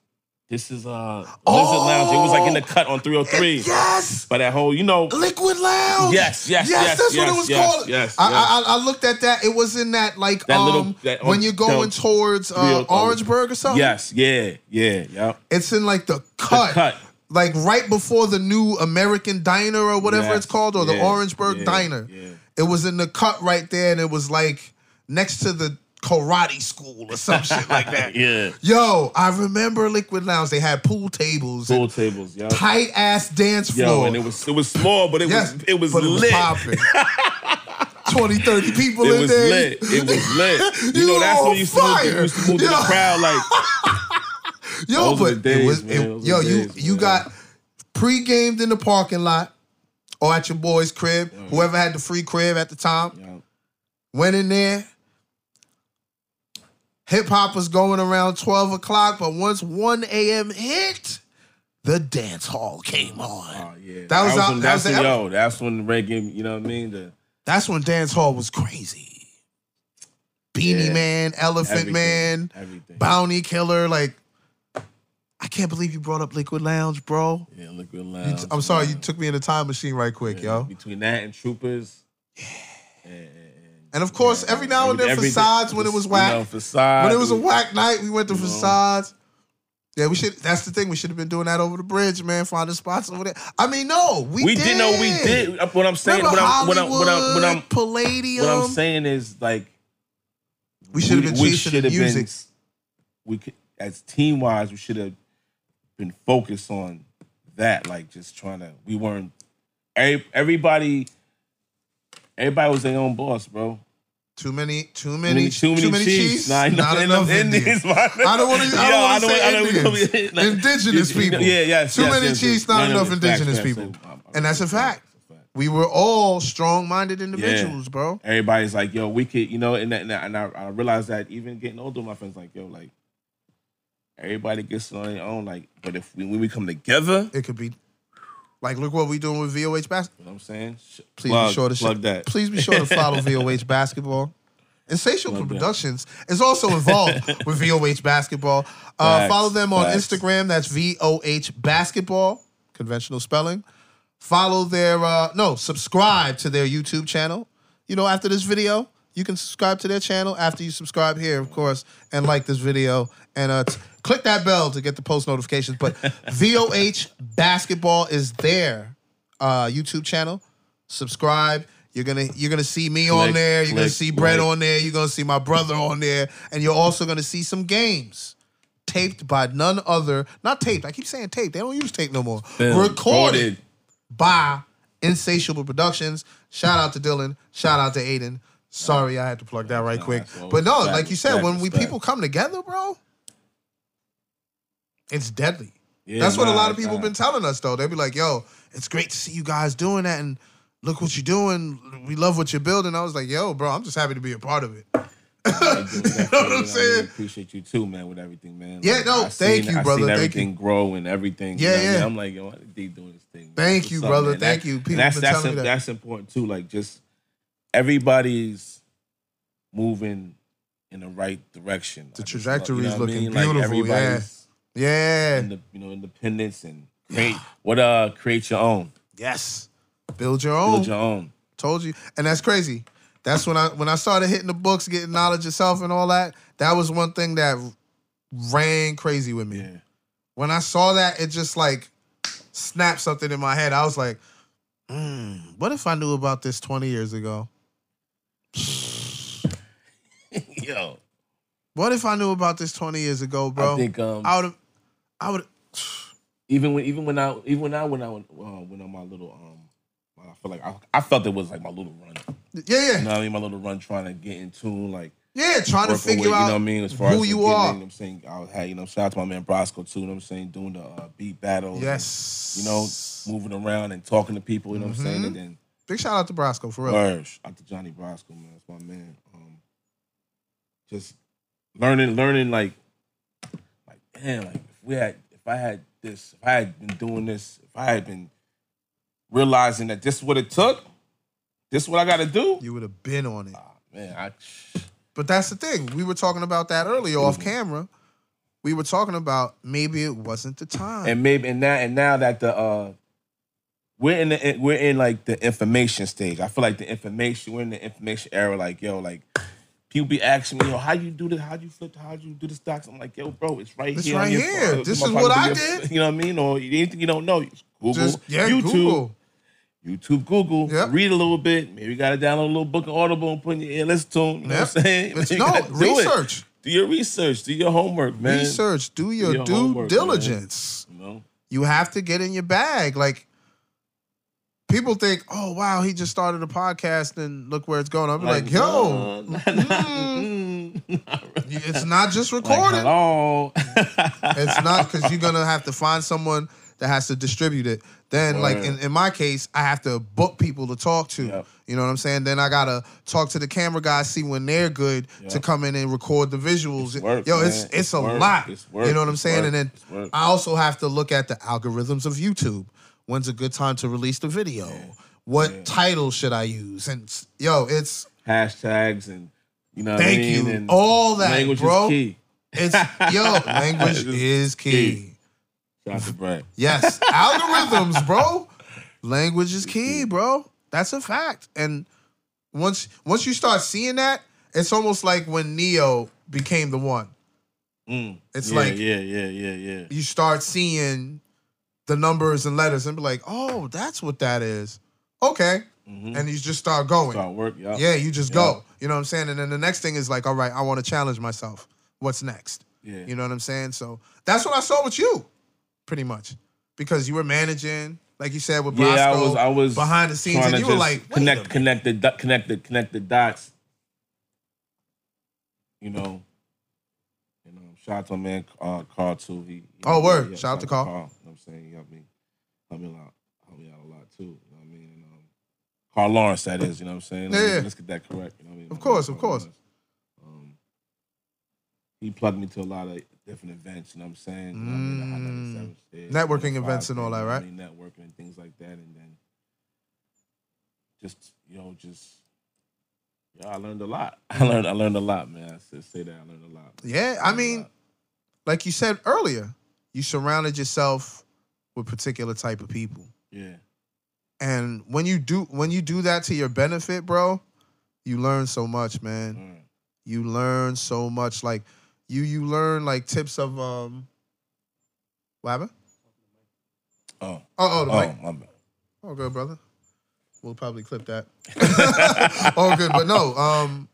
[SPEAKER 6] This is uh Lizard
[SPEAKER 1] Oh!
[SPEAKER 6] Lounge. It was like in the cut on 303.
[SPEAKER 1] Yes,
[SPEAKER 6] But that whole, you know,
[SPEAKER 1] Liquid Lounge.
[SPEAKER 6] Yes, yes, yes,
[SPEAKER 1] that's what
[SPEAKER 6] yes,
[SPEAKER 1] it was
[SPEAKER 6] yes,
[SPEAKER 1] called.
[SPEAKER 6] yes,
[SPEAKER 1] I,
[SPEAKER 6] yes.
[SPEAKER 1] I, I I looked at that. It was in that like
[SPEAKER 6] That
[SPEAKER 1] um
[SPEAKER 6] little- that
[SPEAKER 1] when
[SPEAKER 6] on-
[SPEAKER 1] you're going
[SPEAKER 6] that-
[SPEAKER 1] towards uh,
[SPEAKER 6] real- oh.
[SPEAKER 1] Orangeburg or something.
[SPEAKER 6] yes, yeah, yeah, yep.
[SPEAKER 1] it's in like the cut.
[SPEAKER 6] cut.
[SPEAKER 1] Like right before the new American Diner or whatever
[SPEAKER 6] Yes,
[SPEAKER 1] it's called, or the
[SPEAKER 6] yeah,
[SPEAKER 1] Orangeburg
[SPEAKER 6] yeah,
[SPEAKER 1] Diner.
[SPEAKER 6] yeah.
[SPEAKER 1] It was in the cut right there, and it was like next to the karate school or some shit
[SPEAKER 6] [LAUGHS]
[SPEAKER 1] like that.
[SPEAKER 6] Yeah.
[SPEAKER 1] Yo, I remember Liquid Lounge. They had pool tables,
[SPEAKER 6] Pool tables, yep.
[SPEAKER 1] tight ass dance
[SPEAKER 6] Yo,
[SPEAKER 1] floor.
[SPEAKER 6] and it was it was small, but it
[SPEAKER 1] yes,
[SPEAKER 6] was it was
[SPEAKER 1] but it was
[SPEAKER 6] lit. [LAUGHS]
[SPEAKER 1] popping. 20, 30 people in
[SPEAKER 6] it was
[SPEAKER 1] there.
[SPEAKER 6] lit. It was lit. You,
[SPEAKER 1] You
[SPEAKER 6] know, that's
[SPEAKER 1] on
[SPEAKER 6] when you used to move,
[SPEAKER 1] fire.
[SPEAKER 6] you used to move to the
[SPEAKER 1] Yo. [LAUGHS]
[SPEAKER 6] crowd like
[SPEAKER 1] Yo,
[SPEAKER 6] Those were
[SPEAKER 1] but
[SPEAKER 6] the
[SPEAKER 1] it
[SPEAKER 6] days,
[SPEAKER 1] was,
[SPEAKER 6] man.
[SPEAKER 1] it-
[SPEAKER 6] Those
[SPEAKER 1] yo,
[SPEAKER 6] were the
[SPEAKER 1] you
[SPEAKER 6] days,
[SPEAKER 1] you
[SPEAKER 6] man.
[SPEAKER 1] got pre-gamed in the parking lot or at your boy's crib, whoever had the free crib at the time,
[SPEAKER 6] Yo,
[SPEAKER 1] went in there. Hip hop was going around 12 o'clock, but once 1 a.m. hit, the dance hall came on.
[SPEAKER 6] oh, yeah.
[SPEAKER 1] That was out-
[SPEAKER 6] when,
[SPEAKER 1] that was
[SPEAKER 6] that's
[SPEAKER 1] the
[SPEAKER 6] when,
[SPEAKER 1] epi-
[SPEAKER 6] yo, that's when reggae, you know what I mean? The,
[SPEAKER 1] That's when dance hall was crazy. Beanie
[SPEAKER 6] Yeah.
[SPEAKER 1] Man, Elephant
[SPEAKER 6] everything,
[SPEAKER 1] Man,
[SPEAKER 6] everything.
[SPEAKER 1] Bounty Killer, like I can't believe you brought up Liquid Lounge, bro.
[SPEAKER 6] Yeah, liquid
[SPEAKER 1] You
[SPEAKER 6] lounge.
[SPEAKER 1] t- I'm sorry, you
[SPEAKER 6] man.
[SPEAKER 1] took me in a time machine right quick,
[SPEAKER 6] Yeah,
[SPEAKER 1] yo.
[SPEAKER 6] Between that and troopers. Yeah.
[SPEAKER 1] And of course, every now and then facades when it was whack.
[SPEAKER 6] facade.
[SPEAKER 1] When it was a whack night, we went to
[SPEAKER 6] You know.
[SPEAKER 1] facades. Yeah, we should. That's the thing. We should have been doing that over the bridge, man. Finding spots over there. I mean, no, we,
[SPEAKER 6] We
[SPEAKER 1] did.
[SPEAKER 6] did know we did. Uh, What I'm saying,
[SPEAKER 1] Remember
[SPEAKER 6] what I'm, what I'm,
[SPEAKER 1] Hollywood,
[SPEAKER 6] what I'm, what I'm,
[SPEAKER 1] Palladium.
[SPEAKER 6] what I'm saying is like
[SPEAKER 1] we should have been chasing the
[SPEAKER 6] should've
[SPEAKER 1] music.
[SPEAKER 6] we could, as team wise, we should have been focused on that. Like just trying to. We weren't. every- Everybody. Everybody was their own boss, bro.
[SPEAKER 1] Too many, too many,
[SPEAKER 6] too many, Chiefs. Nah,
[SPEAKER 1] not,
[SPEAKER 6] not
[SPEAKER 1] enough Indians.
[SPEAKER 6] [LAUGHS] Indians. my nigga.
[SPEAKER 1] I don't want to. I
[SPEAKER 6] Yo,
[SPEAKER 1] don't want to
[SPEAKER 6] I
[SPEAKER 1] say
[SPEAKER 6] don't- I don't-
[SPEAKER 1] Indians.
[SPEAKER 6] [LAUGHS] like,
[SPEAKER 1] indigenous
[SPEAKER 6] you- you know,
[SPEAKER 1] people.
[SPEAKER 6] Yeah, yes.
[SPEAKER 1] Too
[SPEAKER 6] yes,
[SPEAKER 1] many
[SPEAKER 6] yes,
[SPEAKER 1] Chiefs,
[SPEAKER 6] yes.
[SPEAKER 1] not
[SPEAKER 6] No, no,
[SPEAKER 1] enough
[SPEAKER 6] it's
[SPEAKER 1] indigenous
[SPEAKER 6] facts,
[SPEAKER 1] people,
[SPEAKER 6] facts. I'm- I'm-
[SPEAKER 1] and that's a
[SPEAKER 6] it's
[SPEAKER 1] fact.
[SPEAKER 6] it's a fact.
[SPEAKER 1] We were all strong-minded individuals, bro.
[SPEAKER 6] Everybody's like, yo, we could, you know, and that, and, I, and I, I realized that even getting older, my friends like, yo, like everybody gets it on their own, like, but if we, when we come together,
[SPEAKER 1] It could be like, look what we're doing with VOH basketball.
[SPEAKER 6] you know what I'm saying, Sh-
[SPEAKER 1] Please
[SPEAKER 6] plug,
[SPEAKER 1] be sure to
[SPEAKER 6] plug that.
[SPEAKER 1] Please be sure to
[SPEAKER 6] [LAUGHS]
[SPEAKER 1] follow VOH basketball. Insatiable
[SPEAKER 6] Plug that.
[SPEAKER 1] Productions is also involved
[SPEAKER 6] [LAUGHS]
[SPEAKER 1] with VOH basketball. Uh,
[SPEAKER 6] Facts,
[SPEAKER 1] follow them on
[SPEAKER 6] facts.
[SPEAKER 1] Instagram. That's VOH basketball, conventional spelling. Follow their uh, no, subscribe to their YouTube channel. You know, after this video, you can subscribe to their channel. After you subscribe here, of course, and like this video and uh, t- click that bell to get the post notifications. But VOH basketball is their uh, YouTube channel subscribe. You're gonna you're gonna see me on
[SPEAKER 6] Click,
[SPEAKER 1] there. You're gonna
[SPEAKER 6] click,
[SPEAKER 1] see Brett
[SPEAKER 6] like.
[SPEAKER 1] on there. You're gonna see my brother on there, and you're also gonna see some games taped by none other. Not taped. I keep saying taped. They don't use tape no more.
[SPEAKER 6] Recorded.
[SPEAKER 1] Recorded by Insatiable Productions. Shout out to Dylan. Shout out to Aiden. Sorry, I had to plug that right
[SPEAKER 6] Nah,
[SPEAKER 1] quick.
[SPEAKER 6] that's all
[SPEAKER 1] But no,
[SPEAKER 6] respect,
[SPEAKER 1] like you said,
[SPEAKER 6] respect,
[SPEAKER 1] when we
[SPEAKER 6] respect.
[SPEAKER 1] people come together, bro, it's deadly.
[SPEAKER 6] Yeah,
[SPEAKER 1] That's what a
[SPEAKER 6] nah,
[SPEAKER 1] lot of people
[SPEAKER 6] nah.
[SPEAKER 1] been telling us though. They be like, "Yo, it's great to see you guys doing that, and look what you're doing. We love what you're building. I was like, yo, bro, I'm just happy to be a part of it.
[SPEAKER 6] you
[SPEAKER 1] [LAUGHS]
[SPEAKER 6] know
[SPEAKER 1] what I'm saying?
[SPEAKER 6] appreciate you too, man, with everything, man.
[SPEAKER 1] Yeah, no,
[SPEAKER 6] I
[SPEAKER 1] thank
[SPEAKER 6] seen-
[SPEAKER 1] you,
[SPEAKER 6] I
[SPEAKER 1] brother.
[SPEAKER 6] Seen
[SPEAKER 1] Thank
[SPEAKER 6] everything grow and everything. you
[SPEAKER 1] Yeah,
[SPEAKER 6] know what I mean?
[SPEAKER 1] yeah.
[SPEAKER 6] I'm like, yo, why did they doing this thing? man?
[SPEAKER 1] Thank
[SPEAKER 6] What's
[SPEAKER 1] you,
[SPEAKER 6] up,
[SPEAKER 1] brother.
[SPEAKER 6] man?
[SPEAKER 1] Thank
[SPEAKER 6] That-
[SPEAKER 1] you.
[SPEAKER 6] and
[SPEAKER 1] People
[SPEAKER 6] that's
[SPEAKER 1] been
[SPEAKER 6] that's
[SPEAKER 1] telling me that.
[SPEAKER 6] that's important too. Like just everybody's moving in the right direction.
[SPEAKER 1] The
[SPEAKER 6] I just
[SPEAKER 1] trajectory's
[SPEAKER 6] love- you know what I
[SPEAKER 1] looking beautiful,
[SPEAKER 6] mean?
[SPEAKER 1] yeah.
[SPEAKER 6] Like everybody's
[SPEAKER 1] Yeah.
[SPEAKER 6] in the, you know independence and create what uh create your own,
[SPEAKER 1] Yes. Build your own.
[SPEAKER 6] build your own.
[SPEAKER 1] Told you. And that's crazy. That's when I when I started hitting the books, getting knowledge yourself and all that. That was one thing that ran crazy with me.
[SPEAKER 6] Yeah.
[SPEAKER 1] When I saw that, it just like snapped something in my head. I was like, "Hmm, what if I knew about this 20 years ago?
[SPEAKER 6] [LAUGHS] Yo,
[SPEAKER 1] What if I knew about this 20 years ago, bro?
[SPEAKER 6] I think um
[SPEAKER 1] I would I would
[SPEAKER 6] even when even when I even when I went out uh, went on my little um I feel like I, I felt it was like my little run.
[SPEAKER 1] [SIGHS] Yeah,
[SPEAKER 6] You know
[SPEAKER 1] yeah.
[SPEAKER 6] what I mean? My little run trying to get in tune, like
[SPEAKER 1] Yeah, trying to
[SPEAKER 6] working
[SPEAKER 1] figure
[SPEAKER 6] with, you know
[SPEAKER 1] out
[SPEAKER 6] what I mean, as far
[SPEAKER 1] who
[SPEAKER 6] as
[SPEAKER 1] you
[SPEAKER 6] getting, in,
[SPEAKER 1] are.
[SPEAKER 6] You know what I'm saying? I had, you know, shout out to my man Brosco too, you know what I'm saying, doing the uh, beat battles. and,
[SPEAKER 1] Yes.
[SPEAKER 6] you know, moving around and talking to people, you know what I'm
[SPEAKER 1] Mm-hmm.
[SPEAKER 6] saying? And then
[SPEAKER 1] Big shout out to Brasco for real.
[SPEAKER 6] Word. Shout out to Johnny Brosco, man. That's my man. Um, just learning, learning like, like damn, like if we had, if I had this, if I had been doing this, if I had been realizing that this is what it took, this is what I got to do.
[SPEAKER 1] You would have been on it.
[SPEAKER 6] Ah, man, I
[SPEAKER 1] But that's the thing. We were talking about that earlier off camera. We were talking about maybe it wasn't the time.
[SPEAKER 6] and maybe and now and now that the uh, we're in the we're in like the information stage. I feel like the information we're in the information era. Like yo, like. People be asking me, yo, how you do this? How you flip? How you do the stocks? I'm like, yo, bro, it's right
[SPEAKER 1] It's
[SPEAKER 6] here. on
[SPEAKER 1] right
[SPEAKER 6] your
[SPEAKER 1] here.
[SPEAKER 6] phone.
[SPEAKER 1] This
[SPEAKER 6] My
[SPEAKER 1] is
[SPEAKER 6] phone
[SPEAKER 1] what I
[SPEAKER 6] could be a-
[SPEAKER 1] did.
[SPEAKER 6] [LAUGHS] You know what I mean? Or anything you don't know, you just Google,
[SPEAKER 1] Just yeah,
[SPEAKER 6] YouTube,
[SPEAKER 1] Google.
[SPEAKER 6] YouTube, Google.
[SPEAKER 1] Yep.
[SPEAKER 6] Read a little bit. Maybe you got to download a little book of Audible and put in your ear. Listen to 'em. You know
[SPEAKER 1] Yep.
[SPEAKER 6] what I'm saying? [LAUGHS]
[SPEAKER 1] It's-
[SPEAKER 6] You
[SPEAKER 1] [LAUGHS] no,
[SPEAKER 6] gotta do it.
[SPEAKER 1] research.
[SPEAKER 6] Do your research. Do your homework, man.
[SPEAKER 1] Research. Do your,
[SPEAKER 6] your
[SPEAKER 1] due
[SPEAKER 6] homework, man.
[SPEAKER 1] diligence.
[SPEAKER 6] You know?
[SPEAKER 1] You have to get in your bag. Like people think, oh wow, he just started a podcast and look where it's going. I'm like, yo, [LAUGHS]
[SPEAKER 6] nah, nah, mm, mm.
[SPEAKER 1] it's not just
[SPEAKER 6] [LAUGHS] like,
[SPEAKER 1] recording.
[SPEAKER 6] hello.
[SPEAKER 1] It's
[SPEAKER 6] [LAUGHS]
[SPEAKER 1] not because you're gonna have to find someone that has to distribute it. Then, like
[SPEAKER 6] Word.
[SPEAKER 1] in, in my case, I have to book people to talk to.
[SPEAKER 6] Yep.
[SPEAKER 1] You know what I'm saying? Then I gotta talk to the camera guys, see when they're good to
[SPEAKER 6] Yep.
[SPEAKER 1] come in and record the visuals.
[SPEAKER 6] work,
[SPEAKER 1] Yo,
[SPEAKER 6] man.
[SPEAKER 1] it's it's,
[SPEAKER 6] It's
[SPEAKER 1] a
[SPEAKER 6] work.
[SPEAKER 1] lot.
[SPEAKER 6] It's work.
[SPEAKER 1] You know what I'm
[SPEAKER 6] It's
[SPEAKER 1] saying?
[SPEAKER 6] work.
[SPEAKER 1] And then
[SPEAKER 6] It's work.
[SPEAKER 1] I also have to look at the algorithms of YouTube. When's a good time to release the video? What title should I use? And s- yo, it's
[SPEAKER 6] [LAUGHS] Hashtags and, you know what
[SPEAKER 1] Thank
[SPEAKER 6] I mean?
[SPEAKER 1] you.
[SPEAKER 6] And
[SPEAKER 1] All that,
[SPEAKER 6] language
[SPEAKER 1] bro.
[SPEAKER 6] is key.
[SPEAKER 1] it's
[SPEAKER 6] [LAUGHS]
[SPEAKER 1] yo, language
[SPEAKER 6] It's
[SPEAKER 1] is key.
[SPEAKER 6] key. Shout out to Brett.
[SPEAKER 1] Yes, algorithms, bro. Language is key, bro. That's a fact. And once once you start seeing that, it's almost like when Neo became the one.
[SPEAKER 6] Mm.
[SPEAKER 1] It's
[SPEAKER 6] yeah,
[SPEAKER 1] like-
[SPEAKER 6] yeah, yeah, yeah, yeah.
[SPEAKER 1] You start seeing the numbers and letters and be like, "Oh, that's what that is." Okay.
[SPEAKER 6] Mhm.
[SPEAKER 1] And you just start going.
[SPEAKER 6] Start work, y'all.
[SPEAKER 1] Yeah, you just go. You know what I'm saying? And then the next thing is like, "All right, I want to challenge myself. What's next?"
[SPEAKER 6] yeah.
[SPEAKER 1] You know what I'm saying? So that's what I saw with you, pretty much, because you were managing, like you said, with Bosco,
[SPEAKER 6] yeah, I was, I was
[SPEAKER 1] behind the scenes, and
[SPEAKER 6] trying to
[SPEAKER 1] you were
[SPEAKER 6] just
[SPEAKER 1] like, Wait
[SPEAKER 6] connect,
[SPEAKER 1] a minute.
[SPEAKER 6] connect the, dot- connect the, connect the dots. You know, you know. Shout out to my man uh, Carl too. He, he-
[SPEAKER 1] Oh, word.
[SPEAKER 6] yeah,
[SPEAKER 1] Shout out to Carl.
[SPEAKER 6] You know what I'm saying he helped me, helped me a lot, helped me out a lot too. You know what I mean? And, um, Carl Lawrence, that is. You know what I'm saying?
[SPEAKER 1] Yeah, yeah.
[SPEAKER 6] Let's get that correct. You know what I mean?
[SPEAKER 1] Of course, of
[SPEAKER 6] Carl
[SPEAKER 1] course.
[SPEAKER 6] Lawrence. Um, he plugged me to a lot of different events. You know what I'm saying? You know what I mean?
[SPEAKER 1] Mm.
[SPEAKER 6] The Hot 97 shit,
[SPEAKER 1] Networking
[SPEAKER 6] you know,
[SPEAKER 1] events
[SPEAKER 6] five
[SPEAKER 1] and all that,
[SPEAKER 6] things, you know what
[SPEAKER 1] right?
[SPEAKER 6] I mean? Networking and things like that, and then just you know, just yeah, I learned a lot. [LAUGHS] I learned, I learned a lot, man. I should say that I learned a lot. man.
[SPEAKER 1] Yeah, I mean, like you said earlier, you surrounded yourself with particular type of people,
[SPEAKER 6] yeah,
[SPEAKER 1] and when you do when you do that to your benefit, bro, you learn so much, man.
[SPEAKER 6] learn.
[SPEAKER 1] you learn so much like you you learn like tips of um what happened
[SPEAKER 6] Oh,
[SPEAKER 1] oh oh the mic
[SPEAKER 6] oh, [LAUGHS] my bad.
[SPEAKER 1] oh good brother we'll probably clip that [LAUGHS] oh good but no um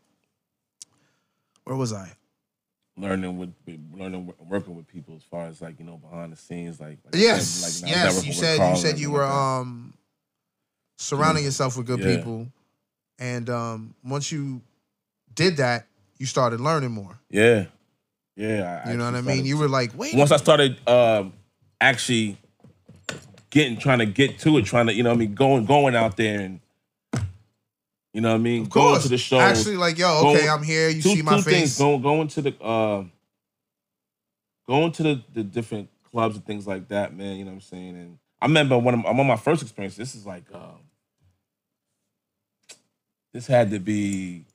[SPEAKER 1] where was i
[SPEAKER 6] learning with learning working with people as far as like you know behind the scenes, like, like I said,
[SPEAKER 1] yes
[SPEAKER 6] like, when I
[SPEAKER 1] yes
[SPEAKER 6] was networking
[SPEAKER 1] you
[SPEAKER 6] with
[SPEAKER 1] said
[SPEAKER 6] Carl
[SPEAKER 1] you said
[SPEAKER 6] and
[SPEAKER 1] you
[SPEAKER 6] everything
[SPEAKER 1] were
[SPEAKER 6] like that.
[SPEAKER 1] um surrounding yourself with good
[SPEAKER 6] Yeah.
[SPEAKER 1] people and um once you did that you started learning more
[SPEAKER 6] yeah, yeah.
[SPEAKER 1] you know what i
[SPEAKER 6] actually
[SPEAKER 1] mean
[SPEAKER 6] started
[SPEAKER 1] you were like wait a
[SPEAKER 6] once I
[SPEAKER 1] minute.
[SPEAKER 6] started um, actually getting trying to get to it, trying to you know what I mean going going out there and You know what I mean?
[SPEAKER 1] Of course.
[SPEAKER 6] Going to the shows.
[SPEAKER 1] Actually, like, yo, okay,
[SPEAKER 6] Go-
[SPEAKER 1] I'm here. You
[SPEAKER 6] two,
[SPEAKER 1] see my
[SPEAKER 6] two
[SPEAKER 1] face.
[SPEAKER 6] things going going to the uh, going to the, the different clubs and things like that, man. You know what I'm saying? And I remember one of my, one of my first experience. This is like um, this had to be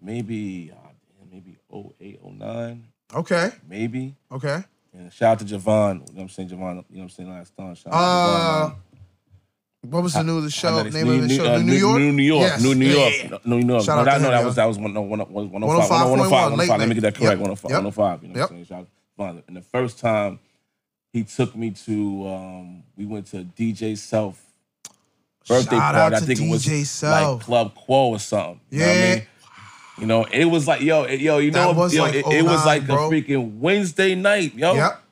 [SPEAKER 6] maybe uh, damn, maybe 08, 09,
[SPEAKER 1] Okay,
[SPEAKER 6] maybe.
[SPEAKER 1] okay.
[SPEAKER 6] And shout out to Javon. You know what I'm saying? Javon, you know what I'm saying? Last time. Shout out to Javon.
[SPEAKER 1] Uh,
[SPEAKER 6] man.
[SPEAKER 1] what was the new the
[SPEAKER 6] I
[SPEAKER 1] show
[SPEAKER 6] know this
[SPEAKER 1] name of the show?
[SPEAKER 6] uh,
[SPEAKER 1] new, New York.
[SPEAKER 6] New, New York,
[SPEAKER 1] Yes.
[SPEAKER 6] New New
[SPEAKER 1] Yeah,
[SPEAKER 6] York,
[SPEAKER 1] yeah, yeah.
[SPEAKER 6] No, New York.
[SPEAKER 1] Shout
[SPEAKER 6] Shout
[SPEAKER 1] out
[SPEAKER 6] I
[SPEAKER 1] to
[SPEAKER 6] know
[SPEAKER 1] him,
[SPEAKER 6] that
[SPEAKER 1] yo.
[SPEAKER 6] was that was one, no, one, oh one, 105,
[SPEAKER 1] 105.1,
[SPEAKER 6] 105, 105. Let me
[SPEAKER 1] late
[SPEAKER 6] get that correct.
[SPEAKER 1] night.
[SPEAKER 6] 105,
[SPEAKER 1] Yep.
[SPEAKER 6] 105. You know
[SPEAKER 1] Yep.
[SPEAKER 6] what I'm saying? Shout out to Javon. And the first time he took me to, um, we went to DJ Self birthday
[SPEAKER 1] Shout
[SPEAKER 6] party.
[SPEAKER 1] out
[SPEAKER 6] I
[SPEAKER 1] to
[SPEAKER 6] think it was
[SPEAKER 1] DJ Self.
[SPEAKER 6] like Club Quo or something. You know what
[SPEAKER 1] Yeah.
[SPEAKER 6] I mean? You know, it was like yo, it, yo, you
[SPEAKER 1] That
[SPEAKER 6] know,
[SPEAKER 1] was
[SPEAKER 6] yo,
[SPEAKER 1] like
[SPEAKER 6] it, it was
[SPEAKER 1] 09,
[SPEAKER 6] like
[SPEAKER 1] bro.
[SPEAKER 6] a freaking Wednesday night, yo.
[SPEAKER 1] Yep.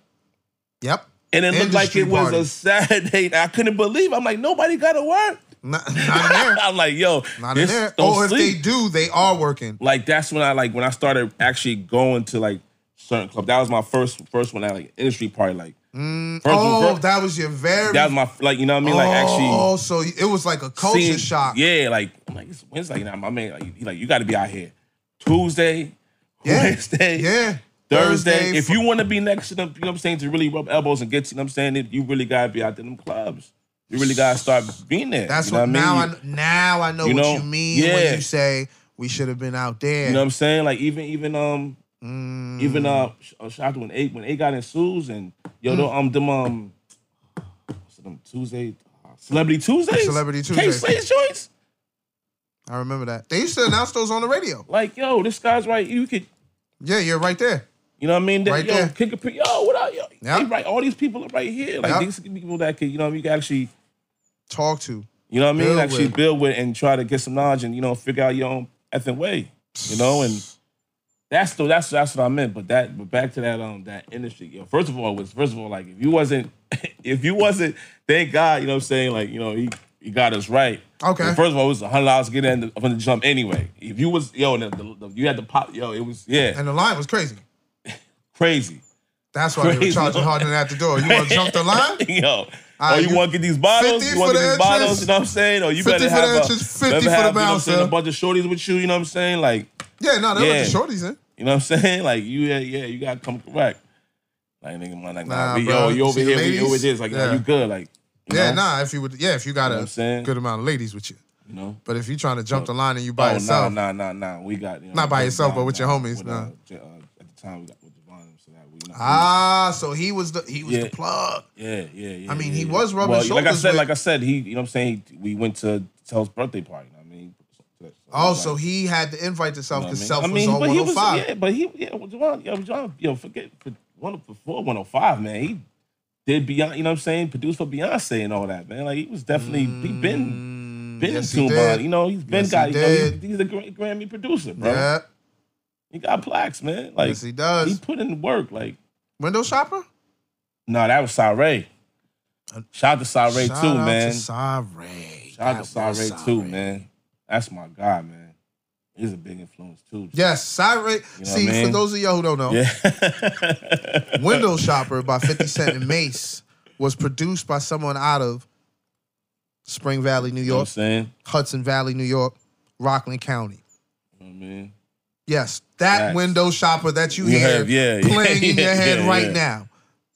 [SPEAKER 1] Yep.
[SPEAKER 6] And it looked like
[SPEAKER 1] Industry
[SPEAKER 6] it was
[SPEAKER 1] party.
[SPEAKER 6] a Saturday. I couldn't believe. I'm like, nobody got to work.
[SPEAKER 1] Not, not in there.
[SPEAKER 6] [LAUGHS] I'm like, yo,
[SPEAKER 1] Not
[SPEAKER 6] [LAUGHS]
[SPEAKER 1] in
[SPEAKER 6] this
[SPEAKER 1] there.
[SPEAKER 6] don't
[SPEAKER 1] Or if they
[SPEAKER 6] sleep.
[SPEAKER 1] do, they are working.
[SPEAKER 6] Like that's when I like when I started actually going to like certain clubs. That was my first first one at like industry party. Like first,
[SPEAKER 1] Oh,
[SPEAKER 6] first-
[SPEAKER 1] that was your very.
[SPEAKER 6] that was my like you know what I mean. Like actually
[SPEAKER 1] Oh, so it was like a culture
[SPEAKER 6] seeing-
[SPEAKER 1] shock.
[SPEAKER 6] Yeah, like I'm like it's Wednesday. Now my man, like, he like you got to be out here Tuesday,
[SPEAKER 1] Yeah.
[SPEAKER 6] Wednesday,
[SPEAKER 1] Yeah.
[SPEAKER 6] Thursday. if
[SPEAKER 1] Fri-
[SPEAKER 6] you want to be next to them, you know what I'm saying, to really rub elbows and get, you know what I'm saying, you really gotta be out to them clubs. You really gotta start being there.
[SPEAKER 1] That's
[SPEAKER 6] you know
[SPEAKER 1] what, now
[SPEAKER 6] I
[SPEAKER 1] I
[SPEAKER 6] mean?
[SPEAKER 1] now I know
[SPEAKER 6] you know,
[SPEAKER 1] what you mean
[SPEAKER 6] yeah.
[SPEAKER 1] when you say we should have been out there.
[SPEAKER 6] You know what I'm saying? Like even even um
[SPEAKER 1] Mm,
[SPEAKER 6] even uh sh- uh, shout out to when eight when eight got in Sue's and yo
[SPEAKER 1] Mm.
[SPEAKER 6] though, um them um what's them Tuesday uh, Celebrity Tuesdays
[SPEAKER 1] Celebrity
[SPEAKER 6] K
[SPEAKER 1] Tuesdays.
[SPEAKER 6] Slade's joints
[SPEAKER 1] I remember that they used to announce those on the radio.
[SPEAKER 6] like yo this guy's right you could
[SPEAKER 1] Yeah, you're right there.
[SPEAKER 6] you know what I mean That-
[SPEAKER 1] Right
[SPEAKER 6] yo
[SPEAKER 1] there.
[SPEAKER 6] kick a pre- yo what up yo
[SPEAKER 1] Yep.
[SPEAKER 6] they right all these people are right here like
[SPEAKER 1] Yep.
[SPEAKER 6] these could be people that could you know what I mean? you can actually
[SPEAKER 1] Talk to
[SPEAKER 6] you know what I mean
[SPEAKER 1] Build
[SPEAKER 6] actually
[SPEAKER 1] with.
[SPEAKER 6] build with and try to get some knowledge and you know figure out your own effing way you know and that's the that's that's what I meant. But that but back to that um that industry. Yo, first of all, was first of all like if you wasn't [LAUGHS] if you wasn't thank God you know what I'm saying like you know he he got us right.
[SPEAKER 1] Okay.
[SPEAKER 6] But first of all, it was a hundred dollars to get in the, from the jump anyway. If you was yo and the, the, the- you had to pop yo it was yeah
[SPEAKER 1] and the line was crazy.
[SPEAKER 6] crazy.
[SPEAKER 1] That's why they were
[SPEAKER 6] Crazy.
[SPEAKER 1] charging harder than at the door. You want to jump the line?
[SPEAKER 6] [LAUGHS] Yo,
[SPEAKER 1] Uh,
[SPEAKER 6] or you,
[SPEAKER 1] you-
[SPEAKER 6] want to get these bottles?
[SPEAKER 1] 50
[SPEAKER 6] You want
[SPEAKER 1] for
[SPEAKER 6] to
[SPEAKER 1] the
[SPEAKER 6] get these bottles?
[SPEAKER 1] entrance,
[SPEAKER 6] You know what I'm saying? Or you
[SPEAKER 1] 50
[SPEAKER 6] better
[SPEAKER 1] for the
[SPEAKER 6] have, a,
[SPEAKER 1] entrance, 50
[SPEAKER 6] better
[SPEAKER 1] for the
[SPEAKER 6] have you know what I'm
[SPEAKER 1] bounce,
[SPEAKER 6] saying,
[SPEAKER 1] huh?
[SPEAKER 6] a bunch of shorties with you. You know what I'm saying? Like
[SPEAKER 1] Yeah, no, they were the
[SPEAKER 6] Yeah.
[SPEAKER 1] shorties in.
[SPEAKER 6] You know what I'm [LAUGHS] saying? Like you, yeah, yeah you gotta come correct. Like nigga, man, like
[SPEAKER 1] Nah,
[SPEAKER 6] nah, we-
[SPEAKER 1] bro.
[SPEAKER 6] yo, you over
[SPEAKER 1] See,
[SPEAKER 6] here,
[SPEAKER 1] ladies?
[SPEAKER 6] we over this. Like nah,
[SPEAKER 1] Yeah.
[SPEAKER 6] you good? Like you
[SPEAKER 1] Yeah,
[SPEAKER 6] know?
[SPEAKER 1] nah. If you would, yeah, if you got
[SPEAKER 6] know what I'm
[SPEAKER 1] a
[SPEAKER 6] saying?
[SPEAKER 1] good amount of ladies with you,
[SPEAKER 6] You know?
[SPEAKER 1] but if you trying to jump the line and you by
[SPEAKER 6] Oh nah,
[SPEAKER 1] yourself,
[SPEAKER 6] nah, nah, nah. We got you know,
[SPEAKER 1] Not by yourself, but with your homies,
[SPEAKER 6] with,
[SPEAKER 1] nah.
[SPEAKER 6] uh, J- uh, at the time we got with Devon, so that we. You know,
[SPEAKER 1] ah, so he was the he was
[SPEAKER 6] Yeah.
[SPEAKER 1] the plug.
[SPEAKER 6] yeah, yeah, yeah.
[SPEAKER 1] I mean,
[SPEAKER 6] yeah,
[SPEAKER 1] he
[SPEAKER 6] yeah.
[SPEAKER 1] was rubbing
[SPEAKER 6] well, Like I
[SPEAKER 1] shoulders
[SPEAKER 6] said,
[SPEAKER 1] with-
[SPEAKER 6] like I said, he. You know what I'm saying? He, we went to Tel's birthday party. You know what I mean. So- so-
[SPEAKER 1] Oh,
[SPEAKER 6] like,
[SPEAKER 1] so he had to invite to self
[SPEAKER 6] you know
[SPEAKER 1] because
[SPEAKER 6] what
[SPEAKER 1] self was on
[SPEAKER 6] but
[SPEAKER 1] one
[SPEAKER 6] he
[SPEAKER 1] hundred five.
[SPEAKER 6] yeah, but he, yeah, well, Javon, yo, Javon, yo, forget for one before 105, man. He did Beyonce, you know what I'm saying? Produced for Beyonce and all that, man. Like he was definitely he been been
[SPEAKER 1] Mm, yes, he
[SPEAKER 6] in
[SPEAKER 1] did.
[SPEAKER 6] Tupac, you know. He's been
[SPEAKER 1] Yes,
[SPEAKER 6] got,
[SPEAKER 1] he
[SPEAKER 6] you know, he's,
[SPEAKER 1] did.
[SPEAKER 6] he's a great Grammy producer, bro.
[SPEAKER 1] Yeah,
[SPEAKER 6] He got plaques, man. Like
[SPEAKER 1] yes, he does.
[SPEAKER 6] he put in work. Like
[SPEAKER 1] Window shopper.
[SPEAKER 6] no, nah, that was Saray. Shout out to Saray
[SPEAKER 1] Uh, Shout
[SPEAKER 6] too,
[SPEAKER 1] out
[SPEAKER 6] man.
[SPEAKER 1] To Saray.
[SPEAKER 6] Shout out to
[SPEAKER 1] That was
[SPEAKER 6] Saray too, man. That's my guy, man. He's a big influence too.
[SPEAKER 1] Yes, Saray.
[SPEAKER 6] You know what I
[SPEAKER 1] See, for
[SPEAKER 6] mean?
[SPEAKER 1] those of y'all who don't
[SPEAKER 6] [LAUGHS]
[SPEAKER 1] know,
[SPEAKER 6] Yeah.
[SPEAKER 1] Window Shopper by 50 Cent and Mace was produced by someone out of Spring Valley, New
[SPEAKER 6] You know what
[SPEAKER 1] York,
[SPEAKER 6] I'm saying?
[SPEAKER 1] Hudson Valley, New York, Rockland County.
[SPEAKER 6] You know what I mean?
[SPEAKER 1] Yes, that
[SPEAKER 6] Facts.
[SPEAKER 1] window shopper that you
[SPEAKER 6] You
[SPEAKER 1] hear
[SPEAKER 6] have, yeah, yeah,
[SPEAKER 1] playing in your
[SPEAKER 6] [LAUGHS] yeah,
[SPEAKER 1] head
[SPEAKER 6] yeah,
[SPEAKER 1] right
[SPEAKER 6] yeah.
[SPEAKER 1] now.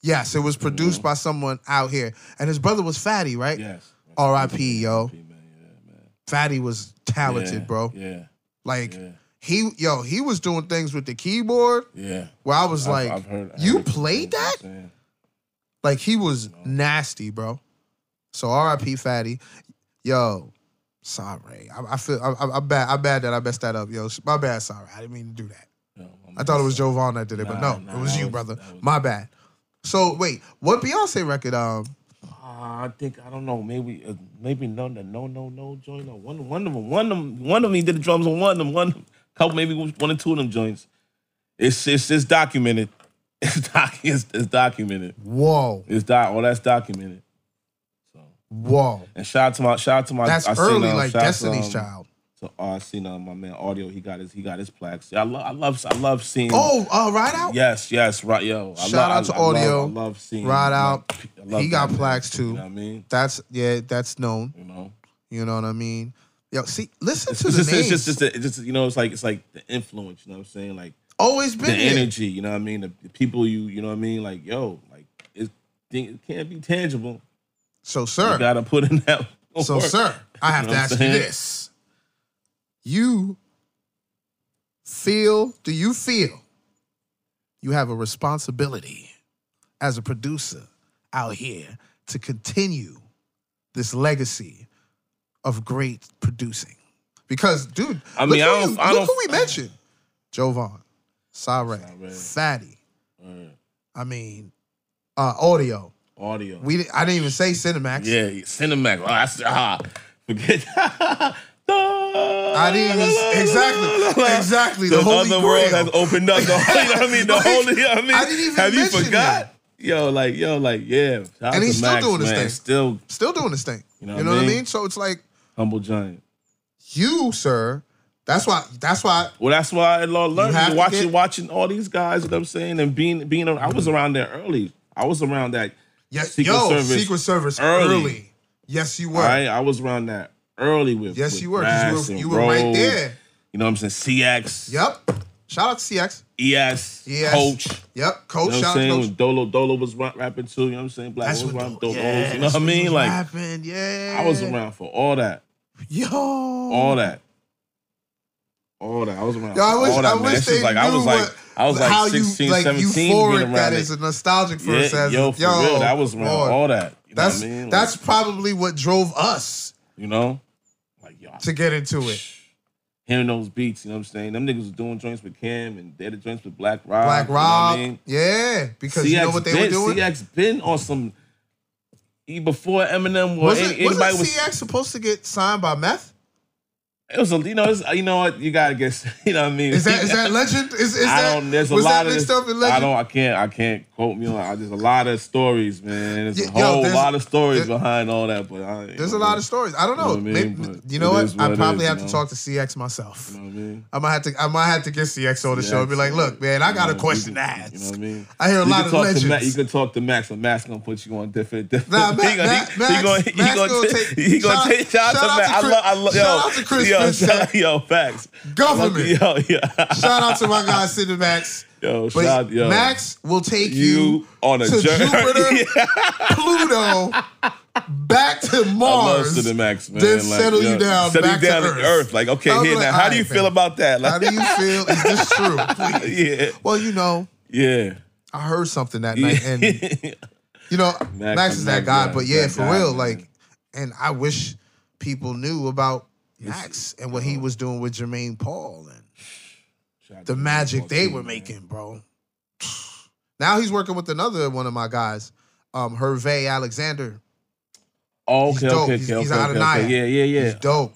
[SPEAKER 1] Yes, it was produced by someone out here, and his brother was Fatty, right?
[SPEAKER 6] Yes.
[SPEAKER 1] Oh, R.I.P. Yo,
[SPEAKER 6] R.I.P., man.
[SPEAKER 1] Fatty was
[SPEAKER 6] Yeah, man.
[SPEAKER 1] talented,
[SPEAKER 6] Yeah,
[SPEAKER 1] bro.
[SPEAKER 6] Yeah,
[SPEAKER 1] Like
[SPEAKER 6] yeah,
[SPEAKER 1] he, yo, he was doing things with the keyboard
[SPEAKER 6] yeah.
[SPEAKER 1] where I was
[SPEAKER 6] I've-
[SPEAKER 1] like,
[SPEAKER 6] I've heard- I
[SPEAKER 1] "You
[SPEAKER 6] heard-
[SPEAKER 1] played
[SPEAKER 6] you know what
[SPEAKER 1] that?"
[SPEAKER 6] I'm saying?
[SPEAKER 1] Like he was
[SPEAKER 6] Uh-huh.
[SPEAKER 1] nasty, bro. So R.I.P. Fatty, yo. Sorry, I, I feel I, I, I bad. I bad that I messed that up, yo. My bad, sorry. I didn't mean to do that.
[SPEAKER 6] No, I'm
[SPEAKER 1] I thought it was
[SPEAKER 6] just-
[SPEAKER 1] Jovan that did it, but no,
[SPEAKER 6] Nah, nah,
[SPEAKER 1] it was
[SPEAKER 6] that
[SPEAKER 1] you,
[SPEAKER 6] was-
[SPEAKER 1] brother.
[SPEAKER 6] that was-
[SPEAKER 1] My bad. So wait, what Beyonce record? Um,
[SPEAKER 6] Ah, I think I don't know. Maybe, uh, maybe no, no, no, no, no joint. Or one, one of them, one of them, one of them. He did the drums on one of them. One, of them, couple, maybe one or two of them joints. It's it's it's documented. [LAUGHS] It's doc. It's, it's documented.
[SPEAKER 1] whoa,
[SPEAKER 6] It's doc. All that's documented. So
[SPEAKER 1] whoa,
[SPEAKER 6] and shout out to my shout out to my.
[SPEAKER 1] that's
[SPEAKER 6] I seen,
[SPEAKER 1] early,
[SPEAKER 6] um,
[SPEAKER 1] like
[SPEAKER 6] shout out to,
[SPEAKER 1] Destiny's
[SPEAKER 6] um,
[SPEAKER 1] Child.
[SPEAKER 6] So uh, I seen uh, my man Audio. He got his he got his plaques. Yeah, I love I love I love seeing.
[SPEAKER 1] Oh, uh, Ride Out,
[SPEAKER 6] Yes, yes, right, yo. I
[SPEAKER 1] Shout
[SPEAKER 6] love-
[SPEAKER 1] out to
[SPEAKER 6] I, I love-
[SPEAKER 1] Audio.
[SPEAKER 6] I love, seeing
[SPEAKER 1] Ride
[SPEAKER 6] like,
[SPEAKER 1] Out.
[SPEAKER 6] I love
[SPEAKER 1] He got
[SPEAKER 6] that man.
[SPEAKER 1] plaques too.
[SPEAKER 6] You know what I mean?
[SPEAKER 1] That's yeah, that's known.
[SPEAKER 6] You know,
[SPEAKER 1] You know what I mean? Yo, see, listen
[SPEAKER 6] It's,
[SPEAKER 1] to
[SPEAKER 6] it's
[SPEAKER 1] the
[SPEAKER 6] just,
[SPEAKER 1] names.
[SPEAKER 6] it's just, it's just, you know, it's like, it's like the influence. You know what I'm saying? Like
[SPEAKER 1] Always
[SPEAKER 6] the
[SPEAKER 1] Oh, been there.
[SPEAKER 6] energy. You know what I mean? The, the people you, you know what I mean? Like yo, like it, it can't be tangible.
[SPEAKER 1] So,
[SPEAKER 6] You
[SPEAKER 1] sir,
[SPEAKER 6] gotta put in that.
[SPEAKER 1] so,
[SPEAKER 6] work.
[SPEAKER 1] sir, I have
[SPEAKER 6] You know
[SPEAKER 1] to
[SPEAKER 6] what
[SPEAKER 1] ask
[SPEAKER 6] I'm
[SPEAKER 1] you
[SPEAKER 6] saying?
[SPEAKER 1] this: You feel? Do you feel you have a responsibility as a producer out here to continue this legacy of great producing? Because, dude,
[SPEAKER 6] I
[SPEAKER 1] look
[SPEAKER 6] mean,
[SPEAKER 1] who
[SPEAKER 6] I don't-
[SPEAKER 1] you-
[SPEAKER 6] I
[SPEAKER 1] look
[SPEAKER 6] don't-
[SPEAKER 1] who we mentioned: Jovan, Sarek,
[SPEAKER 6] Sarek.
[SPEAKER 1] Fatty.
[SPEAKER 6] Alright.
[SPEAKER 1] I mean, uh, audio.
[SPEAKER 6] Audio.
[SPEAKER 1] We di- I didn't even say Cinemax.
[SPEAKER 6] Yeah, Cinemax. Oh, that's, ah, forget. I
[SPEAKER 1] I didn't even exactly exactly the,
[SPEAKER 6] The,
[SPEAKER 1] holy
[SPEAKER 6] other world
[SPEAKER 1] grail.
[SPEAKER 6] has opened up. The, you know what I mean? The
[SPEAKER 1] [LAUGHS] Like,
[SPEAKER 6] holy. you know what I mean,
[SPEAKER 1] I didn't even
[SPEAKER 6] have you
[SPEAKER 1] mention
[SPEAKER 6] forgot?
[SPEAKER 1] that.
[SPEAKER 6] Yo, like yo, like yeah. Shout out
[SPEAKER 1] And
[SPEAKER 6] to
[SPEAKER 1] he's still
[SPEAKER 6] Max,
[SPEAKER 1] doing his
[SPEAKER 6] man.
[SPEAKER 1] thing.
[SPEAKER 6] Still
[SPEAKER 1] Still doing this thing. You know, what, I mean? So it's like
[SPEAKER 6] humble giant.
[SPEAKER 1] you, sir. That's why. That's why.
[SPEAKER 6] Well, that's why I lo- learned
[SPEAKER 1] have to
[SPEAKER 6] watching
[SPEAKER 1] get-
[SPEAKER 6] watching all these guys. You know what I'm saying? And being being, I was around there early. I was around that.
[SPEAKER 1] Yes,
[SPEAKER 6] Secret
[SPEAKER 1] yo,
[SPEAKER 6] Service
[SPEAKER 1] Secret Service early.
[SPEAKER 6] early.
[SPEAKER 1] Yes, you were.
[SPEAKER 6] All right, I was around that early with.
[SPEAKER 1] Yes,
[SPEAKER 6] with
[SPEAKER 1] you were. 'cause
[SPEAKER 6] Bass
[SPEAKER 1] You were,
[SPEAKER 6] and
[SPEAKER 1] you were right
[SPEAKER 6] Rose.
[SPEAKER 1] there.
[SPEAKER 6] You know what I'm saying? CX,
[SPEAKER 1] Yep. Shout out to CX.
[SPEAKER 6] ES,
[SPEAKER 1] Yes.
[SPEAKER 6] Coach.
[SPEAKER 1] Yep.
[SPEAKER 6] You
[SPEAKER 1] E Coach.
[SPEAKER 6] know what I'm
[SPEAKER 1] shout out to
[SPEAKER 6] saying?
[SPEAKER 1] Coach.
[SPEAKER 6] When Dolo Dolo was rap- rapping too, you know what I'm saying? Black
[SPEAKER 1] That's
[SPEAKER 6] was
[SPEAKER 1] what.
[SPEAKER 6] rapping Dolo.
[SPEAKER 1] yeah,
[SPEAKER 6] you know
[SPEAKER 1] that's
[SPEAKER 6] what I
[SPEAKER 1] when he
[SPEAKER 6] mean?
[SPEAKER 1] was
[SPEAKER 6] Like
[SPEAKER 1] rapping, yeah.
[SPEAKER 6] I was around for all that,
[SPEAKER 1] Yo.
[SPEAKER 6] all that, all that. I was around.
[SPEAKER 1] Yo, I
[SPEAKER 6] for
[SPEAKER 1] wish,
[SPEAKER 6] all that,
[SPEAKER 1] I
[SPEAKER 6] man.
[SPEAKER 1] wish
[SPEAKER 6] It's
[SPEAKER 1] they
[SPEAKER 6] just like I
[SPEAKER 1] knew
[SPEAKER 6] was like
[SPEAKER 1] what,
[SPEAKER 6] I was
[SPEAKER 1] how
[SPEAKER 6] like 16,
[SPEAKER 1] you, like,
[SPEAKER 6] 17
[SPEAKER 1] euphoric
[SPEAKER 6] being around
[SPEAKER 1] that
[SPEAKER 6] it.
[SPEAKER 1] is a nostalgic for us
[SPEAKER 6] yeah,
[SPEAKER 1] as
[SPEAKER 6] yo, for
[SPEAKER 1] yo,
[SPEAKER 6] real, that was around
[SPEAKER 1] Lord.
[SPEAKER 6] all that. You know
[SPEAKER 1] That's
[SPEAKER 6] what I mean? Like,
[SPEAKER 1] that's probably what drove us
[SPEAKER 6] you know, like yo,
[SPEAKER 1] to get into it.
[SPEAKER 6] hearing those beats. You know what I'm saying? Them niggas was doing joints with Kim and they did joints with Black Rob.
[SPEAKER 1] Black
[SPEAKER 6] you know what I
[SPEAKER 1] Rob,
[SPEAKER 6] mean?
[SPEAKER 1] yeah, because
[SPEAKER 6] CX
[SPEAKER 1] you know what they
[SPEAKER 6] been,
[SPEAKER 1] were doing.
[SPEAKER 6] CX been on some e- before Eminem or
[SPEAKER 1] wasn't,
[SPEAKER 6] any- anybody
[SPEAKER 1] wasn't
[SPEAKER 6] was.
[SPEAKER 1] CX supposed to get signed by Meth?
[SPEAKER 6] It was a you know it's, you know what you gotta guess [LAUGHS] you know what [LAUGHS] I mean.
[SPEAKER 1] Is that is that legend? Is is
[SPEAKER 6] I
[SPEAKER 1] that
[SPEAKER 6] don't. There's a
[SPEAKER 1] was
[SPEAKER 6] lot
[SPEAKER 1] that
[SPEAKER 6] of
[SPEAKER 1] mixed
[SPEAKER 6] this-
[SPEAKER 1] up in legend?
[SPEAKER 6] I don't. I can't. I can't quote me on. I, there's a lot of stories, man. There's a
[SPEAKER 1] Yeah, yo,
[SPEAKER 6] whole
[SPEAKER 1] there's-
[SPEAKER 6] lot of stories
[SPEAKER 1] there-
[SPEAKER 6] behind all that. But I, you
[SPEAKER 1] There's
[SPEAKER 6] know
[SPEAKER 1] a lot of stories. I don't know.
[SPEAKER 6] You know what I
[SPEAKER 1] Maybe-
[SPEAKER 6] mean?
[SPEAKER 1] You know what?
[SPEAKER 6] But it is
[SPEAKER 1] I
[SPEAKER 6] what it
[SPEAKER 1] probably
[SPEAKER 6] is,
[SPEAKER 1] have
[SPEAKER 6] you
[SPEAKER 1] to
[SPEAKER 6] know?
[SPEAKER 1] talk to CX myself.
[SPEAKER 6] You know what I mean?
[SPEAKER 1] I might have to. I might have to get CX on the show and be like, "Look, man, I got
[SPEAKER 6] You
[SPEAKER 1] a
[SPEAKER 6] know,
[SPEAKER 1] question
[SPEAKER 6] you
[SPEAKER 1] to
[SPEAKER 6] can-
[SPEAKER 1] ask.
[SPEAKER 6] You know what I mean?
[SPEAKER 1] I hear a
[SPEAKER 6] you
[SPEAKER 1] lot
[SPEAKER 6] can
[SPEAKER 1] of
[SPEAKER 6] talk To Max,
[SPEAKER 1] legends.
[SPEAKER 6] you can talk to Max, and Max gonna put you on different. [LAUGHS] different
[SPEAKER 1] Nah, Ma-
[SPEAKER 6] he gonna,
[SPEAKER 1] Ma- Max-
[SPEAKER 6] he, he gonna, he
[SPEAKER 1] Max
[SPEAKER 6] gonna,
[SPEAKER 1] gonna
[SPEAKER 6] ta-
[SPEAKER 1] take-
[SPEAKER 6] he gonna
[SPEAKER 1] shout-
[SPEAKER 6] take shout
[SPEAKER 1] shout out
[SPEAKER 6] out to Max.
[SPEAKER 1] to Chris-
[SPEAKER 6] I love, I love, yo,
[SPEAKER 1] shout out to Chris
[SPEAKER 6] yo,
[SPEAKER 1] Vincent.
[SPEAKER 6] shout, yo, facts.
[SPEAKER 1] Government.
[SPEAKER 6] yo, yeah.
[SPEAKER 1] Shout out to my guy
[SPEAKER 6] [LAUGHS]
[SPEAKER 1] Cinemax.
[SPEAKER 6] Yo,
[SPEAKER 1] But
[SPEAKER 6] shout out, yo.
[SPEAKER 1] Max will take you,
[SPEAKER 6] you on a
[SPEAKER 1] to
[SPEAKER 6] journey.
[SPEAKER 1] Jupiter,
[SPEAKER 6] [LAUGHS] Yeah.
[SPEAKER 1] Pluto, back to
[SPEAKER 6] I love
[SPEAKER 1] Mars.
[SPEAKER 6] to the max, man.
[SPEAKER 1] Then settle you down
[SPEAKER 6] settle
[SPEAKER 1] back
[SPEAKER 6] you down
[SPEAKER 1] to
[SPEAKER 6] to
[SPEAKER 1] Earth.
[SPEAKER 6] earth. Like, okay,
[SPEAKER 1] I'll be
[SPEAKER 6] here
[SPEAKER 1] like,
[SPEAKER 6] now, how
[SPEAKER 1] all
[SPEAKER 6] do you
[SPEAKER 1] right,
[SPEAKER 6] feel
[SPEAKER 1] man.
[SPEAKER 6] about that?
[SPEAKER 1] How
[SPEAKER 6] Like,
[SPEAKER 1] do you feel? Is this
[SPEAKER 6] [LAUGHS]
[SPEAKER 1] true? Please.
[SPEAKER 6] yeah,
[SPEAKER 1] Well, you know,
[SPEAKER 6] yeah,
[SPEAKER 1] I heard something that night, and
[SPEAKER 6] yeah.
[SPEAKER 1] you know, Max,
[SPEAKER 6] Max
[SPEAKER 1] is
[SPEAKER 6] is
[SPEAKER 1] that
[SPEAKER 6] that
[SPEAKER 1] guy.
[SPEAKER 6] guy,
[SPEAKER 1] But yeah,
[SPEAKER 6] that
[SPEAKER 1] for
[SPEAKER 6] guy,
[SPEAKER 1] real,
[SPEAKER 6] man.
[SPEAKER 1] like, and I wish people knew about Max and what he was doing with Jermaine Paul and the magic they were making, bro. [SIGHS] Now he's working with another one of my guys, um, Hervé Alexander.
[SPEAKER 6] Oh,
[SPEAKER 1] He's
[SPEAKER 6] [LAUGHS] okay,
[SPEAKER 1] dope.
[SPEAKER 6] okay,
[SPEAKER 1] He's-
[SPEAKER 6] okay,
[SPEAKER 1] he's
[SPEAKER 6] okay,
[SPEAKER 1] out of
[SPEAKER 6] okay, okay.
[SPEAKER 1] Nyack.
[SPEAKER 6] Yeah, yeah, yeah.
[SPEAKER 1] He's dope.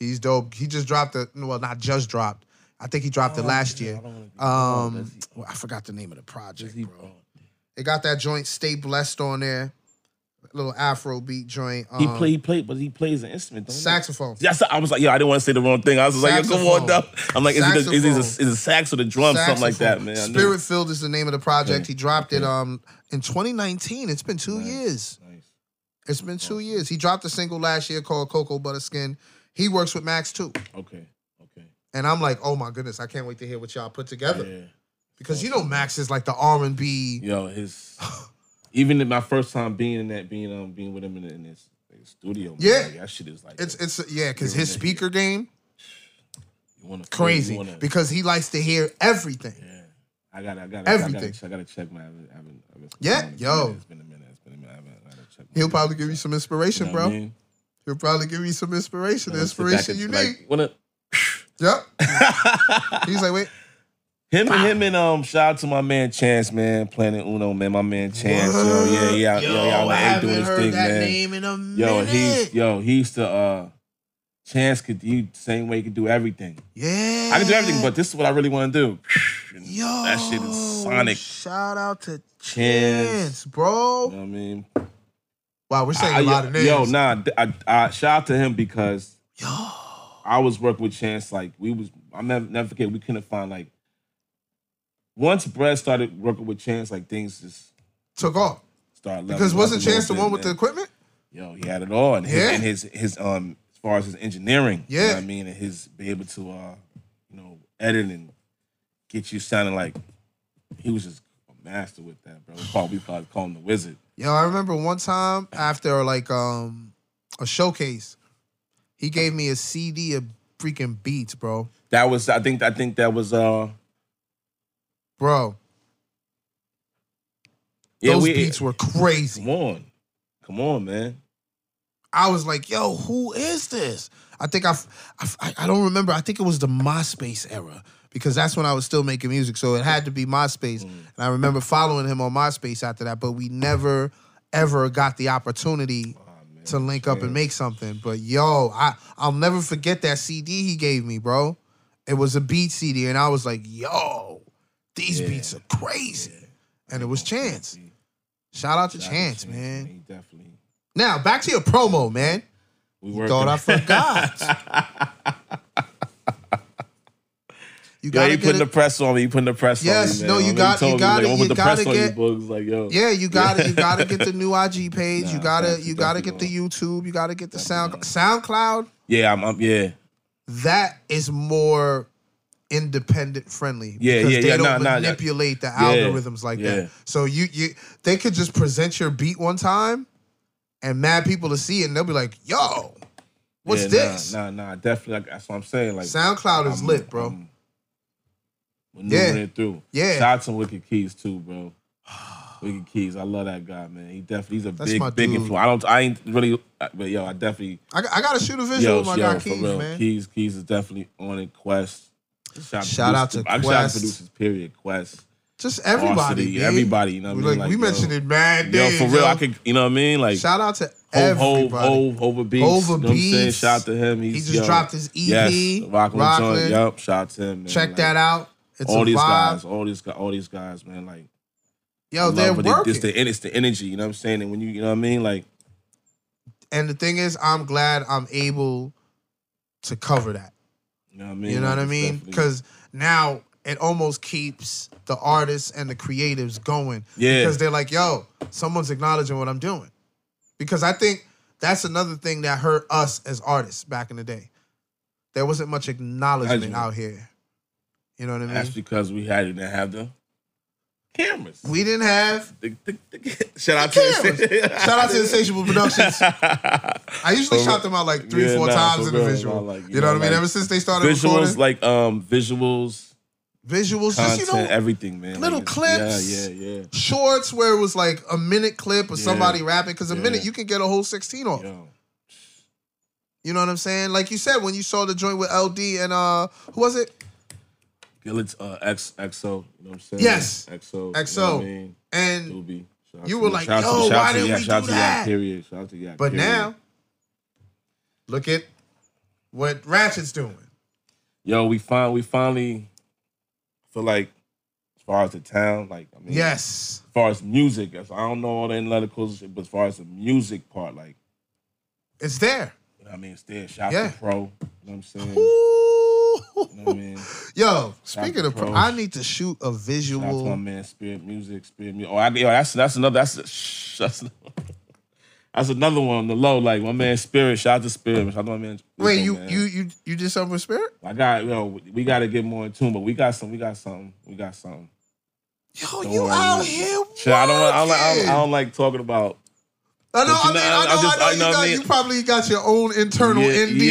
[SPEAKER 1] He's dope. He just dropped the well, not just dropped. I think he dropped it last year. Um, well, I forgot the name of the project, bro. It got that joint "Stay Blessed" on there, little Afro beat joint. Um,
[SPEAKER 6] He play, he played, but he plays an instrument. Don't he?
[SPEAKER 1] saxophone.
[SPEAKER 6] That's I was like, yo, I didn't want to say the wrong thing. I was just like, yo, come on,
[SPEAKER 1] Saxophone.
[SPEAKER 6] down. I'm like, is it, a, is, it a, is
[SPEAKER 1] Saxophone.
[SPEAKER 6] it a sax or the drum, something like that, man? I knew-
[SPEAKER 1] Spirit Filled is the name of the project.
[SPEAKER 6] Okay.
[SPEAKER 1] He dropped it
[SPEAKER 6] Okay.
[SPEAKER 1] um in 2019. It's been two years.
[SPEAKER 6] Nice.
[SPEAKER 1] It's been two years. He dropped a single last year called Cocoa Butter Skin. He works with Max too.
[SPEAKER 6] Okay, okay,
[SPEAKER 1] And I'm like, oh my goodness, I can't wait to hear what y'all put together.
[SPEAKER 6] yeah.
[SPEAKER 1] Because you know Max is like the R and B. [LAUGHS]
[SPEAKER 6] Yo, his even in my first time being in that, being um, being with him in, in this like, studio, man,
[SPEAKER 1] Yeah.
[SPEAKER 6] like, that shit is like
[SPEAKER 1] It's it's yeah, because
[SPEAKER 6] You're
[SPEAKER 1] his
[SPEAKER 6] an
[SPEAKER 1] speaker game
[SPEAKER 6] you wanna feel, you
[SPEAKER 1] crazy
[SPEAKER 6] wanna-
[SPEAKER 1] because he likes to hear everything.
[SPEAKER 6] yeah, I got, I got, I
[SPEAKER 1] Everything.
[SPEAKER 6] got, I got to check my, I haven't, I haven't, I haven't
[SPEAKER 1] Yeah,
[SPEAKER 6] it's been a
[SPEAKER 1] yo.
[SPEAKER 6] minute, it's been a minute, it's been a minute, I haven't, I gotta check my-
[SPEAKER 1] He'll probably give you some
[SPEAKER 6] You
[SPEAKER 1] inspiration,
[SPEAKER 6] know what
[SPEAKER 1] bro.
[SPEAKER 6] I mean?
[SPEAKER 1] He'll probably give you some inspiration, the
[SPEAKER 6] I'll sit back
[SPEAKER 1] inspiration
[SPEAKER 6] and
[SPEAKER 1] you
[SPEAKER 6] be like,
[SPEAKER 1] need.
[SPEAKER 6] what up?
[SPEAKER 1] Yep.
[SPEAKER 6] [LAUGHS]
[SPEAKER 1] He's like, wait,
[SPEAKER 6] Him and him and um shout out to my man Chance man Planet Uno man my man Chance yo yeah yeah yo, yo, y'all ain't doing his thing
[SPEAKER 1] in
[SPEAKER 6] man
[SPEAKER 1] a
[SPEAKER 6] yo he's yo he used to uh Chance could he same way he could do everything
[SPEAKER 1] yeah.
[SPEAKER 6] I can do everything but this is what I really want to do And
[SPEAKER 1] yo,
[SPEAKER 6] that shit is sonic
[SPEAKER 1] Shout out to
[SPEAKER 6] Chance.
[SPEAKER 1] Chance,
[SPEAKER 6] you know
[SPEAKER 1] bro.
[SPEAKER 6] what I mean
[SPEAKER 1] Wow, we're saying
[SPEAKER 6] I-
[SPEAKER 1] a lot of names.
[SPEAKER 6] Ah, yo nah I, I shout out to him because
[SPEAKER 1] Yo.
[SPEAKER 6] I was working with Chance. Like we was, I never never forget. We couldn't find like once Brad started working with Chance, like things just
[SPEAKER 1] took off.
[SPEAKER 6] started.
[SPEAKER 1] Because
[SPEAKER 6] leveling
[SPEAKER 1] wasn't
[SPEAKER 6] up a
[SPEAKER 1] Chance the
[SPEAKER 6] little
[SPEAKER 1] one with
[SPEAKER 6] bit,
[SPEAKER 1] the equipment?
[SPEAKER 6] man. Yo, he had it all, and his
[SPEAKER 1] Yeah.
[SPEAKER 6] and his his um far as his engineering. you know
[SPEAKER 1] Yeah.
[SPEAKER 6] what I mean, and his be able to uh, you know, edit and get you sounding like he was just a master with that, bro. We call we probably call him the wizard.
[SPEAKER 1] Yo, I remember one time after like um a showcase, he gave me a CD of freaking beats, bro.
[SPEAKER 6] That was I think I think that was uh
[SPEAKER 1] Bro,
[SPEAKER 6] yeah,
[SPEAKER 1] those
[SPEAKER 6] we,
[SPEAKER 1] beats were crazy.
[SPEAKER 6] come on. Come on, man.
[SPEAKER 1] I was like, yo, who is this? I think I, f- I, f- I- I don't remember. I think it was the MySpace era because that's when I was still making music. So it had to be MySpace. And I remember following him on MySpace after that, but we never ever got the opportunity to link up and make something. But yo, I, I'll never forget that CD he gave me, bro. It was a beat CD. And I was like, yo, these beats are crazy. And it was Chance. Shout out to Chance, man.
[SPEAKER 6] He definitely
[SPEAKER 1] Now back to your promo, man.
[SPEAKER 6] we working.
[SPEAKER 1] Thought I forgot. you
[SPEAKER 6] Yeah,
[SPEAKER 1] gotta
[SPEAKER 6] you
[SPEAKER 1] get
[SPEAKER 6] putting
[SPEAKER 1] it-
[SPEAKER 6] the press on me. You putting the press
[SPEAKER 1] Yes,
[SPEAKER 6] on me. man.
[SPEAKER 1] no, you
[SPEAKER 6] Remember
[SPEAKER 1] got-
[SPEAKER 6] told
[SPEAKER 1] you
[SPEAKER 6] me,
[SPEAKER 1] got
[SPEAKER 6] like,
[SPEAKER 1] it,
[SPEAKER 6] I'm
[SPEAKER 1] you
[SPEAKER 6] gonna put the press
[SPEAKER 1] gotta
[SPEAKER 6] on you,
[SPEAKER 1] get-
[SPEAKER 6] Bugs. Like, yo.
[SPEAKER 1] yeah, you got to You got to get the new IG page. you
[SPEAKER 6] Nah,
[SPEAKER 1] gotta
[SPEAKER 6] definitely,
[SPEAKER 1] you gotta get
[SPEAKER 6] definitely
[SPEAKER 1] the YouTube. You gotta get the sound
[SPEAKER 6] Definitely
[SPEAKER 1] SoundCloud.
[SPEAKER 6] Yeah, I'm, I'm yeah.
[SPEAKER 1] That is more independent friendly.
[SPEAKER 6] Yeah,
[SPEAKER 1] because
[SPEAKER 6] yeah,
[SPEAKER 1] They
[SPEAKER 6] yeah, nah,
[SPEAKER 1] don't
[SPEAKER 6] nah, that-
[SPEAKER 1] manipulate the
[SPEAKER 6] yeah,
[SPEAKER 1] algorithms like
[SPEAKER 6] yeah.
[SPEAKER 1] that. So you you they could just present your beat one time, and mad people to see it, and they'll be like, "Yo, what's
[SPEAKER 6] yeah,
[SPEAKER 1] this?"
[SPEAKER 6] Nah, nah, nah, definitely. Like, that's what I'm saying. Like
[SPEAKER 1] SoundCloud is
[SPEAKER 6] I'm-
[SPEAKER 1] lit, bro.
[SPEAKER 6] I'm maneuvering
[SPEAKER 1] Yeah.
[SPEAKER 6] it through.
[SPEAKER 1] Yeah.
[SPEAKER 6] Shout out to Wicked Keys too, bro. [SIGHS] Wicked Keys, I love that guy, man. He definitely he's a
[SPEAKER 1] That's
[SPEAKER 6] big,
[SPEAKER 1] my
[SPEAKER 6] big
[SPEAKER 1] dude.
[SPEAKER 6] influence. I don't, I ain't really, uh, but yo, I definitely,
[SPEAKER 1] I, I gotta shoot a visual
[SPEAKER 6] yo,
[SPEAKER 1] with my
[SPEAKER 6] yo,
[SPEAKER 1] guy
[SPEAKER 6] for
[SPEAKER 1] Keys,
[SPEAKER 6] real,
[SPEAKER 1] man.
[SPEAKER 6] Keys, Keys is definitely on it. Quest, shout,
[SPEAKER 1] Shout out
[SPEAKER 6] producers-
[SPEAKER 1] to
[SPEAKER 6] I'm shout out
[SPEAKER 1] Quest.
[SPEAKER 6] to producers, period. Quest,
[SPEAKER 1] Just everybody,
[SPEAKER 6] Varsity,
[SPEAKER 1] dude.
[SPEAKER 6] everybody, you know what I
[SPEAKER 1] We
[SPEAKER 6] mean?
[SPEAKER 1] Like,
[SPEAKER 6] Like,
[SPEAKER 1] we
[SPEAKER 6] yo,
[SPEAKER 1] mentioned it mad
[SPEAKER 6] yo,
[SPEAKER 1] days,
[SPEAKER 6] for real, I could, you know what I mean? Like,
[SPEAKER 1] shout out to
[SPEAKER 6] Hove,
[SPEAKER 1] everybody.
[SPEAKER 6] Hove, Hove, Hova Beats. you
[SPEAKER 1] Hova
[SPEAKER 6] know what I'm saying?
[SPEAKER 1] Beats.
[SPEAKER 6] Shout out to him. He's,
[SPEAKER 1] He just
[SPEAKER 6] yo,
[SPEAKER 1] dropped his EP,
[SPEAKER 6] Yes, Rockland.
[SPEAKER 1] Rockland.
[SPEAKER 6] Joint. Yup, shout out to him. Man.
[SPEAKER 1] Check
[SPEAKER 6] Like,
[SPEAKER 1] that out. It's
[SPEAKER 6] all
[SPEAKER 1] a
[SPEAKER 6] these
[SPEAKER 1] vibe.
[SPEAKER 6] guys, all these guys, all these guys, man. Like,
[SPEAKER 1] Yo,
[SPEAKER 6] I
[SPEAKER 1] Oh, they're
[SPEAKER 6] love what they-
[SPEAKER 1] working.
[SPEAKER 6] It's the, it's the energy. You know what I'm saying? And when you, you know what I mean? Like,
[SPEAKER 1] and the thing is, I'm glad I'm able to cover that.
[SPEAKER 6] you know what I mean?
[SPEAKER 1] you know
[SPEAKER 6] Like,
[SPEAKER 1] what I
[SPEAKER 6] it's
[SPEAKER 1] mean?
[SPEAKER 6] definitely-
[SPEAKER 1] Because now it almost keeps the artists and the creatives going.
[SPEAKER 6] Yeah.
[SPEAKER 1] Because they're like, yo, someone's acknowledging what I'm doing. Because I think that's another thing that hurt us as artists back in the day. There wasn't much acknowledgement
[SPEAKER 6] Acknowledgement.
[SPEAKER 1] out here. You know what I mean?
[SPEAKER 6] that's because we had didn't have the cameras.
[SPEAKER 1] we didn't
[SPEAKER 6] [LAUGHS]
[SPEAKER 1] have
[SPEAKER 6] The- the- the- [LAUGHS] shout out
[SPEAKER 1] cameras.
[SPEAKER 6] to
[SPEAKER 1] [LAUGHS] Shout out
[SPEAKER 6] [LAUGHS]
[SPEAKER 1] to Insatiable Productions. I usually
[SPEAKER 6] For
[SPEAKER 1] shout
[SPEAKER 6] real.
[SPEAKER 1] them out like three,
[SPEAKER 6] Yeah,
[SPEAKER 1] four
[SPEAKER 6] nah,
[SPEAKER 1] times
[SPEAKER 6] for
[SPEAKER 1] in a
[SPEAKER 6] real,
[SPEAKER 1] visual.
[SPEAKER 6] nah, like,
[SPEAKER 1] you know what I mean?
[SPEAKER 6] like,
[SPEAKER 1] Ever since they started
[SPEAKER 6] visuals
[SPEAKER 1] recording,
[SPEAKER 6] like um visuals,
[SPEAKER 1] visuals, just you
[SPEAKER 6] content,
[SPEAKER 1] know,
[SPEAKER 6] everything, man.
[SPEAKER 1] little
[SPEAKER 6] it's-
[SPEAKER 1] clips.
[SPEAKER 6] Yeah, yeah, yeah.
[SPEAKER 1] shorts where it was like a minute clip of somebody rapping because a
[SPEAKER 6] Yeah.
[SPEAKER 1] minute you can get a whole 16 off.
[SPEAKER 6] Yo,
[SPEAKER 1] You know what I'm saying? Like you said, when you saw the joint with LD and uh, who was it?
[SPEAKER 6] Gillard's uh, X XO, you know what I'm saying?
[SPEAKER 1] Yes.
[SPEAKER 6] XO.
[SPEAKER 1] XO.
[SPEAKER 6] You know what I mean?
[SPEAKER 1] And
[SPEAKER 6] Doobie. Shout out
[SPEAKER 1] You
[SPEAKER 6] to-
[SPEAKER 1] were like,
[SPEAKER 6] shout out to-
[SPEAKER 1] "Yo,
[SPEAKER 6] shout out
[SPEAKER 1] why
[SPEAKER 6] to
[SPEAKER 1] didn't
[SPEAKER 6] Yak-
[SPEAKER 1] we
[SPEAKER 6] shout out
[SPEAKER 1] do
[SPEAKER 6] to Yak
[SPEAKER 1] that?"
[SPEAKER 6] Period. Shout out to Yak
[SPEAKER 1] but
[SPEAKER 6] period.
[SPEAKER 1] now, look at what Ratchet's doing.
[SPEAKER 6] yo, we find we finally feel like as far as the town, like I mean,
[SPEAKER 1] Yes,
[SPEAKER 6] as far as music, as I don't know all the analyticals, but as far as the music part, like
[SPEAKER 1] it's there.
[SPEAKER 6] you know what I mean, it's there. Shout out
[SPEAKER 1] Yeah.
[SPEAKER 6] to Pro. You know what I'm saying? You know what I
[SPEAKER 1] Ooh.
[SPEAKER 6] mean?
[SPEAKER 1] [LAUGHS] Yo, speaking of,
[SPEAKER 6] Pro.
[SPEAKER 1] I need to shoot a
[SPEAKER 6] Shout out to my
[SPEAKER 1] visual.
[SPEAKER 6] man Spirit Music, Spirit Music. Oh, I, yo, that's that's another that's shh, [LAUGHS] that's another- that's another one on the low. Like my man Spirit, shout out to Spirit. Shout out to my man.
[SPEAKER 1] Wait,
[SPEAKER 6] Rico,
[SPEAKER 1] you
[SPEAKER 6] man.
[SPEAKER 1] you you you did something with Spirit?
[SPEAKER 6] I got yo. we got to get more in tune, but we got some. We got something. We got something.
[SPEAKER 1] Yo,
[SPEAKER 6] Don't
[SPEAKER 1] you
[SPEAKER 6] worry,
[SPEAKER 1] out
[SPEAKER 6] man.
[SPEAKER 1] here?
[SPEAKER 6] Shit, I don't. want- I don't, like, I, don't, I
[SPEAKER 1] working.
[SPEAKER 6] don't like talking about.
[SPEAKER 1] I know, I
[SPEAKER 6] But you
[SPEAKER 1] mean,
[SPEAKER 6] know,
[SPEAKER 1] I
[SPEAKER 6] I- I
[SPEAKER 1] know,
[SPEAKER 6] just-
[SPEAKER 1] I know,
[SPEAKER 6] I
[SPEAKER 1] you,
[SPEAKER 6] know
[SPEAKER 1] got,
[SPEAKER 6] what I mean?
[SPEAKER 1] you probably got your own internal
[SPEAKER 6] Yeah,
[SPEAKER 1] NDAs
[SPEAKER 6] yeah,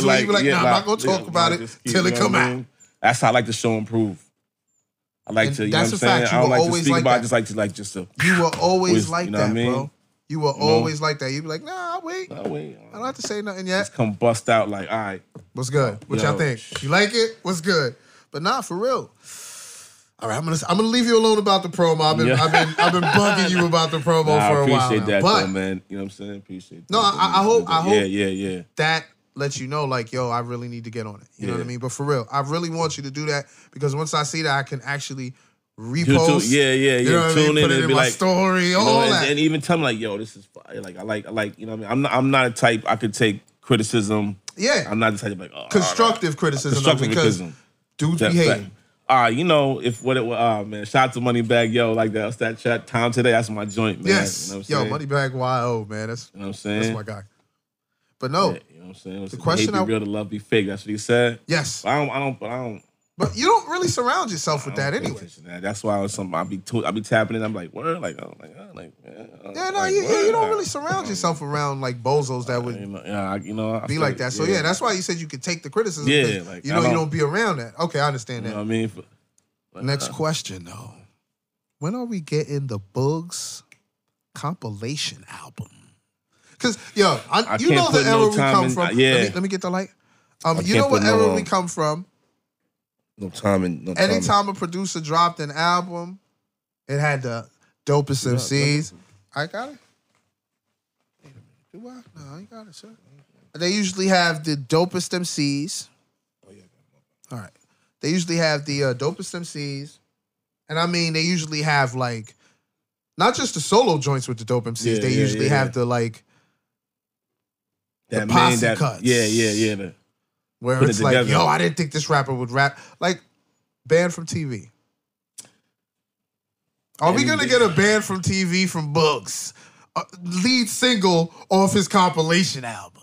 [SPEAKER 6] yeah,
[SPEAKER 1] where you be like,
[SPEAKER 6] yeah,
[SPEAKER 1] nah, I'm not gonna
[SPEAKER 6] yeah,
[SPEAKER 1] talk about it
[SPEAKER 6] just keep-
[SPEAKER 1] till
[SPEAKER 6] you
[SPEAKER 1] it
[SPEAKER 6] know
[SPEAKER 1] come
[SPEAKER 6] what I
[SPEAKER 1] out.
[SPEAKER 6] mean? That's how I like to show and prove. I like
[SPEAKER 1] And
[SPEAKER 6] to. You
[SPEAKER 1] that's
[SPEAKER 6] know
[SPEAKER 1] a
[SPEAKER 6] what I'm
[SPEAKER 1] fact,
[SPEAKER 6] saying?
[SPEAKER 1] you were
[SPEAKER 6] I don't like to
[SPEAKER 1] always
[SPEAKER 6] speak
[SPEAKER 1] like
[SPEAKER 6] about.
[SPEAKER 1] that.
[SPEAKER 6] It, just like to like just to.
[SPEAKER 1] You were always
[SPEAKER 6] Always,
[SPEAKER 1] like
[SPEAKER 6] you know
[SPEAKER 1] that,
[SPEAKER 6] what I mean?
[SPEAKER 1] bro. You were always like that. You'd be like, nah, I'll wait.
[SPEAKER 6] Oh, [LAUGHS] wait,
[SPEAKER 1] I don't have to say nothing
[SPEAKER 6] just
[SPEAKER 1] yet.
[SPEAKER 6] come bust out like all right.
[SPEAKER 1] What's good? What y'all
[SPEAKER 6] Yo.
[SPEAKER 1] think? You like it? What's good? But nah, for real. All right, I'm gonna I'm gonna leave you alone about the promo. I've been
[SPEAKER 6] Yeah.
[SPEAKER 1] I've been I've been bugging you about the
[SPEAKER 6] [LAUGHS]
[SPEAKER 1] promo
[SPEAKER 6] Nah,
[SPEAKER 1] for a
[SPEAKER 6] I
[SPEAKER 1] while.
[SPEAKER 6] appreciate
[SPEAKER 1] now.
[SPEAKER 6] that,
[SPEAKER 1] but
[SPEAKER 6] though, man. You know what I'm saying? Appreciate.
[SPEAKER 1] No,
[SPEAKER 6] that.
[SPEAKER 1] I- I- I hope- I
[SPEAKER 6] Yeah,
[SPEAKER 1] hope-
[SPEAKER 6] yeah, yeah.
[SPEAKER 1] that lets you know, like, yo, I really need to get on it. You know what I
[SPEAKER 6] Yeah.
[SPEAKER 1] mean? But for real, I really want you to do that because once I see that, I can actually
[SPEAKER 6] You too-
[SPEAKER 1] repost.
[SPEAKER 6] yeah, yeah, yeah.
[SPEAKER 1] You know what I
[SPEAKER 6] Tune
[SPEAKER 1] mean?
[SPEAKER 6] in
[SPEAKER 1] Put it
[SPEAKER 6] and
[SPEAKER 1] in
[SPEAKER 6] be
[SPEAKER 1] my
[SPEAKER 6] like,
[SPEAKER 1] story,
[SPEAKER 6] You know,
[SPEAKER 1] all
[SPEAKER 6] and,
[SPEAKER 1] that.
[SPEAKER 6] and even tell me like, yo, this is fire. Like I like, I like, you know, what I mean, I'm not, I'm not a type I could take criticism.
[SPEAKER 1] yeah,
[SPEAKER 6] I'm not the type of like oh,
[SPEAKER 1] constructive criticism. though,
[SPEAKER 6] constructive
[SPEAKER 1] because
[SPEAKER 6] criticism.
[SPEAKER 1] Dudes
[SPEAKER 6] That's
[SPEAKER 1] be
[SPEAKER 6] fact.
[SPEAKER 1] hating.
[SPEAKER 6] Ah, you know, if what it was, ah, man, shout out to Moneybag, yo, like that, that's that chat time today. That's my joint, man.
[SPEAKER 1] Yes,
[SPEAKER 6] You know what I'm
[SPEAKER 1] yo,
[SPEAKER 6] saying?
[SPEAKER 1] Moneybag YO oh, man, that's
[SPEAKER 6] You know what I'm saying?
[SPEAKER 1] that's my guy. But no,
[SPEAKER 6] Yeah, you know what I'm saying the
[SPEAKER 1] question
[SPEAKER 6] hate be
[SPEAKER 1] I-
[SPEAKER 6] real to love be fake. That's what he said.
[SPEAKER 1] Yes,
[SPEAKER 6] But I don't. I don't. But I don't.
[SPEAKER 1] but you don't really surround yourself with
[SPEAKER 6] I don't
[SPEAKER 1] that
[SPEAKER 6] pay
[SPEAKER 1] anyway.
[SPEAKER 6] attention to that. That's why I was something. I be to, I be tapping it. I'm like, word, like, oh, like, oh, like, yeah, oh,
[SPEAKER 1] Yeah, no,
[SPEAKER 6] like,
[SPEAKER 1] you, yeah, you don't
[SPEAKER 6] word.
[SPEAKER 1] really
[SPEAKER 6] [LAUGHS]
[SPEAKER 1] surround yourself around like bozos that
[SPEAKER 6] You
[SPEAKER 1] would
[SPEAKER 6] know, yeah, I- you know, I
[SPEAKER 1] be
[SPEAKER 6] feel
[SPEAKER 1] like that. So yeah. that's why you said you could take the criticism.
[SPEAKER 6] Yeah,
[SPEAKER 1] 'cause
[SPEAKER 6] like,
[SPEAKER 1] you
[SPEAKER 6] I
[SPEAKER 1] know you
[SPEAKER 6] don't-
[SPEAKER 1] don't be around that. Okay, I understand
[SPEAKER 6] you know
[SPEAKER 1] that.
[SPEAKER 6] what I mean. But- but,
[SPEAKER 1] Next
[SPEAKER 6] uh,
[SPEAKER 1] question though. When are we getting the Bugs compilation album? Cause yo, I,
[SPEAKER 6] I
[SPEAKER 1] you
[SPEAKER 6] can't
[SPEAKER 1] know the
[SPEAKER 6] put
[SPEAKER 1] era
[SPEAKER 6] no
[SPEAKER 1] we
[SPEAKER 6] time
[SPEAKER 1] come
[SPEAKER 6] in-
[SPEAKER 1] from.
[SPEAKER 6] uh, yeah.
[SPEAKER 1] Let me, let me get the light. Um,
[SPEAKER 6] I
[SPEAKER 1] you
[SPEAKER 6] can't
[SPEAKER 1] know what
[SPEAKER 6] put no,
[SPEAKER 1] era we
[SPEAKER 6] um,
[SPEAKER 1] come from.
[SPEAKER 6] no time and no time.
[SPEAKER 1] Anytime a producer dropped an album, it had the dopest MCs. I got it. Wait a minute. Do I? No, I ain't got it, sir. They usually have the dopest MCs.
[SPEAKER 6] Oh,
[SPEAKER 1] All right. They usually have the uh, dopest MCs. And I mean, they usually have like, not just the solo joints with the dope MCs.
[SPEAKER 6] Yeah,
[SPEAKER 1] they
[SPEAKER 6] yeah,
[SPEAKER 1] usually
[SPEAKER 6] yeah,
[SPEAKER 1] have
[SPEAKER 6] yeah.
[SPEAKER 1] the like,
[SPEAKER 6] that
[SPEAKER 1] the posse
[SPEAKER 6] that,
[SPEAKER 1] cuts.
[SPEAKER 6] Yeah, yeah, yeah. The,
[SPEAKER 1] where
[SPEAKER 6] Put it
[SPEAKER 1] it's like,
[SPEAKER 6] together.
[SPEAKER 1] yo, I didn't think this rapper would rap. Like, banned from TV. Are we gonna get a ban from TV from Bugs? Uh, lead single off his compilation album.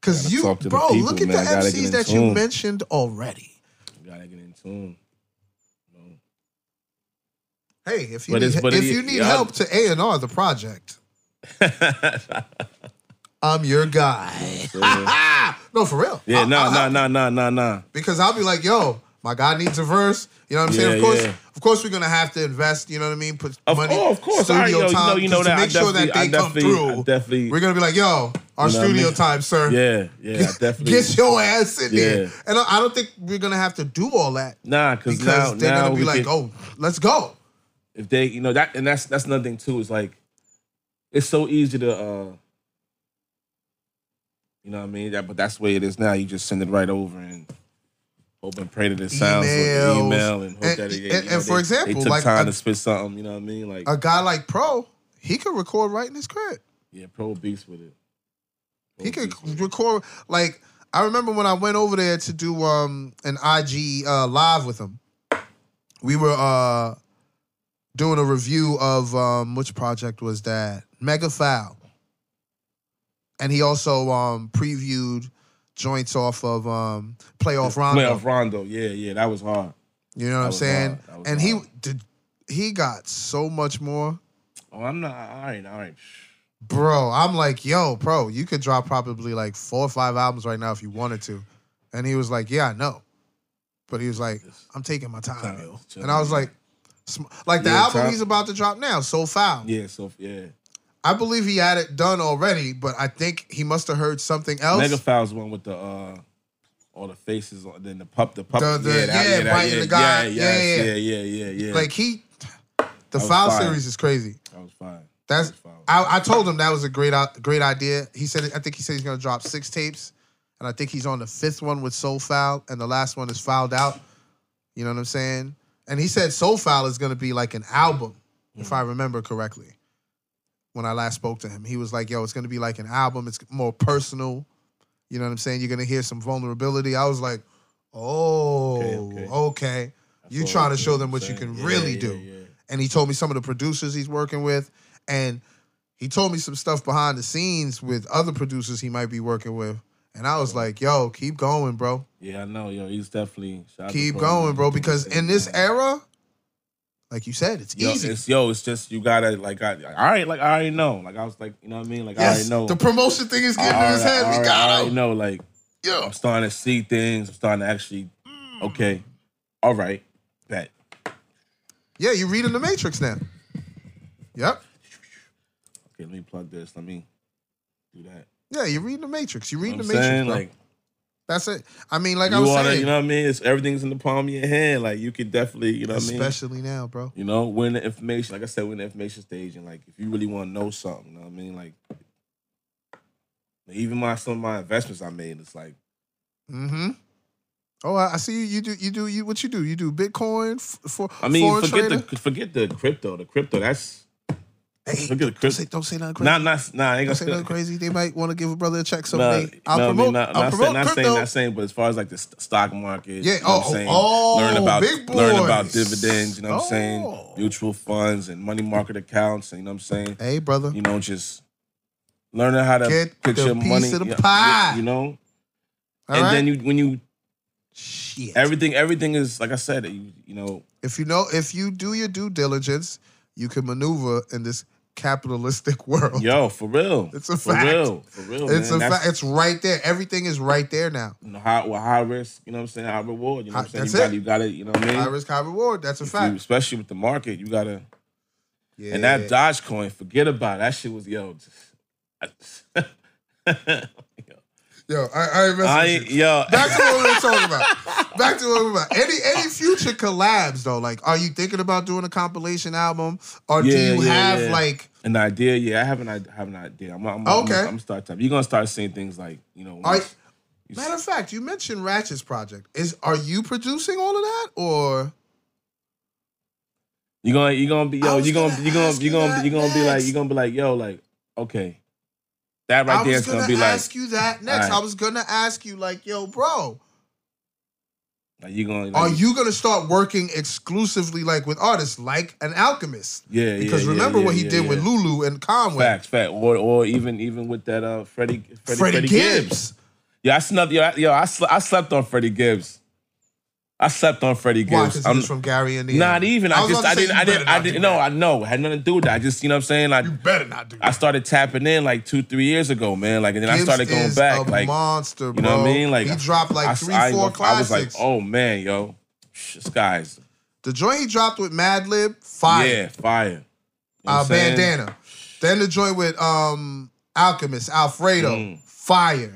[SPEAKER 1] Cause
[SPEAKER 6] Gotta
[SPEAKER 1] you,
[SPEAKER 6] talk to the
[SPEAKER 1] bro,
[SPEAKER 6] people,
[SPEAKER 1] look at
[SPEAKER 6] man. I
[SPEAKER 1] the
[SPEAKER 6] gotta get
[SPEAKER 1] MCs
[SPEAKER 6] in
[SPEAKER 1] that you
[SPEAKER 6] tune.
[SPEAKER 1] mentioned already.
[SPEAKER 6] you gotta get in tune.
[SPEAKER 1] Hey, if you
[SPEAKER 6] But
[SPEAKER 1] need,
[SPEAKER 6] it's- but
[SPEAKER 1] if
[SPEAKER 6] it-
[SPEAKER 1] you need
[SPEAKER 6] yeah, I-
[SPEAKER 1] help to A and R the project,
[SPEAKER 6] [LAUGHS]
[SPEAKER 1] I'm your guy. [LAUGHS] no, for real.
[SPEAKER 6] yeah,
[SPEAKER 1] I'll-
[SPEAKER 6] nah,
[SPEAKER 1] I'll
[SPEAKER 6] nah,
[SPEAKER 1] help
[SPEAKER 6] nah, nah, nah, nah.
[SPEAKER 1] because I'll be like, yo, my guy needs a verse. You know what I'm saying? Of
[SPEAKER 6] Yeah,
[SPEAKER 1] course,
[SPEAKER 6] yeah.
[SPEAKER 1] of course, we're gonna have to invest. You know what I mean? Put
[SPEAKER 6] Of,
[SPEAKER 1] money,
[SPEAKER 6] oh, of course, I
[SPEAKER 1] studio
[SPEAKER 6] yo, you know,
[SPEAKER 1] time,
[SPEAKER 6] you know
[SPEAKER 1] 'cause
[SPEAKER 6] that.
[SPEAKER 1] to
[SPEAKER 6] I
[SPEAKER 1] make sure
[SPEAKER 6] definitely,
[SPEAKER 1] that they
[SPEAKER 6] I
[SPEAKER 1] come
[SPEAKER 6] definitely, I
[SPEAKER 1] through.
[SPEAKER 6] definitely,
[SPEAKER 1] We're gonna be like, yo, our
[SPEAKER 6] You know what I
[SPEAKER 1] studio
[SPEAKER 6] mean?
[SPEAKER 1] time, sir.
[SPEAKER 6] yeah,
[SPEAKER 1] [LAUGHS]
[SPEAKER 6] yeah, I definitely.
[SPEAKER 1] Get your ass in there.
[SPEAKER 6] Yeah.
[SPEAKER 1] And I I don't think we're gonna have to do all that
[SPEAKER 6] nah, cause
[SPEAKER 1] because
[SPEAKER 6] now,
[SPEAKER 1] they're
[SPEAKER 6] now
[SPEAKER 1] gonna be
[SPEAKER 6] we
[SPEAKER 1] like,
[SPEAKER 6] can-
[SPEAKER 1] oh, let's go.
[SPEAKER 6] if they you know that and that's that's another thing too is like it's so easy to uh you know what I mean that but that's the way it is now you just send it right over and hope and pray that it sounds with the
[SPEAKER 1] Emails.
[SPEAKER 6] email and hope
[SPEAKER 1] And-
[SPEAKER 6] that
[SPEAKER 1] and-
[SPEAKER 6] it, you know,
[SPEAKER 1] and for
[SPEAKER 6] they-
[SPEAKER 1] example,
[SPEAKER 6] they took
[SPEAKER 1] like,
[SPEAKER 6] time
[SPEAKER 1] a-
[SPEAKER 6] to spit something you know what I mean like
[SPEAKER 1] A guy like Pro, he could record right in his crib.
[SPEAKER 6] yeah pro beats with it
[SPEAKER 1] He
[SPEAKER 6] Pro
[SPEAKER 1] could [LAUGHS]
[SPEAKER 6] beats with it.
[SPEAKER 1] record like I remember when I went over there to do um an IG uh, live with him. We were uh doing a review of um which project was that? Mega Foul. And he also um previewed joints off of um Playoff Rondo.
[SPEAKER 6] playoff Rondo yeah yeah that was hard
[SPEAKER 1] You know what I'm
[SPEAKER 6] was
[SPEAKER 1] saying?
[SPEAKER 6] hard. That was
[SPEAKER 1] And he
[SPEAKER 6] hard.
[SPEAKER 1] did he got so much more
[SPEAKER 6] oh I'm not all right all right
[SPEAKER 1] Bro, I'm like, yo, bro, you could drop probably like four or five albums right now if you wanted to. And he was like, yeah, I know. But he was like, I'm taking my time,
[SPEAKER 6] Time,
[SPEAKER 1] yo.
[SPEAKER 6] chill,
[SPEAKER 1] And I was
[SPEAKER 6] man.
[SPEAKER 1] like, sm- like the
[SPEAKER 6] Yeah,
[SPEAKER 1] album
[SPEAKER 6] time.
[SPEAKER 1] he's about to drop now, So Foul.
[SPEAKER 6] yeah so yeah
[SPEAKER 1] I believe he had it done already, but I think he must have heard something else.
[SPEAKER 6] Mega Fouls one with the uh all the faces on then the pup the pup
[SPEAKER 1] The- the- yeah, biting the guy.
[SPEAKER 6] yeah,
[SPEAKER 1] Yeah,
[SPEAKER 6] yes,
[SPEAKER 1] yeah.
[SPEAKER 6] yeah, yeah, yeah, yeah.
[SPEAKER 1] Like he, the
[SPEAKER 6] was
[SPEAKER 1] Foul
[SPEAKER 6] fire.
[SPEAKER 1] series is crazy.
[SPEAKER 6] that was fine.
[SPEAKER 1] That's
[SPEAKER 6] That was fire.
[SPEAKER 1] I, I told him that was a great i- great idea. He said I think he said he's gonna drop six tapes, and I think he's on the fifth one with Soul Foul, and the last one is Fouled Out. You know what I'm saying? And he said Soul Foul is gonna be like an album, if
[SPEAKER 6] Mm.
[SPEAKER 1] I remember correctly. When I last spoke to him, he was like, "Yo, it's gonna be like an album. It's more personal. You know what I'm saying? You're gonna hear some vulnerability." I was like, "Oh, okay."
[SPEAKER 6] okay.
[SPEAKER 1] You
[SPEAKER 6] That's
[SPEAKER 1] trying
[SPEAKER 6] all
[SPEAKER 1] to show them
[SPEAKER 6] I'm
[SPEAKER 1] what you
[SPEAKER 6] saying.
[SPEAKER 1] can
[SPEAKER 6] Yeah,
[SPEAKER 1] really
[SPEAKER 6] yeah,
[SPEAKER 1] do."
[SPEAKER 6] yeah.
[SPEAKER 1] and he told me some of the producers he's working with and he told me some stuff behind the scenes with other producers he might be working with and i was like yo keep going bro
[SPEAKER 6] Yeah, I know, yo. He's definitely shout out to
[SPEAKER 1] keep
[SPEAKER 6] Pro,
[SPEAKER 1] going
[SPEAKER 6] man.
[SPEAKER 1] bro because in this
[SPEAKER 6] Yeah.
[SPEAKER 1] era like you said it's
[SPEAKER 6] Yo,
[SPEAKER 1] easy
[SPEAKER 6] it's yo, it's just you gotta like I all right, like I already know. Like I was like, you know what I mean? Like I
[SPEAKER 1] yes
[SPEAKER 6] already know.
[SPEAKER 1] the promotion thing is
[SPEAKER 6] I
[SPEAKER 1] getting in his
[SPEAKER 6] already- I
[SPEAKER 1] head we
[SPEAKER 6] already- I
[SPEAKER 1] got
[SPEAKER 6] already
[SPEAKER 1] him
[SPEAKER 6] know, like
[SPEAKER 1] yo
[SPEAKER 6] I'm starting to see things. I'm starting to actually
[SPEAKER 1] Mm.
[SPEAKER 6] okay. All right. Bet.
[SPEAKER 1] yeah you reading the matrix now yep
[SPEAKER 6] Okay, let me plug this. Let me do that.
[SPEAKER 1] yeah you're reading the matrix you're
[SPEAKER 6] You know
[SPEAKER 1] reading
[SPEAKER 6] what I'm
[SPEAKER 1] the matrix
[SPEAKER 6] saying?
[SPEAKER 1] bro.
[SPEAKER 6] Like
[SPEAKER 1] that's it i mean like i
[SPEAKER 6] you
[SPEAKER 1] was
[SPEAKER 6] wanna-
[SPEAKER 1] saying
[SPEAKER 6] you know what I mean? It's everything's in the palm of your hand. Like you could definitely, you know what I mean?
[SPEAKER 1] especially now bro
[SPEAKER 6] You know, we're in the information, like I said, we're in the information stage, and like if you really want to know something, you know what I mean? Like even my some of my investments I made, it's like
[SPEAKER 1] Mm-hmm. Oh, I, I see you. You do. You do. You what you do? You do Bitcoin f- for.
[SPEAKER 6] I mean,
[SPEAKER 1] foreign
[SPEAKER 6] forget
[SPEAKER 1] trading?
[SPEAKER 6] the forget the crypto. The crypto, that's
[SPEAKER 1] Hey,
[SPEAKER 6] forget the
[SPEAKER 1] don't say,
[SPEAKER 6] crypto.
[SPEAKER 1] don't say nothing crazy.
[SPEAKER 6] Nah, not nah, I ain't
[SPEAKER 1] don't
[SPEAKER 6] gonna [LAUGHS]
[SPEAKER 1] say nothing crazy. They might want to give a brother a check
[SPEAKER 6] Nah,
[SPEAKER 1] someday.
[SPEAKER 6] you
[SPEAKER 1] I'll
[SPEAKER 6] know what I mean?
[SPEAKER 1] promote.
[SPEAKER 6] Not-
[SPEAKER 1] I'll
[SPEAKER 6] not
[SPEAKER 1] promote
[SPEAKER 6] saying, not
[SPEAKER 1] crypto.
[SPEAKER 6] saying, not saying, but as far as like the st- stock market,
[SPEAKER 1] Yeah,
[SPEAKER 6] you know what
[SPEAKER 1] oh,
[SPEAKER 6] I'm saying?
[SPEAKER 1] oh,
[SPEAKER 6] learn about
[SPEAKER 1] big
[SPEAKER 6] learn
[SPEAKER 1] boys.
[SPEAKER 6] about dividends, you know what I'm
[SPEAKER 1] Oh.
[SPEAKER 6] saying? Mutual funds and money market accounts, and you know what I'm saying?
[SPEAKER 1] hey, brother.
[SPEAKER 6] You know, just learning how to
[SPEAKER 1] Get
[SPEAKER 6] put
[SPEAKER 1] the
[SPEAKER 6] your
[SPEAKER 1] piece
[SPEAKER 6] money,
[SPEAKER 1] of the
[SPEAKER 6] yeah,
[SPEAKER 1] pie.
[SPEAKER 6] you know.
[SPEAKER 1] All
[SPEAKER 6] and
[SPEAKER 1] right?
[SPEAKER 6] then you, when you
[SPEAKER 1] Shit.
[SPEAKER 6] everything, everything is like I said, you, you know,
[SPEAKER 1] if you know, if you do your due diligence, you can maneuver in this capitalistic [LAUGHS] world.
[SPEAKER 6] yo, for real,
[SPEAKER 1] It's a
[SPEAKER 6] for
[SPEAKER 1] fact.
[SPEAKER 6] real, for real,
[SPEAKER 1] It's
[SPEAKER 6] man.
[SPEAKER 1] a
[SPEAKER 6] That's-
[SPEAKER 1] fact. It's right there. Everything is right there now.
[SPEAKER 6] you know, high, well, high risk, you know what I'm saying, high reward, you know what I'm
[SPEAKER 1] High-
[SPEAKER 6] saying. You
[SPEAKER 1] that's
[SPEAKER 6] got
[SPEAKER 1] it.
[SPEAKER 6] to, you got to, you know what I mean.
[SPEAKER 1] High risk, high reward. That's a
[SPEAKER 6] If
[SPEAKER 1] fact.
[SPEAKER 6] you- especially with the market, you gotta.
[SPEAKER 1] yeah.
[SPEAKER 6] And that Dogecoin, forget about it. that shit. Was yo, just, [LAUGHS]
[SPEAKER 1] yo, I, I ain't messing with
[SPEAKER 6] I
[SPEAKER 1] you.
[SPEAKER 6] ain't- yo,
[SPEAKER 1] Back to what we were talking about. Back to what we were about. Any any future collabs though? Like, are you thinking about doing a compilation album, or do
[SPEAKER 6] Yeah,
[SPEAKER 1] you
[SPEAKER 6] yeah,
[SPEAKER 1] have
[SPEAKER 6] yeah.
[SPEAKER 1] like?
[SPEAKER 6] an idea. Yeah, I have an idea. Have an idea. I'm, I'm,
[SPEAKER 1] Okay.
[SPEAKER 6] I'm, I'm start type. You're gonna start seeing things like you know.
[SPEAKER 1] Are,
[SPEAKER 6] once- you s-
[SPEAKER 1] matter of fact, you mentioned Ratchet's project. Is are you producing all of that, or
[SPEAKER 6] You're gonna you're gonna be
[SPEAKER 1] I
[SPEAKER 6] yo.
[SPEAKER 1] was
[SPEAKER 6] You're gonna
[SPEAKER 1] gonna
[SPEAKER 6] you're gonna
[SPEAKER 1] ask
[SPEAKER 6] you're
[SPEAKER 1] you
[SPEAKER 6] gonna
[SPEAKER 1] that
[SPEAKER 6] you're gonna be like
[SPEAKER 1] next.
[SPEAKER 6] you're gonna be like yo like okay, that right
[SPEAKER 1] I
[SPEAKER 6] there
[SPEAKER 1] was
[SPEAKER 6] is
[SPEAKER 1] gonna,
[SPEAKER 6] gonna be like
[SPEAKER 1] ask you that next.
[SPEAKER 6] Alright.
[SPEAKER 1] I was gonna ask you like, yo, bro,
[SPEAKER 6] like, you gonna like,
[SPEAKER 1] are you gonna start working exclusively like with artists like an Alchemist?
[SPEAKER 6] yeah yeah,
[SPEAKER 1] Because
[SPEAKER 6] yeah,
[SPEAKER 1] remember
[SPEAKER 6] yeah,
[SPEAKER 1] what he
[SPEAKER 6] yeah,
[SPEAKER 1] did
[SPEAKER 6] yeah.
[SPEAKER 1] with Lulu and Conway,
[SPEAKER 6] Facts, fact, or or even even with that uh Freddie Freddie,
[SPEAKER 1] Freddie,
[SPEAKER 6] Freddie
[SPEAKER 1] Gibbs.
[SPEAKER 6] Gibbs. Yeah, I slept. Yo, I, yo, I, sl- I slept on Freddie Gibbs. I slept on Freddie
[SPEAKER 1] Why?
[SPEAKER 6] Gibbs.
[SPEAKER 1] Because
[SPEAKER 6] I'm-
[SPEAKER 1] he's from Gary, Indiana.
[SPEAKER 6] not even. I,
[SPEAKER 1] was
[SPEAKER 6] just.
[SPEAKER 1] about
[SPEAKER 6] I
[SPEAKER 1] to say,
[SPEAKER 6] didn't.
[SPEAKER 1] you
[SPEAKER 6] I didn't.
[SPEAKER 1] better
[SPEAKER 6] I
[SPEAKER 1] not
[SPEAKER 6] didn't.
[SPEAKER 1] do
[SPEAKER 6] No,
[SPEAKER 1] that.
[SPEAKER 6] I know. Had nothing to do with that. I just. You know what I'm saying? Like
[SPEAKER 1] You better not do that.
[SPEAKER 6] I started tapping in like two, three years ago, man. Like and then I
[SPEAKER 1] Gibbs
[SPEAKER 6] started going
[SPEAKER 1] is
[SPEAKER 6] back.
[SPEAKER 1] A
[SPEAKER 6] Like
[SPEAKER 1] monster, bro.
[SPEAKER 6] you know what I mean? Like
[SPEAKER 1] he dropped
[SPEAKER 6] I-
[SPEAKER 1] like three,
[SPEAKER 6] I-
[SPEAKER 1] four
[SPEAKER 6] I
[SPEAKER 1] classics.
[SPEAKER 6] was like, oh man, yo, Sh- this guy's
[SPEAKER 1] The joint he dropped with Madlib, fire.
[SPEAKER 6] yeah, fire. You know what I'm
[SPEAKER 1] uh,
[SPEAKER 6] saying?
[SPEAKER 1] bandana. Then the joint with um Alchemist, Alfredo,
[SPEAKER 6] Mm.
[SPEAKER 1] fire.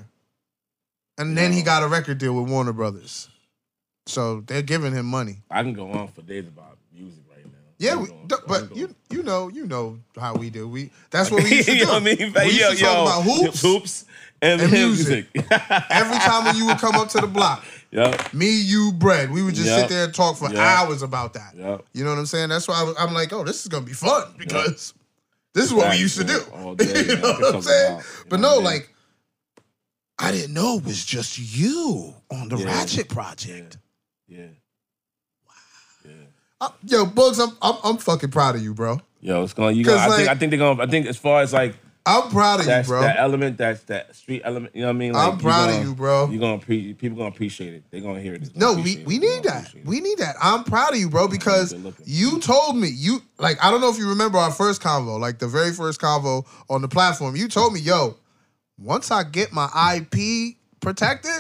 [SPEAKER 1] And then he got a record deal with Warner Brothers. So they're giving him money.
[SPEAKER 6] I can go on for days about music right now.
[SPEAKER 1] Yeah,
[SPEAKER 6] I'm
[SPEAKER 1] we,
[SPEAKER 6] going-
[SPEAKER 1] d-
[SPEAKER 6] I'm
[SPEAKER 1] but
[SPEAKER 6] going.
[SPEAKER 1] you you know you know how we do. We that's what
[SPEAKER 6] [LAUGHS]
[SPEAKER 1] we used to do.
[SPEAKER 6] you know what I mean?
[SPEAKER 1] We used
[SPEAKER 6] yo,
[SPEAKER 1] to
[SPEAKER 6] yo,
[SPEAKER 1] talk about hoops
[SPEAKER 6] hoops and,
[SPEAKER 1] and
[SPEAKER 6] music. [LAUGHS]
[SPEAKER 1] every time when you would come up to the block.
[SPEAKER 6] yep.
[SPEAKER 1] Me, you, bread. We would just
[SPEAKER 6] Yep.
[SPEAKER 1] sit there and talk for
[SPEAKER 6] Yep.
[SPEAKER 1] hours about that.
[SPEAKER 6] Yep.
[SPEAKER 1] You know what I'm saying? That's why I was, I'm like, oh, this is gonna be fun because this is what we
[SPEAKER 6] Facts,
[SPEAKER 1] used to
[SPEAKER 6] man.
[SPEAKER 1] do.
[SPEAKER 6] All day,
[SPEAKER 1] [LAUGHS] you
[SPEAKER 6] man.
[SPEAKER 1] know
[SPEAKER 6] We're
[SPEAKER 1] what I'm
[SPEAKER 6] talking
[SPEAKER 1] saying?
[SPEAKER 6] about, you
[SPEAKER 1] but
[SPEAKER 6] know
[SPEAKER 1] no,
[SPEAKER 6] what I mean?
[SPEAKER 1] like, I didn't know it was just you on the
[SPEAKER 6] Yeah.
[SPEAKER 1] Ratchet Project.
[SPEAKER 6] Yeah. Yeah.
[SPEAKER 1] Uh, yo, Bugs, I'm, I'm I'm fucking proud of you, bro.
[SPEAKER 6] Yo, it's going. You gonna,
[SPEAKER 1] 'Cause,
[SPEAKER 6] I think.
[SPEAKER 1] like-
[SPEAKER 6] I think they're going. to I think as far as like
[SPEAKER 1] I'm proud of
[SPEAKER 6] that's
[SPEAKER 1] you, bro.
[SPEAKER 6] that element. That's that street element. You know what I mean? Like,
[SPEAKER 1] I'm proud of
[SPEAKER 6] gonna-
[SPEAKER 1] you, bro.
[SPEAKER 6] You're gonna pre- people gonna appreciate it. They're gonna hear it. They gonna
[SPEAKER 1] No, we,
[SPEAKER 6] appreciate
[SPEAKER 1] we
[SPEAKER 6] it. They
[SPEAKER 1] need
[SPEAKER 6] gonna
[SPEAKER 1] that.
[SPEAKER 6] appreciate it.
[SPEAKER 1] We need that. I'm proud of you, bro, because
[SPEAKER 6] good looking.
[SPEAKER 1] you told me you like I don't know if you remember our first convo, like the very first convo on the platform. You told me, yo, once I get my IP protected,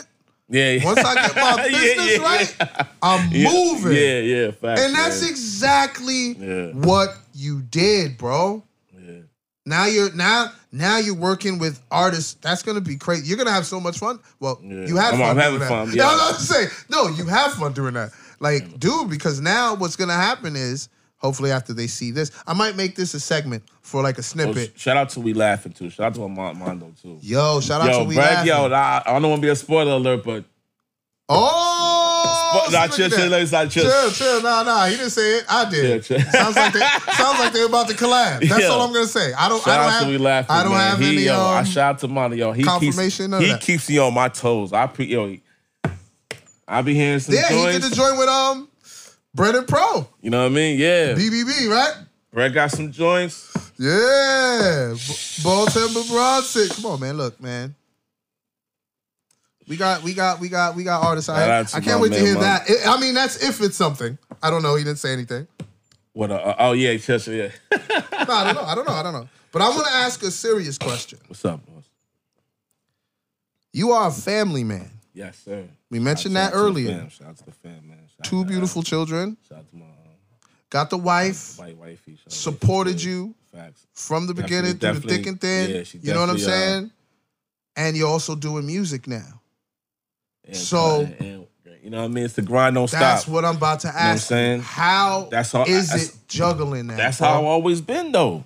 [SPEAKER 6] Yeah. yeah.
[SPEAKER 1] once I get my
[SPEAKER 6] [LAUGHS] Yeah,
[SPEAKER 1] business
[SPEAKER 6] yeah,
[SPEAKER 1] right,
[SPEAKER 6] yeah.
[SPEAKER 1] I'm
[SPEAKER 6] Yeah,
[SPEAKER 1] moving.
[SPEAKER 6] Yeah, yeah, facts.
[SPEAKER 1] And that's
[SPEAKER 6] man.
[SPEAKER 1] exactly
[SPEAKER 6] Yeah.
[SPEAKER 1] what you did, bro.
[SPEAKER 6] Yeah.
[SPEAKER 1] Now you're now now you're working with artists. That's gonna be crazy. You're gonna have so much fun. Well,
[SPEAKER 6] Yeah.
[SPEAKER 1] you had
[SPEAKER 6] I'm-
[SPEAKER 1] fun.
[SPEAKER 6] I'm having
[SPEAKER 1] doing that. [LAUGHS]
[SPEAKER 6] fun,
[SPEAKER 1] No,
[SPEAKER 6] yeah.
[SPEAKER 1] I was gonna say no. You have fun doing that, like dude. Because now what's gonna happen is hopefully after they see this, I might make this a segment for like a
[SPEAKER 6] Oh,
[SPEAKER 1] snippet.
[SPEAKER 6] sh- shout out to we laughing too. Shout out to Amon Mondo too.
[SPEAKER 1] Yo, shout out
[SPEAKER 6] yo,
[SPEAKER 1] to we
[SPEAKER 6] Brad,
[SPEAKER 1] Laughing.
[SPEAKER 6] yo, I, I don't want to be a spoiler alert, but
[SPEAKER 1] Oh,
[SPEAKER 6] Spo- nah,
[SPEAKER 1] look
[SPEAKER 6] chill,
[SPEAKER 1] at that.
[SPEAKER 6] chill, let me stop, chill.
[SPEAKER 1] chill, chill. Nah, nah, he didn't say it. I did.
[SPEAKER 6] Chill, chill.
[SPEAKER 1] Sounds like they, sounds like they're about to collab. That's
[SPEAKER 6] Yeah.
[SPEAKER 1] all I'm gonna say. I don't.
[SPEAKER 6] shout
[SPEAKER 1] I
[SPEAKER 6] out
[SPEAKER 1] don't have.
[SPEAKER 6] to we laughing.
[SPEAKER 1] I don't
[SPEAKER 6] man.
[SPEAKER 1] have
[SPEAKER 6] he,
[SPEAKER 1] any.
[SPEAKER 6] Yo, I
[SPEAKER 1] um,
[SPEAKER 6] shout out to Mondo. Yo, he keeps
[SPEAKER 1] confirmation, none of
[SPEAKER 6] he
[SPEAKER 1] that.
[SPEAKER 6] keeps me on my toes. I pre yo, he- I be hearing some
[SPEAKER 1] yeah, he did
[SPEAKER 6] joints.
[SPEAKER 1] the joint with um Brennan Pro
[SPEAKER 6] you know what I mean? Yeah,
[SPEAKER 1] BBB, right?
[SPEAKER 6] Brad got some joints.
[SPEAKER 1] Yeah, B- Ball Timber Bronson. Come on, man. Look, man. We got, we got, we got, we got artists out
[SPEAKER 6] Shout
[SPEAKER 1] here.
[SPEAKER 6] out to
[SPEAKER 1] I can't
[SPEAKER 6] my
[SPEAKER 1] wait to
[SPEAKER 6] man,
[SPEAKER 1] hear
[SPEAKER 6] my-
[SPEAKER 1] that. I- I mean, that's if it's something. I don't know. He didn't say anything.
[SPEAKER 6] What? A, uh, oh yeah, chill, chill, yeah.
[SPEAKER 1] No, I don't know. I don't know. I don't know. But I want to ask a serious question.
[SPEAKER 6] What's up? boss?
[SPEAKER 1] You are a family man.
[SPEAKER 6] Yes, sir.
[SPEAKER 1] We mentioned
[SPEAKER 6] Shout
[SPEAKER 1] that
[SPEAKER 6] out to the
[SPEAKER 1] earlier.
[SPEAKER 6] fam. Shout out to the fam, man. Shout
[SPEAKER 1] Two
[SPEAKER 6] out to-
[SPEAKER 1] beautiful children.
[SPEAKER 6] Shout out to my um,
[SPEAKER 1] Got the wife.
[SPEAKER 6] white wifey. Shout out to-
[SPEAKER 1] Supported you
[SPEAKER 6] Facts.
[SPEAKER 1] from the
[SPEAKER 6] Definitely,
[SPEAKER 1] beginning through the thick
[SPEAKER 6] definitely.
[SPEAKER 1] and thin.
[SPEAKER 6] Yeah, she
[SPEAKER 1] you know what I'm
[SPEAKER 6] definitely, uh,
[SPEAKER 1] saying? And you're also doing music now.
[SPEAKER 6] And-
[SPEAKER 1] So-
[SPEAKER 6] and- and- you know what I mean? It's the grind don't
[SPEAKER 1] That's
[SPEAKER 6] stop.
[SPEAKER 1] what I'm about to ask.
[SPEAKER 6] what I'm saying?
[SPEAKER 1] you. How
[SPEAKER 6] That's how-
[SPEAKER 1] is
[SPEAKER 6] that's-
[SPEAKER 1] it juggling that?
[SPEAKER 6] That's
[SPEAKER 1] bro?
[SPEAKER 6] how I've always been though.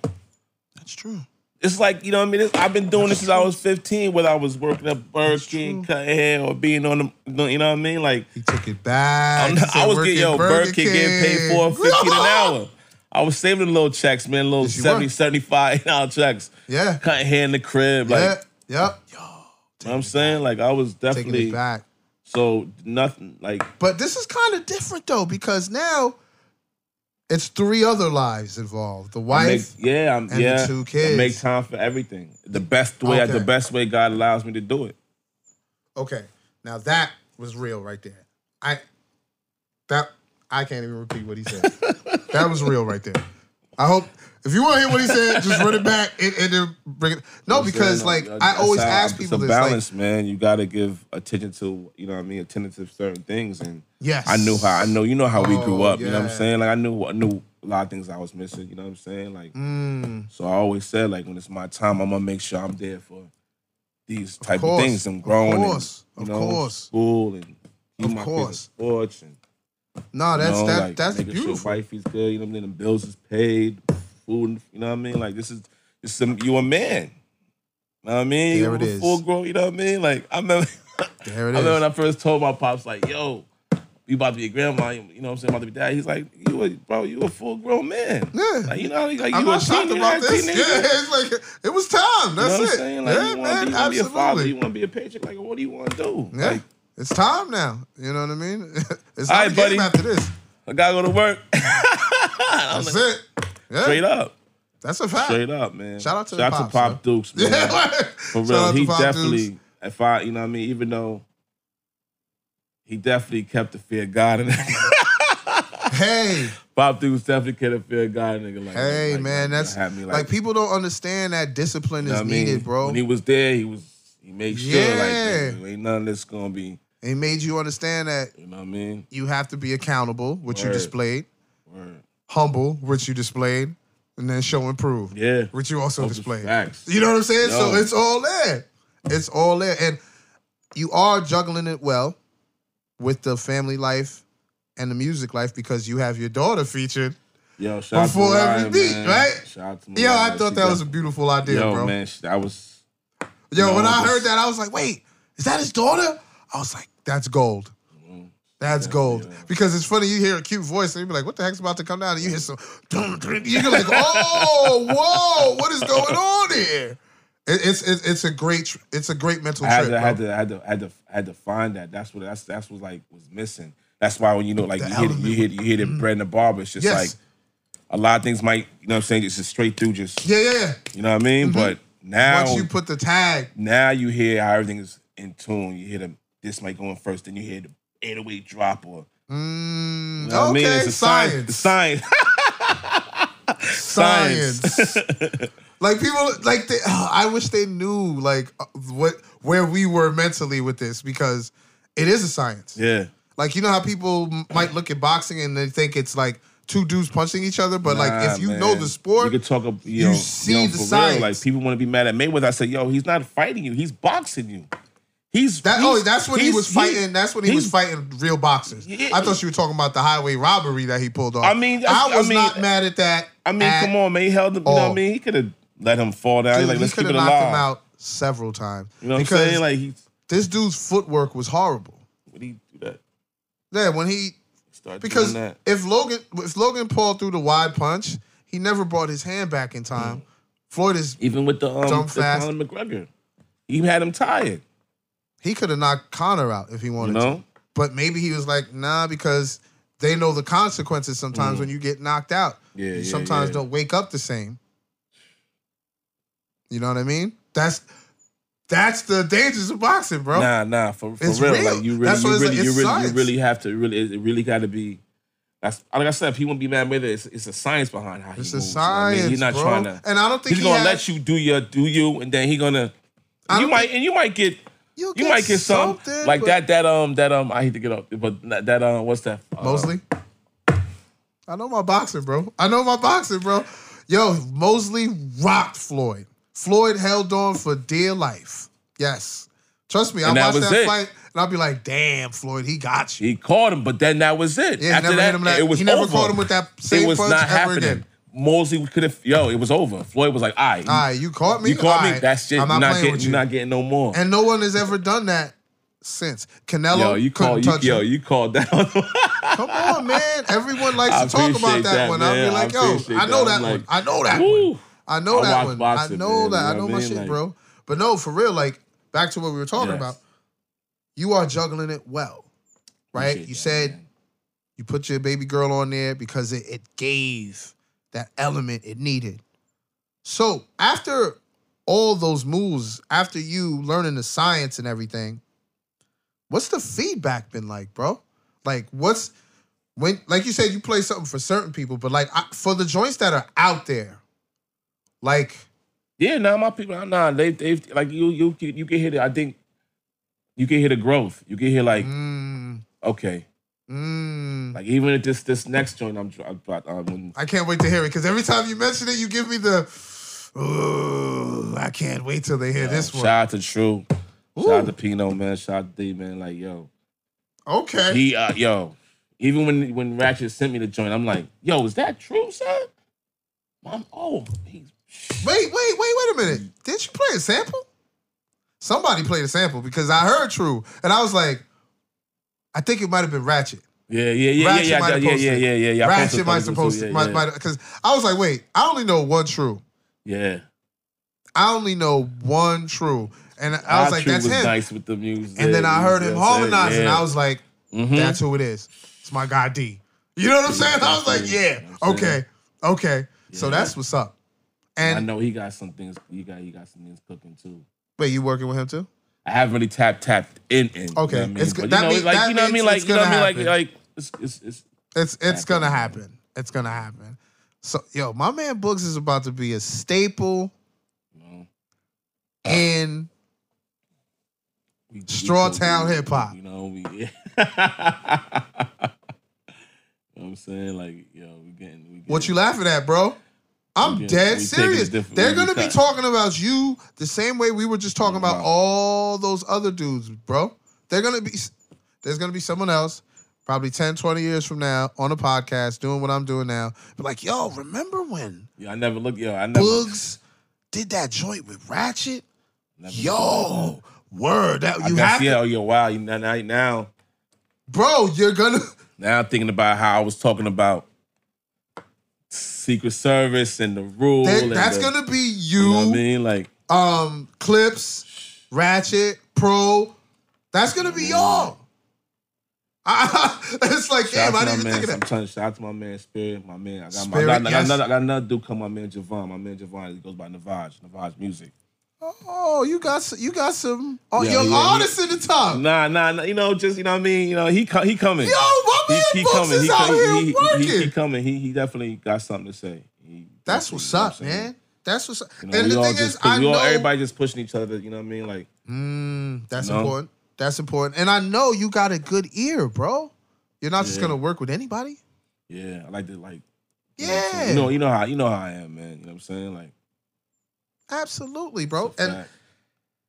[SPEAKER 1] That's true.
[SPEAKER 6] It's like, you know what I mean? It's- I've been doing this since I was 15, whether I was working at Burger King, cutting hair, or being on the, you know what I mean? Like,
[SPEAKER 1] He took it back.
[SPEAKER 6] I'm
[SPEAKER 1] He
[SPEAKER 6] not,
[SPEAKER 1] said,
[SPEAKER 6] [LAUGHS] I was
[SPEAKER 1] "Work
[SPEAKER 6] getting,
[SPEAKER 1] at
[SPEAKER 6] yo, Burger King getting paid for
[SPEAKER 1] [LAUGHS]
[SPEAKER 6] 15 an hour. I was saving the little checks, man, little
[SPEAKER 1] Yes, you
[SPEAKER 6] 70,
[SPEAKER 1] were.
[SPEAKER 6] [LAUGHS] 75 hour checks.
[SPEAKER 1] Yeah.
[SPEAKER 6] Cutting hair in the crib. Like,
[SPEAKER 1] yeah. Yep.
[SPEAKER 6] you know what I'm saying? Like, I was
[SPEAKER 1] Taking
[SPEAKER 6] definitely,
[SPEAKER 1] it back.
[SPEAKER 6] so nothing, like,
[SPEAKER 1] But this is kind of different though, because now It's three other lives involved. The
[SPEAKER 6] Make,
[SPEAKER 1] wife.
[SPEAKER 6] yeah, I'm,
[SPEAKER 1] the
[SPEAKER 6] yeah.
[SPEAKER 1] two kids.
[SPEAKER 6] I make time for everything. The best way,
[SPEAKER 1] Okay.
[SPEAKER 6] the best way God allows me to do it.
[SPEAKER 1] okay. Now that was real right there. I that I can't even repeat what he said. that was real right there. I hope if you want to hear what he said, just run it back and, and then bring it. No, because like I always ask people
[SPEAKER 6] it's a
[SPEAKER 1] this. Like,
[SPEAKER 6] balance, man. You got to give attention to you know what I mean, attention to certain things. And
[SPEAKER 1] Yes.
[SPEAKER 6] I knew how I know you know how we grew
[SPEAKER 1] Oh,
[SPEAKER 6] up. You know what
[SPEAKER 1] yeah.
[SPEAKER 6] I'm saying? Like I knew I knew a lot of things I was missing. You know what I'm saying? Like
[SPEAKER 1] Mm. Hmm,
[SPEAKER 6] so, I always said like when it's my time, I'm gonna make sure I'm there for these type of,
[SPEAKER 1] course,
[SPEAKER 6] things. I'm
[SPEAKER 1] of
[SPEAKER 6] growing, and,
[SPEAKER 1] course,
[SPEAKER 6] you
[SPEAKER 1] of
[SPEAKER 6] know,
[SPEAKER 1] course.
[SPEAKER 6] school and keep
[SPEAKER 1] Of
[SPEAKER 6] my
[SPEAKER 1] course.
[SPEAKER 6] kids sports and
[SPEAKER 1] no, that's
[SPEAKER 6] you know,
[SPEAKER 1] that,
[SPEAKER 6] like,
[SPEAKER 1] that's
[SPEAKER 6] making
[SPEAKER 1] beautiful.
[SPEAKER 6] Sure wife is good. You know what I mean? The bills is paid. Food. You know what I mean? Like this is this some you a man. You know what I mean?
[SPEAKER 1] There
[SPEAKER 6] you
[SPEAKER 1] it
[SPEAKER 6] a
[SPEAKER 1] is.
[SPEAKER 6] full grown. You know what I mean? Like I remember. [LAUGHS]
[SPEAKER 1] There
[SPEAKER 6] I
[SPEAKER 1] it
[SPEAKER 6] remember
[SPEAKER 1] is.
[SPEAKER 6] when I first told my pops like, "Yo, you about to be a grandma. You know what I'm saying? About to be dad." He's like, "You a bro? You a full grown man?
[SPEAKER 1] Yeah.
[SPEAKER 6] Like you know like, like
[SPEAKER 1] I'm
[SPEAKER 6] you a
[SPEAKER 1] not shocked
[SPEAKER 6] teen-
[SPEAKER 1] about
[SPEAKER 6] you're a
[SPEAKER 1] this. Yeah,
[SPEAKER 6] teenager.
[SPEAKER 1] it's like it was time.
[SPEAKER 6] You know
[SPEAKER 1] That's
[SPEAKER 6] what I'm
[SPEAKER 1] it.
[SPEAKER 6] saying? Like,
[SPEAKER 1] yeah,
[SPEAKER 6] you want
[SPEAKER 1] man,
[SPEAKER 6] to be, you wanna be a father,
[SPEAKER 1] absolutely.
[SPEAKER 6] you want to be a paycheck. Like, what do you want to do?
[SPEAKER 1] yeah,
[SPEAKER 6] Like,
[SPEAKER 1] it's time now. You know what I mean? [LAUGHS] it's
[SPEAKER 6] All
[SPEAKER 1] not
[SPEAKER 6] right,
[SPEAKER 1] a game
[SPEAKER 6] buddy.
[SPEAKER 1] after this.
[SPEAKER 6] I gotta go to work. [LAUGHS]
[SPEAKER 1] That's it. Yeah,
[SPEAKER 6] Straight up.
[SPEAKER 1] that's a fact.
[SPEAKER 6] Straight up, man.
[SPEAKER 1] Shout out to the
[SPEAKER 6] Shout
[SPEAKER 1] pops,
[SPEAKER 6] out to Pop
[SPEAKER 1] man.
[SPEAKER 6] Dukes,
[SPEAKER 1] [LAUGHS]
[SPEAKER 6] man.
[SPEAKER 1] Yeah, like,
[SPEAKER 6] For
[SPEAKER 1] shout out
[SPEAKER 6] real,
[SPEAKER 1] to
[SPEAKER 6] he
[SPEAKER 1] Pop Dukes.
[SPEAKER 6] definitely, if I, you know what I mean, even though he definitely kept the fear of God in [LAUGHS]
[SPEAKER 1] Hey,
[SPEAKER 6] Pop Dukes definitely kept the fear of God in nigga. Like,
[SPEAKER 1] hey,
[SPEAKER 6] like,
[SPEAKER 1] man,
[SPEAKER 6] like,
[SPEAKER 1] that's
[SPEAKER 6] had me
[SPEAKER 1] like, people don't understand that discipline
[SPEAKER 6] you know
[SPEAKER 1] is
[SPEAKER 6] what I mean?
[SPEAKER 1] needed, bro.
[SPEAKER 6] When he was there, he was, he made sure,
[SPEAKER 1] Yeah.
[SPEAKER 6] like, nigga, ain't none of this gonna be,
[SPEAKER 1] it made you understand that
[SPEAKER 6] you know what I mean?
[SPEAKER 1] you have to be accountable, which you
[SPEAKER 6] Word.
[SPEAKER 1] displayed,
[SPEAKER 6] Word.
[SPEAKER 1] humble, which you displayed, and then show and prove,
[SPEAKER 6] Yeah.
[SPEAKER 1] which you also
[SPEAKER 6] Those is
[SPEAKER 1] displayed.
[SPEAKER 6] Facts.
[SPEAKER 1] You know what I'm saying? So
[SPEAKER 6] Yo.
[SPEAKER 1] it's all there. It's all there. And you are juggling it well with the family life and the music life because you have your daughter featured.
[SPEAKER 6] Yo, shout out to
[SPEAKER 1] Before every
[SPEAKER 6] Mariah,
[SPEAKER 1] beat,
[SPEAKER 6] man.
[SPEAKER 1] right?
[SPEAKER 6] Shout out to
[SPEAKER 1] Yo, I
[SPEAKER 6] Mariah.
[SPEAKER 1] thought that was a
[SPEAKER 6] She definitely-
[SPEAKER 1] beautiful idea,
[SPEAKER 6] Yo,
[SPEAKER 1] bro.
[SPEAKER 6] man, she- that was,
[SPEAKER 1] Yo,
[SPEAKER 6] No,
[SPEAKER 1] when I
[SPEAKER 6] this-
[SPEAKER 1] heard that, I was like, wait, is that his daughter? I was like, that's gold. That's gold. Because it's funny, you hear a cute voice and you be like, what the heck's about to come down? And you hear some, you're like, oh, [LAUGHS] whoa, what is going on here? It, it's, it's it's a great tr- it's a great mental
[SPEAKER 6] I had,
[SPEAKER 1] trip.
[SPEAKER 6] to, I had
[SPEAKER 1] bro.
[SPEAKER 6] to, I had to, I had to, I had to find that. That's what that's that's what like was missing. That's why when you know, like
[SPEAKER 1] The
[SPEAKER 6] you hit,
[SPEAKER 1] element. mm.
[SPEAKER 6] you hit, you hit it, bread and the barber. It's just
[SPEAKER 1] Yes.
[SPEAKER 6] like a lot of things might, you know, what I'm saying, it's just straight through, just
[SPEAKER 1] Yeah, yeah,
[SPEAKER 6] you know what I mean. But
[SPEAKER 1] yeah.
[SPEAKER 6] now,
[SPEAKER 1] Once you put the tag,
[SPEAKER 6] now you hear how everything is in tune. You hear the this might going first, then you hear the 808 drop or
[SPEAKER 1] mm,
[SPEAKER 6] you know what I
[SPEAKER 1] okay,
[SPEAKER 6] mean? It's a science,
[SPEAKER 1] science,
[SPEAKER 6] science, [LAUGHS]
[SPEAKER 1] science. like people, like they, oh, I wish they knew like uh, what where we were mentally with this because it is a science.
[SPEAKER 6] yeah.
[SPEAKER 1] Like you know how people m- might look at boxing and they think it's like two dudes punching each other, but like if
[SPEAKER 6] Nah,
[SPEAKER 1] you
[SPEAKER 6] man.
[SPEAKER 1] know the sport,
[SPEAKER 6] you can talk. ab-
[SPEAKER 1] you
[SPEAKER 6] You, know,
[SPEAKER 1] see
[SPEAKER 6] you know,
[SPEAKER 1] the
[SPEAKER 6] for
[SPEAKER 1] science.
[SPEAKER 6] Real, like people want to be mad at Mayweather. I said, "Yo, he's not fighting you. He's boxing you. He's
[SPEAKER 1] that oh
[SPEAKER 6] he's-
[SPEAKER 1] that's when he
[SPEAKER 6] he's-
[SPEAKER 1] was fighting. that's when he was
[SPEAKER 6] he's-
[SPEAKER 1] fighting real boxers.
[SPEAKER 6] Yeah.
[SPEAKER 1] I thought you were talking about the highway robbery that he pulled off.
[SPEAKER 6] I mean, that's-
[SPEAKER 1] I
[SPEAKER 6] I
[SPEAKER 1] was
[SPEAKER 6] mean-
[SPEAKER 1] not mad at that.
[SPEAKER 6] I mean,
[SPEAKER 1] at
[SPEAKER 6] come on, man. He held him. You know what
[SPEAKER 1] all.
[SPEAKER 6] I mean? He could have let him fall down.
[SPEAKER 1] Dude,
[SPEAKER 6] He's like, let's
[SPEAKER 1] he could have
[SPEAKER 6] keep it
[SPEAKER 1] knocked
[SPEAKER 6] alive.
[SPEAKER 1] him out several times.
[SPEAKER 6] You know what I'm
[SPEAKER 1] because
[SPEAKER 6] saying? Like he,
[SPEAKER 1] this dude's footwork was horrible.
[SPEAKER 6] what do you do that?
[SPEAKER 1] Yeah, when he
[SPEAKER 6] Start
[SPEAKER 1] because
[SPEAKER 6] doing that.
[SPEAKER 1] if Logan if Logan Paul threw the wide punch, he never brought his hand back in time.
[SPEAKER 6] Mm-hmm.
[SPEAKER 1] Floyd is
[SPEAKER 6] even with the um,
[SPEAKER 1] Dumb
[SPEAKER 6] the
[SPEAKER 1] fast.
[SPEAKER 6] Conor McGregor, he had him tired.
[SPEAKER 1] he could have knocked Connor out if he wanted
[SPEAKER 6] You know?
[SPEAKER 1] to. But maybe he was like, nah, because they know the consequences sometimes when you get knocked out.
[SPEAKER 6] Mm-hmm. Yeah,
[SPEAKER 1] you
[SPEAKER 6] yeah,
[SPEAKER 1] sometimes
[SPEAKER 6] yeah.
[SPEAKER 1] don't wake up the same. You know what I mean? That's that's the dangers of boxing, bro.
[SPEAKER 6] Nah, nah, for, for
[SPEAKER 1] It's
[SPEAKER 6] real.
[SPEAKER 1] real.
[SPEAKER 6] Like you really,
[SPEAKER 1] That's
[SPEAKER 6] you
[SPEAKER 1] what it's
[SPEAKER 6] really,
[SPEAKER 1] like.
[SPEAKER 6] you
[SPEAKER 1] It's
[SPEAKER 6] really,
[SPEAKER 1] science.
[SPEAKER 6] you really have to really. It really got to be. That's like I said. If he won't be mad with it, it's, it's a science behind how he
[SPEAKER 1] It's a
[SPEAKER 6] moves. you know what I mean?
[SPEAKER 1] science,
[SPEAKER 6] He's not
[SPEAKER 1] bro.
[SPEAKER 6] trying to.
[SPEAKER 1] And I don't think
[SPEAKER 6] he's
[SPEAKER 1] he
[SPEAKER 6] gonna
[SPEAKER 1] had-
[SPEAKER 6] let you do your do you, and then he gonna.
[SPEAKER 1] I
[SPEAKER 6] You
[SPEAKER 1] don't
[SPEAKER 6] might
[SPEAKER 1] think-
[SPEAKER 6] and you might get.
[SPEAKER 1] You'll
[SPEAKER 6] You
[SPEAKER 1] get
[SPEAKER 6] might get some
[SPEAKER 1] something,
[SPEAKER 6] like
[SPEAKER 1] but-
[SPEAKER 6] that. That um that um I hate to get up, but that that, um what's that? Uh,
[SPEAKER 1] Mosley. I know my boxing, bro. I know my boxing, bro. Yo, Mosley rocked Floyd. Floyd held on for dear life. Yes. Trust me, I
[SPEAKER 6] And that
[SPEAKER 1] watched
[SPEAKER 6] was
[SPEAKER 1] that
[SPEAKER 6] it.
[SPEAKER 1] fight and I'll be like, damn, Floyd, he got you.
[SPEAKER 6] He caught him, but then that was it.
[SPEAKER 1] Yeah, he
[SPEAKER 6] After
[SPEAKER 1] never
[SPEAKER 6] that,
[SPEAKER 1] hit him that-
[SPEAKER 6] it was
[SPEAKER 1] he never
[SPEAKER 6] over.
[SPEAKER 1] caught him with that same
[SPEAKER 6] It was
[SPEAKER 1] punch
[SPEAKER 6] not
[SPEAKER 1] ever
[SPEAKER 6] happening.
[SPEAKER 1] again.
[SPEAKER 6] Mosley could have. Yo, it was over. Floyd was like, "All right,
[SPEAKER 1] All right, you caught me.
[SPEAKER 6] you caught
[SPEAKER 1] All
[SPEAKER 6] me.
[SPEAKER 1] right,
[SPEAKER 6] That's it.
[SPEAKER 1] I'm not,
[SPEAKER 6] you're not
[SPEAKER 1] playing
[SPEAKER 6] getting.
[SPEAKER 1] with
[SPEAKER 6] you're
[SPEAKER 1] you.
[SPEAKER 6] not getting no more."
[SPEAKER 1] and no one has ever done that since. Canelo
[SPEAKER 6] yo, you
[SPEAKER 1] couldn't
[SPEAKER 6] called. You,
[SPEAKER 1] touch
[SPEAKER 6] yo,
[SPEAKER 1] him.
[SPEAKER 6] you called that. [LAUGHS] on-
[SPEAKER 1] Come on, man. Everyone likes
[SPEAKER 6] [LAUGHS] I
[SPEAKER 1] to talk about
[SPEAKER 6] appreciate
[SPEAKER 1] that,
[SPEAKER 6] that,
[SPEAKER 1] one. I'll be
[SPEAKER 6] man. I
[SPEAKER 1] like, yo,
[SPEAKER 6] appreciate
[SPEAKER 1] I know
[SPEAKER 6] that.
[SPEAKER 1] that
[SPEAKER 6] I'm
[SPEAKER 1] one.
[SPEAKER 6] like,
[SPEAKER 1] I know that one.
[SPEAKER 6] woo.
[SPEAKER 1] I know
[SPEAKER 6] I
[SPEAKER 1] that
[SPEAKER 6] watch
[SPEAKER 1] one. I
[SPEAKER 6] boxing,
[SPEAKER 1] know
[SPEAKER 6] man,
[SPEAKER 1] that.
[SPEAKER 6] you
[SPEAKER 1] I
[SPEAKER 6] know
[SPEAKER 1] know
[SPEAKER 6] what
[SPEAKER 1] my
[SPEAKER 6] I mean?
[SPEAKER 1] shit,
[SPEAKER 6] Like-
[SPEAKER 1] bro. But no, for real, like back to what we were talking
[SPEAKER 6] Yes.
[SPEAKER 1] about. You are juggling it well, right?
[SPEAKER 6] Appreciate
[SPEAKER 1] you
[SPEAKER 6] that,
[SPEAKER 1] said
[SPEAKER 6] man.
[SPEAKER 1] You put your baby girl on there because it, it gave that element it needed. So after all those moves, after you learning the science and everything, what's the feedback been like, bro? Like what's when like you said you play something for certain people, but like I, for the joints that are out there, like
[SPEAKER 6] Yeah, now my people, nah, they they like you you you can hear the I think you can hear the growth. You can hear like
[SPEAKER 1] mm,
[SPEAKER 6] okay,
[SPEAKER 1] mm,
[SPEAKER 6] like even at this this next joint I'm dr- about um, when-
[SPEAKER 1] I can't wait to hear it because every time you mention it, you give me the. Ooh, I can't wait till they hear this
[SPEAKER 6] shout
[SPEAKER 1] one.
[SPEAKER 6] out to True, shout out to Pino man, shout out to D man, like yo
[SPEAKER 1] Okay.
[SPEAKER 6] he uh yo even when when Ratchet sent me the joint, I'm like yo is that true son? I'm oh he's
[SPEAKER 1] wait, wait, wait, wait a minute. Did you play a sample? Somebody played a sample because I heard True, and I was like, I think it might have been Ratchet.
[SPEAKER 6] yeah yeah yeah
[SPEAKER 1] Ratchet
[SPEAKER 6] yeah
[SPEAKER 1] might
[SPEAKER 6] yeah
[SPEAKER 1] have
[SPEAKER 6] yeah
[SPEAKER 1] posted
[SPEAKER 6] yeah
[SPEAKER 1] it.
[SPEAKER 6] yeah yeah yeah I
[SPEAKER 1] Ratchet might have
[SPEAKER 6] posted something,
[SPEAKER 1] posted,
[SPEAKER 6] yeah,
[SPEAKER 1] might
[SPEAKER 6] yeah.
[SPEAKER 1] might because I was like, wait, I only know one True.
[SPEAKER 6] yeah.
[SPEAKER 1] I only know one True, and I was like,
[SPEAKER 6] True
[SPEAKER 1] that's
[SPEAKER 6] was
[SPEAKER 1] him.
[SPEAKER 6] nice with the music.
[SPEAKER 1] And then I heard him harmonizing.
[SPEAKER 6] Yeah.
[SPEAKER 1] I was like,
[SPEAKER 6] Mhm.
[SPEAKER 1] That's who it is. It's my guy D. You know what I'm saying? I was like, yeah,
[SPEAKER 6] I'm
[SPEAKER 1] okay,
[SPEAKER 6] saying.
[SPEAKER 1] okay. So
[SPEAKER 6] Yeah.
[SPEAKER 1] that's what's up.
[SPEAKER 6] Mm-hmm. I
[SPEAKER 1] And
[SPEAKER 6] know he got some things. He got he got some things cooking too.
[SPEAKER 1] wait, you working with him too?
[SPEAKER 6] I haven't really tapped tapped in in.
[SPEAKER 1] Okay,
[SPEAKER 6] you know what I mean?
[SPEAKER 1] it's
[SPEAKER 6] But
[SPEAKER 1] good.
[SPEAKER 6] you
[SPEAKER 1] That
[SPEAKER 6] know,
[SPEAKER 1] means-
[SPEAKER 6] like
[SPEAKER 1] that
[SPEAKER 6] you know what I
[SPEAKER 1] means
[SPEAKER 6] mean, like
[SPEAKER 1] it's
[SPEAKER 6] you know what
[SPEAKER 1] gonna
[SPEAKER 6] I mean,
[SPEAKER 1] happen.
[SPEAKER 6] like like it's it's it's
[SPEAKER 1] It's it's gonna happen. It's gonna happen. So yo, my man Books is about to be a staple
[SPEAKER 6] you know,
[SPEAKER 1] in
[SPEAKER 6] we- we
[SPEAKER 1] Straw
[SPEAKER 6] cool,
[SPEAKER 1] Town
[SPEAKER 6] we-
[SPEAKER 1] hip hop.
[SPEAKER 6] You know we. Yeah. [LAUGHS] You know what I'm saying like yo, we getting we getting
[SPEAKER 1] what you laughing at, bro. I'm
[SPEAKER 6] Yeah,
[SPEAKER 1] dead
[SPEAKER 6] we taking a
[SPEAKER 1] serious.
[SPEAKER 6] different-
[SPEAKER 1] They're
[SPEAKER 6] we
[SPEAKER 1] gonna be
[SPEAKER 6] cut.
[SPEAKER 1] talking about you the same way we were just talking about
[SPEAKER 6] Wow.
[SPEAKER 1] all those other dudes, bro. They're gonna be there's gonna be someone else, probably 10, 20 years from now, on a podcast doing what I'm doing now. But like, yo, remember when
[SPEAKER 6] Yo, I never look. Yo, I never.
[SPEAKER 1] Boogs did that joint with Ratchet?
[SPEAKER 6] never
[SPEAKER 1] Yo, word that
[SPEAKER 6] I
[SPEAKER 1] you
[SPEAKER 6] guess,
[SPEAKER 1] have,
[SPEAKER 6] yeah.
[SPEAKER 1] to,
[SPEAKER 6] Oh, yo, wow. You now now
[SPEAKER 1] bro. You're gonna
[SPEAKER 6] now I'm thinking about how I was talking about Secret Service and the rule.
[SPEAKER 1] that,
[SPEAKER 6] and
[SPEAKER 1] that's
[SPEAKER 6] the-
[SPEAKER 1] gonna be
[SPEAKER 6] You
[SPEAKER 1] you.
[SPEAKER 6] know what I mean? Like,
[SPEAKER 1] um clips, ratchet, pro. That's gonna be y'all. [LAUGHS] it's like,
[SPEAKER 6] shout
[SPEAKER 1] damn, I
[SPEAKER 6] out to
[SPEAKER 1] didn't
[SPEAKER 6] my
[SPEAKER 1] even
[SPEAKER 6] man.
[SPEAKER 1] think
[SPEAKER 6] I'm
[SPEAKER 1] of that.
[SPEAKER 6] trying to shout out to my man Spirit, my man. I got, my, I,
[SPEAKER 1] Spirit,
[SPEAKER 6] got, I, got
[SPEAKER 1] yes.
[SPEAKER 6] another, I got another dude called my man Javon. My man Javon, he goes by Navaj, Navaj Music.
[SPEAKER 1] Oh, you got s- you got some oh,
[SPEAKER 6] Yeah,
[SPEAKER 1] your
[SPEAKER 6] yeah,
[SPEAKER 1] artists in the top.
[SPEAKER 6] Nah, nah, nah, you know, just you know what I mean. You know, he co- he coming.
[SPEAKER 1] Yo, my man Books is
[SPEAKER 6] He,
[SPEAKER 1] out here
[SPEAKER 6] co- he, he, he, he,
[SPEAKER 1] working.
[SPEAKER 6] coming. He he definitely got something to say. He,
[SPEAKER 1] That's
[SPEAKER 6] he-
[SPEAKER 1] what's
[SPEAKER 6] you know what
[SPEAKER 1] up,
[SPEAKER 6] I'm saying?
[SPEAKER 1] man. That's what's up.
[SPEAKER 6] You know,
[SPEAKER 1] and
[SPEAKER 6] we
[SPEAKER 1] the
[SPEAKER 6] all
[SPEAKER 1] thing
[SPEAKER 6] just,
[SPEAKER 1] is, I
[SPEAKER 6] we all,
[SPEAKER 1] know
[SPEAKER 6] everybody just pushing each other. You know what I mean? Like,
[SPEAKER 1] Mm, that's
[SPEAKER 6] You know?
[SPEAKER 1] important. That's important. And I know you got a good ear, bro. You're not just
[SPEAKER 6] Yeah.
[SPEAKER 1] gonna work with anybody.
[SPEAKER 6] yeah, I like to like. you know what I'm saying?
[SPEAKER 1] Yeah,
[SPEAKER 6] You know, you know how you know how I am, man. You know what I'm saying? Like,
[SPEAKER 1] absolutely, bro.
[SPEAKER 6] it's a
[SPEAKER 1] And
[SPEAKER 6] fact.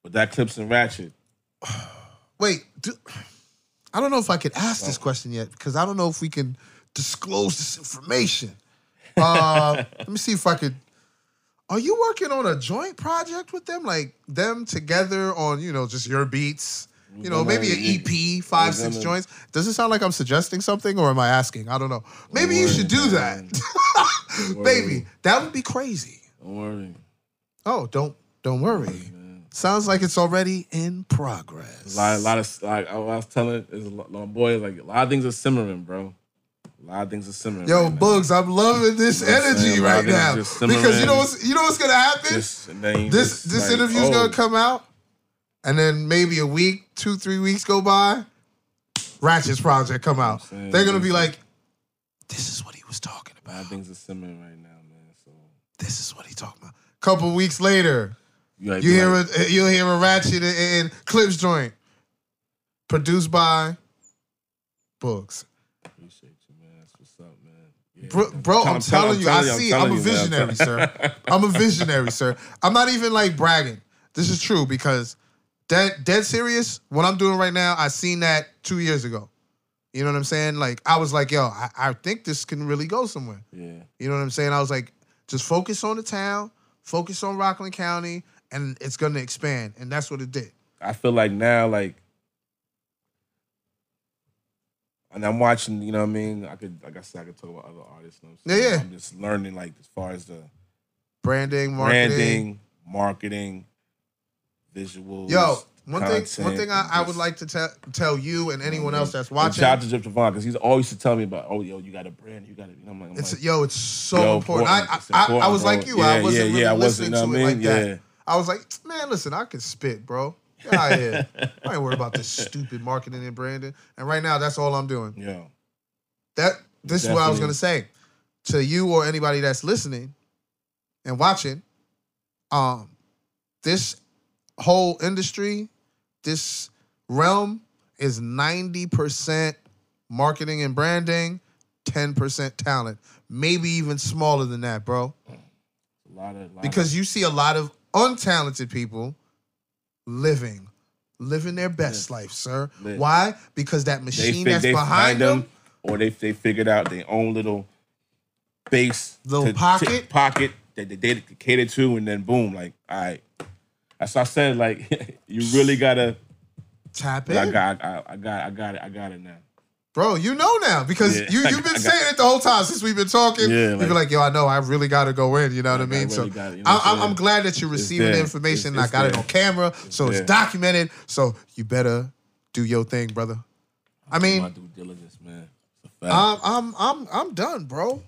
[SPEAKER 6] but that clips and ratchet.
[SPEAKER 1] Wait, do, I don't know if I could ask this question yet because I don't know if we can disclose this information. Uh, let me see if I could. Are you working on a joint project with them, like them together on you know just your beats? You know, maybe an EP, five, six
[SPEAKER 6] gonna-
[SPEAKER 1] joints. Does it sound like I'm suggesting something, or am I asking? I don't know. Maybe you should do that, [LAUGHS] baby. That would be crazy.
[SPEAKER 6] Don't worry.
[SPEAKER 1] Oh, don't don't worry. Sounds like it's already in
[SPEAKER 6] A
[SPEAKER 1] progress.
[SPEAKER 6] lot, a lot of like I was telling is a lot- my boy like a lot of things are simmering, bro. A lot of things are simmering.
[SPEAKER 1] Yo,
[SPEAKER 6] right now.
[SPEAKER 1] Bugs, I'm loving this
[SPEAKER 6] know what I'm
[SPEAKER 1] energy
[SPEAKER 6] saying?
[SPEAKER 1] right
[SPEAKER 6] Robin is
[SPEAKER 1] now
[SPEAKER 6] just simmering.
[SPEAKER 1] because you know what's you know what's gonna happen.
[SPEAKER 6] Just- and then you
[SPEAKER 1] this
[SPEAKER 6] just,
[SPEAKER 1] this
[SPEAKER 6] like,
[SPEAKER 1] interview's
[SPEAKER 6] oh,
[SPEAKER 1] gonna come out, and then maybe a week, two, three weeks go by. Ratchet's project come out.
[SPEAKER 6] I'm saying?
[SPEAKER 1] They're gonna be like, "This is what he was talking
[SPEAKER 6] A lot
[SPEAKER 1] about.
[SPEAKER 6] of things are simmering right now, man. So
[SPEAKER 1] This is what he talking about." Couple weeks later,
[SPEAKER 6] you, like,
[SPEAKER 1] you
[SPEAKER 6] be
[SPEAKER 1] hear
[SPEAKER 6] like,
[SPEAKER 1] a, you'll hear a Ratchet and, and Clips joint produced by Bugs.
[SPEAKER 6] Appreciate you, man. That's what's up, man. Yeah.
[SPEAKER 1] Bro, bro I'm,
[SPEAKER 6] I'm tell-
[SPEAKER 1] telling
[SPEAKER 6] I'm
[SPEAKER 1] you,
[SPEAKER 6] telling you,
[SPEAKER 1] I
[SPEAKER 6] I'm
[SPEAKER 1] see it. I'm
[SPEAKER 6] telling
[SPEAKER 1] a
[SPEAKER 6] you, man. I'm
[SPEAKER 1] visionary, sir. I'm a visionary, sir. I'm not even like bragging. This is true because dead, dead serious, what I'm doing right now, I seen that two years ago. You know what I'm saying? Like, I was like, yo, I, I think this can really go somewhere.
[SPEAKER 6] Yeah.
[SPEAKER 1] You know what I'm saying? I was like, just focus on the town, focus on Rockland County, and it's going to expand. And that's what it did.
[SPEAKER 6] I feel like now, like, and I'm watching. You know what I mean? I could, like I said, I could talk about other artists. You know what I'm
[SPEAKER 1] Yeah,
[SPEAKER 6] saying?
[SPEAKER 1] yeah.
[SPEAKER 6] I'm just learning, like, as far as the
[SPEAKER 1] Branding, marketing.
[SPEAKER 6] branding, marketing, visuals.
[SPEAKER 1] Yo, one thing, one
[SPEAKER 6] content,
[SPEAKER 1] thing I, I would
[SPEAKER 6] just-
[SPEAKER 1] like to tell tell you and anyone else that's
[SPEAKER 6] And
[SPEAKER 1] watching.
[SPEAKER 6] Shout out to Jim Javon because he's always to tell me about, oh, yo, you got a brand, you got it. I'm like, I'm
[SPEAKER 1] It's
[SPEAKER 6] like,
[SPEAKER 1] yo, it's so
[SPEAKER 6] Yo,
[SPEAKER 1] important.
[SPEAKER 6] important.
[SPEAKER 1] I, I,
[SPEAKER 6] It's
[SPEAKER 1] I, I
[SPEAKER 6] important,
[SPEAKER 1] was
[SPEAKER 6] bro.
[SPEAKER 1] like you.
[SPEAKER 6] Yeah,
[SPEAKER 1] I wasn't
[SPEAKER 6] yeah,
[SPEAKER 1] really
[SPEAKER 6] yeah, I wasn't,
[SPEAKER 1] listening
[SPEAKER 6] know
[SPEAKER 1] to
[SPEAKER 6] what
[SPEAKER 1] it
[SPEAKER 6] I
[SPEAKER 1] like
[SPEAKER 6] mean?
[SPEAKER 1] that.
[SPEAKER 6] Yeah.
[SPEAKER 1] I was like, man, listen, I can spit, bro. Get out of
[SPEAKER 6] [LAUGHS]
[SPEAKER 1] here. I ain't worried about this stupid marketing and branding. And right now, that's all I'm doing.
[SPEAKER 6] yo,
[SPEAKER 1] That this is what I was
[SPEAKER 6] Definitely.
[SPEAKER 1] gonna say to you or anybody that's listening and watching. Um, this whole industry, this realm is ninety percent marketing and branding, ten percent talent, maybe even smaller than that, bro.
[SPEAKER 6] a lot of. Lot
[SPEAKER 1] Because you see a lot of untalented people living, living their best life, sir.
[SPEAKER 6] Live.
[SPEAKER 1] Why? Because that
[SPEAKER 6] of, they,
[SPEAKER 1] machine
[SPEAKER 6] fi-
[SPEAKER 1] that's
[SPEAKER 6] they
[SPEAKER 1] behind
[SPEAKER 6] find
[SPEAKER 1] them,
[SPEAKER 6] them, or they, they figured out their own little base,
[SPEAKER 1] Little
[SPEAKER 6] to- to-
[SPEAKER 1] pocket?
[SPEAKER 6] pocket that they, they cater to, and then boom, like, all right. That's why I said, like, [LAUGHS] you really gotta.
[SPEAKER 1] tap
[SPEAKER 6] but
[SPEAKER 1] in,
[SPEAKER 6] I got, I, I got, I got it, I got it now.
[SPEAKER 1] bro. You know now because
[SPEAKER 6] Yeah,
[SPEAKER 1] you
[SPEAKER 6] [LAUGHS] I
[SPEAKER 1] you've been
[SPEAKER 6] got- I got-
[SPEAKER 1] saying it the whole time since we've been talking.
[SPEAKER 6] Yeah,
[SPEAKER 1] you've
[SPEAKER 6] like-
[SPEAKER 1] been like, yo, I know, I really got to go in. You know what I
[SPEAKER 6] Like, I
[SPEAKER 1] mean? so
[SPEAKER 6] really got it, you know what
[SPEAKER 1] I,
[SPEAKER 6] I'm
[SPEAKER 1] I'm, I'm
[SPEAKER 6] saying?
[SPEAKER 1] glad that you're receiving
[SPEAKER 6] there.
[SPEAKER 1] the information.
[SPEAKER 6] It's-
[SPEAKER 1] I got
[SPEAKER 6] it's
[SPEAKER 1] it on
[SPEAKER 6] there.
[SPEAKER 1] camera, so it's
[SPEAKER 6] there.
[SPEAKER 1] documented. So you better do your thing, brother. I mean,
[SPEAKER 6] My due diligence, man. It's a fact.
[SPEAKER 1] I'm I'm I'm I'm done, bro.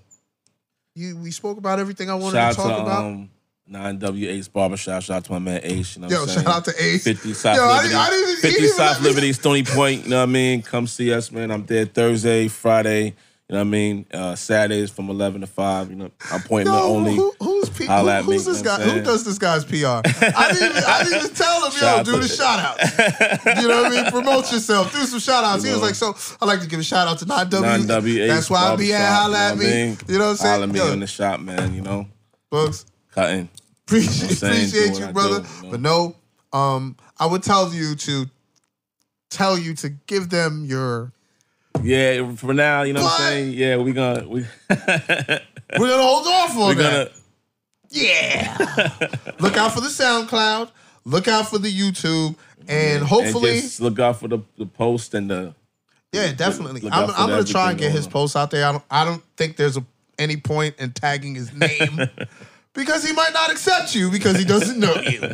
[SPEAKER 1] You we spoke about everything I wanted
[SPEAKER 6] Shout
[SPEAKER 1] to
[SPEAKER 6] out
[SPEAKER 1] talk
[SPEAKER 6] to
[SPEAKER 1] about.
[SPEAKER 6] um, 9W Ace Barbershop. Shout out to my man Ace. You know
[SPEAKER 1] Yo,
[SPEAKER 6] what I'm
[SPEAKER 1] shout out to Ace.
[SPEAKER 6] 50 South
[SPEAKER 1] Yo, I
[SPEAKER 6] Liberty.
[SPEAKER 1] didn't- I didn't- he
[SPEAKER 6] 50
[SPEAKER 1] didn't even
[SPEAKER 6] South
[SPEAKER 1] let me-
[SPEAKER 6] Liberty, Stony Point. You know what I mean? Come see us, man. I'm there Thursday, Friday. You know what I mean? Uh, Saturdays from 11 to 5. You know, appointment
[SPEAKER 1] Yo,
[SPEAKER 6] only.
[SPEAKER 1] who, who's P- who,
[SPEAKER 6] holla at me,
[SPEAKER 1] who's this
[SPEAKER 6] you know what
[SPEAKER 1] guy?
[SPEAKER 6] I'm
[SPEAKER 1] Who
[SPEAKER 6] saying?
[SPEAKER 1] does this guy's PR? I didn't even, I didn't even tell him, yo,
[SPEAKER 6] Shout
[SPEAKER 1] do
[SPEAKER 6] out
[SPEAKER 1] the
[SPEAKER 6] to-
[SPEAKER 1] shout outs. You know what I mean? Promote yourself. Do some shout outs.
[SPEAKER 6] You
[SPEAKER 1] He was
[SPEAKER 6] know.
[SPEAKER 1] like, so I like to give a shout out to 9W.
[SPEAKER 6] 9W Ace
[SPEAKER 1] That's why I be at
[SPEAKER 6] Barbershop,
[SPEAKER 1] holla at
[SPEAKER 6] you know what I
[SPEAKER 1] me.
[SPEAKER 6] mean?
[SPEAKER 1] You know what I'm saying?
[SPEAKER 6] Holla at me
[SPEAKER 1] Yo,
[SPEAKER 6] in the shop, man. You know,
[SPEAKER 1] folks,
[SPEAKER 6] cutting.
[SPEAKER 1] appreciate,
[SPEAKER 6] saying? Do
[SPEAKER 1] appreciate
[SPEAKER 6] what
[SPEAKER 1] you,
[SPEAKER 6] I do,
[SPEAKER 1] brother.
[SPEAKER 6] you know?
[SPEAKER 1] But no, um, I would tell you to tell you to give them your
[SPEAKER 6] Yeah, for now, you know what,
[SPEAKER 1] What?
[SPEAKER 6] I'm saying? Yeah, we gonna we
[SPEAKER 1] We're gonna hold off on
[SPEAKER 6] we
[SPEAKER 1] that.
[SPEAKER 6] gonna [LAUGHS]
[SPEAKER 1] Yeah. Look out for the SoundCloud. Look out for the YouTube. And hopefully,
[SPEAKER 6] and just look out for the, the post and the
[SPEAKER 1] yeah, definitely.
[SPEAKER 6] look out
[SPEAKER 1] I'm,
[SPEAKER 6] for
[SPEAKER 1] I'm gonna
[SPEAKER 6] everything
[SPEAKER 1] try and get
[SPEAKER 6] going
[SPEAKER 1] his
[SPEAKER 6] on.
[SPEAKER 1] posts out there. I don't, I don't think there's a, any point in tagging his
[SPEAKER 6] [LAUGHS]
[SPEAKER 1] name because he might not accept you because he doesn't know
[SPEAKER 6] [LAUGHS]
[SPEAKER 1] you.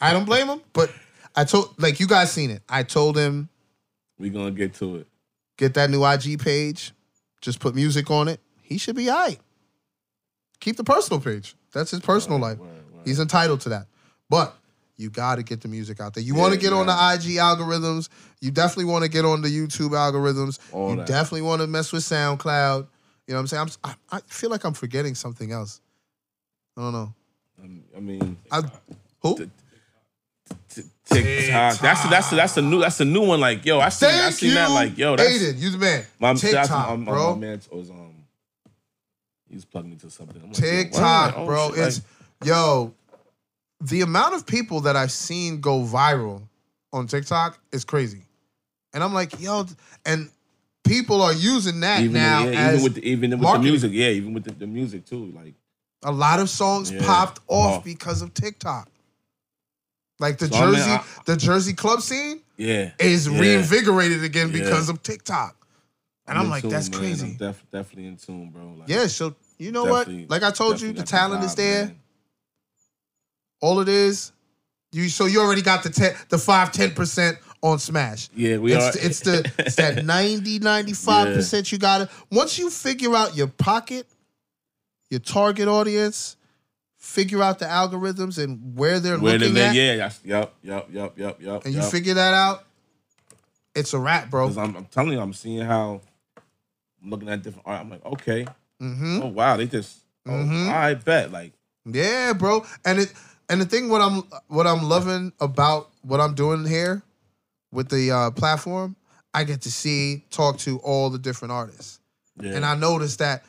[SPEAKER 1] I don't blame him, but I told like you guys seen it. I told him
[SPEAKER 6] we gonna get to it.
[SPEAKER 1] get that new IG page, just put music on it. He should be all right. Keep the personal page. That's his personal life. He's entitled to that. But you got to get the music out there. You want to
[SPEAKER 6] Yeah,
[SPEAKER 1] get on the
[SPEAKER 6] man.
[SPEAKER 1] IG algorithms. You definitely want to get on the YouTube algorithms.
[SPEAKER 6] All
[SPEAKER 1] you
[SPEAKER 6] that.
[SPEAKER 1] definitely want to mess with SoundCloud. You know what I'm saying? I'm, s- I, I feel like I'm forgetting something else. I don't know.
[SPEAKER 6] Um, I mean,
[SPEAKER 1] I, who?
[SPEAKER 6] Th- t- TikTok. That's that's that's a new that's a new one. Like yo, I seen I
[SPEAKER 1] Thank
[SPEAKER 6] seen
[SPEAKER 1] you,
[SPEAKER 6] that. Like yo, that's
[SPEAKER 1] Aiden. You the man.
[SPEAKER 6] my
[SPEAKER 1] TikTok,
[SPEAKER 6] that's, my, my- my
[SPEAKER 1] bro.
[SPEAKER 6] man was um, he's plugging into something. I'm like, yo, what?
[SPEAKER 1] TikTok,
[SPEAKER 6] Oh,
[SPEAKER 1] bro.
[SPEAKER 6] shit, like,
[SPEAKER 1] it's yo, the amount of people that I've seen go viral on TikTok is crazy. And I'm like, yo, and people are using that
[SPEAKER 6] even
[SPEAKER 1] now
[SPEAKER 6] yeah,
[SPEAKER 1] as
[SPEAKER 6] even with the, even with
[SPEAKER 1] marketing.
[SPEAKER 6] the music. Yeah, even with the, the music too. Like
[SPEAKER 1] a lot of songs
[SPEAKER 6] Yeah.
[SPEAKER 1] popped off
[SPEAKER 6] Oh.
[SPEAKER 1] because of TikTok. Like the
[SPEAKER 6] So, I mean,
[SPEAKER 1] Jersey,
[SPEAKER 6] I-
[SPEAKER 1] the Jersey club scene
[SPEAKER 6] yeah,
[SPEAKER 1] is
[SPEAKER 6] yeah.
[SPEAKER 1] reinvigorated again
[SPEAKER 6] Yeah.
[SPEAKER 1] because of TikTok. And I'm,
[SPEAKER 6] in
[SPEAKER 1] like,
[SPEAKER 6] tune,
[SPEAKER 1] that's
[SPEAKER 6] man.
[SPEAKER 1] crazy.
[SPEAKER 6] I'm def- definitely in tune, bro. Like,
[SPEAKER 1] yeah, so you know
[SPEAKER 6] definitely-
[SPEAKER 1] what? Like I told you,
[SPEAKER 6] definitely
[SPEAKER 1] the
[SPEAKER 6] got
[SPEAKER 1] talent is
[SPEAKER 6] vibe,
[SPEAKER 1] there.
[SPEAKER 6] man.
[SPEAKER 1] All it is, you so you already got the 10, the 5 10% on Smash.
[SPEAKER 6] Yeah, we
[SPEAKER 1] it's,
[SPEAKER 6] are.
[SPEAKER 1] it's the it's
[SPEAKER 6] [LAUGHS]
[SPEAKER 1] that 90 95% you got to once you figure out your pocket, your target audience, figure out the algorithms and where they're
[SPEAKER 6] Where
[SPEAKER 1] looking
[SPEAKER 6] the
[SPEAKER 1] at
[SPEAKER 6] yeah, yes, yep, yep, yep, yep, yep.
[SPEAKER 1] and you
[SPEAKER 6] yep.
[SPEAKER 1] figure that out, it's a wrap, bro.
[SPEAKER 6] Because I'm, I'm telling you, I'm seeing how I'm looking at different art. I'm like, okay,
[SPEAKER 1] Mhm.
[SPEAKER 6] oh wow, they just, oh,
[SPEAKER 1] Mhm.
[SPEAKER 6] I bet, like,
[SPEAKER 1] Yeah, bro. And it and the thing what I'm what I'm loving about what I'm doing here with the uh, platform, I get to see talk to all the different artists,
[SPEAKER 6] yeah.
[SPEAKER 1] and I notice that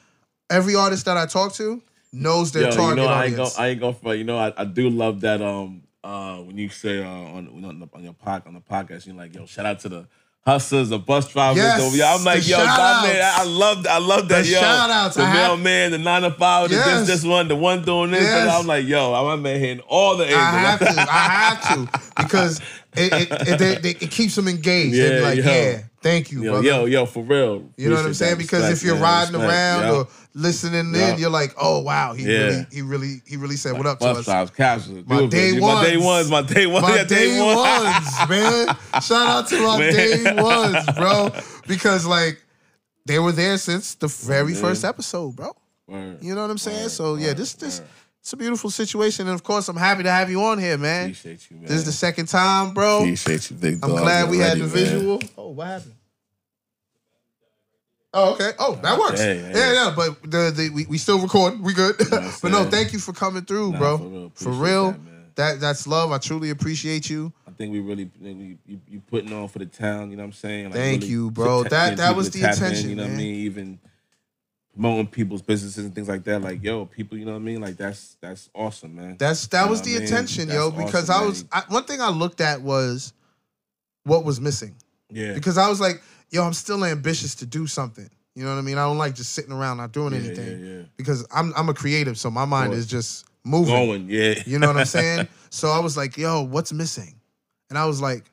[SPEAKER 1] every artist that I talk to knows their
[SPEAKER 6] Yo,
[SPEAKER 1] target
[SPEAKER 6] you know, I ain't go,
[SPEAKER 1] audience.
[SPEAKER 6] I ain't go for, you know, I, I do love that. Um, uh, when you say uh, on on, the, on your pod, on the podcast, you're like, yo, shout out to the hustlers, the bus drivers.
[SPEAKER 1] Yes,
[SPEAKER 6] the- I'm like,
[SPEAKER 1] the
[SPEAKER 6] yo, my man,
[SPEAKER 1] shout-outs.
[SPEAKER 6] I love, I love that.
[SPEAKER 1] The
[SPEAKER 6] yo,
[SPEAKER 1] shout-outs.
[SPEAKER 6] the
[SPEAKER 1] I have-
[SPEAKER 6] mailman, the nine to five,
[SPEAKER 1] Yes.
[SPEAKER 6] the this, this one, the one doing this.
[SPEAKER 1] Yes.
[SPEAKER 6] I'm like, yo, I'm man hitting all the angles. [LAUGHS]
[SPEAKER 1] I have to, I have to, because it, it, it, they, they, it keeps them engaged. they be
[SPEAKER 6] Yeah,
[SPEAKER 1] like,
[SPEAKER 6] yo.
[SPEAKER 1] yeah, thank you,
[SPEAKER 6] Yo,
[SPEAKER 1] brother.
[SPEAKER 6] yo, yo, for real.
[SPEAKER 1] you know what I'm
[SPEAKER 6] Appreciate
[SPEAKER 1] saying?
[SPEAKER 6] that
[SPEAKER 1] Because
[SPEAKER 6] respect,
[SPEAKER 1] if you're
[SPEAKER 6] man.
[SPEAKER 1] riding
[SPEAKER 6] Respect,
[SPEAKER 1] around
[SPEAKER 6] yo.
[SPEAKER 1] or listening
[SPEAKER 6] Yeah.
[SPEAKER 1] in, you're like, oh wow, he
[SPEAKER 6] Yeah.
[SPEAKER 1] really, he really, he really said what up to
[SPEAKER 6] Bus
[SPEAKER 1] us.
[SPEAKER 6] [LAUGHS] stops, capsules.
[SPEAKER 1] My
[SPEAKER 6] do it,
[SPEAKER 1] day
[SPEAKER 6] baby. My day
[SPEAKER 1] ones.
[SPEAKER 6] ones. My day ones.
[SPEAKER 1] My
[SPEAKER 6] yeah,
[SPEAKER 1] day
[SPEAKER 6] one.
[SPEAKER 1] ones, man. Shout out to my
[SPEAKER 6] [LAUGHS] Man.
[SPEAKER 1] day ones, bro. Because like they were there since the very first episode, bro.
[SPEAKER 6] [LAUGHS] Word.
[SPEAKER 1] You know what I'm saying?
[SPEAKER 6] Word,
[SPEAKER 1] so yeah,
[SPEAKER 6] word,
[SPEAKER 1] this this
[SPEAKER 6] word.
[SPEAKER 1] it's a beautiful situation, and of course, I'm happy to have you on here, man.
[SPEAKER 6] Appreciate you, man.
[SPEAKER 1] This is the second time, bro.
[SPEAKER 6] Appreciate you, big
[SPEAKER 1] I'm
[SPEAKER 6] dog.
[SPEAKER 1] glad we had
[SPEAKER 6] already,
[SPEAKER 1] the
[SPEAKER 6] man.
[SPEAKER 1] visual. Oh, what happened? Oh, okay. Oh, that works.
[SPEAKER 6] hey,
[SPEAKER 1] yeah,
[SPEAKER 6] hey.
[SPEAKER 1] yeah, but the, the we, we still recording. We good. [LAUGHS]
[SPEAKER 6] what I'm
[SPEAKER 1] but no,
[SPEAKER 6] saying?
[SPEAKER 1] thank you for coming through,
[SPEAKER 6] Nah,
[SPEAKER 1] bro.
[SPEAKER 6] for real.
[SPEAKER 1] For
[SPEAKER 6] Appreciate
[SPEAKER 1] real.
[SPEAKER 6] that, man.
[SPEAKER 1] that that's love. I truly appreciate you.
[SPEAKER 6] I think we really you, you, you putting on for the town. You know what I'm saying? Like
[SPEAKER 1] Thank
[SPEAKER 6] really
[SPEAKER 1] you, bro.
[SPEAKER 6] ta-
[SPEAKER 1] That-
[SPEAKER 6] getting
[SPEAKER 1] that
[SPEAKER 6] people
[SPEAKER 1] was
[SPEAKER 6] to
[SPEAKER 1] the
[SPEAKER 6] tap in,
[SPEAKER 1] intention,
[SPEAKER 6] you know
[SPEAKER 1] man.
[SPEAKER 6] what I mean? Even promoting people's businesses and things like that. Like yo, people. You know what I mean? Like that's that's awesome, man.
[SPEAKER 1] That's that
[SPEAKER 6] You know
[SPEAKER 1] was
[SPEAKER 6] what
[SPEAKER 1] the
[SPEAKER 6] I mean?
[SPEAKER 1] intention,
[SPEAKER 6] That's
[SPEAKER 1] yo. Because
[SPEAKER 6] awesome,
[SPEAKER 1] I was
[SPEAKER 6] man.
[SPEAKER 1] I, one thing I looked at was what was missing.
[SPEAKER 6] yeah.
[SPEAKER 1] Because I was like, yo, I'm still ambitious to do something. You know what I mean? I don't like just sitting around not doing
[SPEAKER 6] yeah,
[SPEAKER 1] anything.
[SPEAKER 6] yeah, yeah.
[SPEAKER 1] Because I'm I'm a creative, so my mind
[SPEAKER 6] Sure.
[SPEAKER 1] is just moving.
[SPEAKER 6] Going, yeah.
[SPEAKER 1] You know what I'm
[SPEAKER 6] [LAUGHS]
[SPEAKER 1] saying? so I was like, yo, what's missing? And I was like,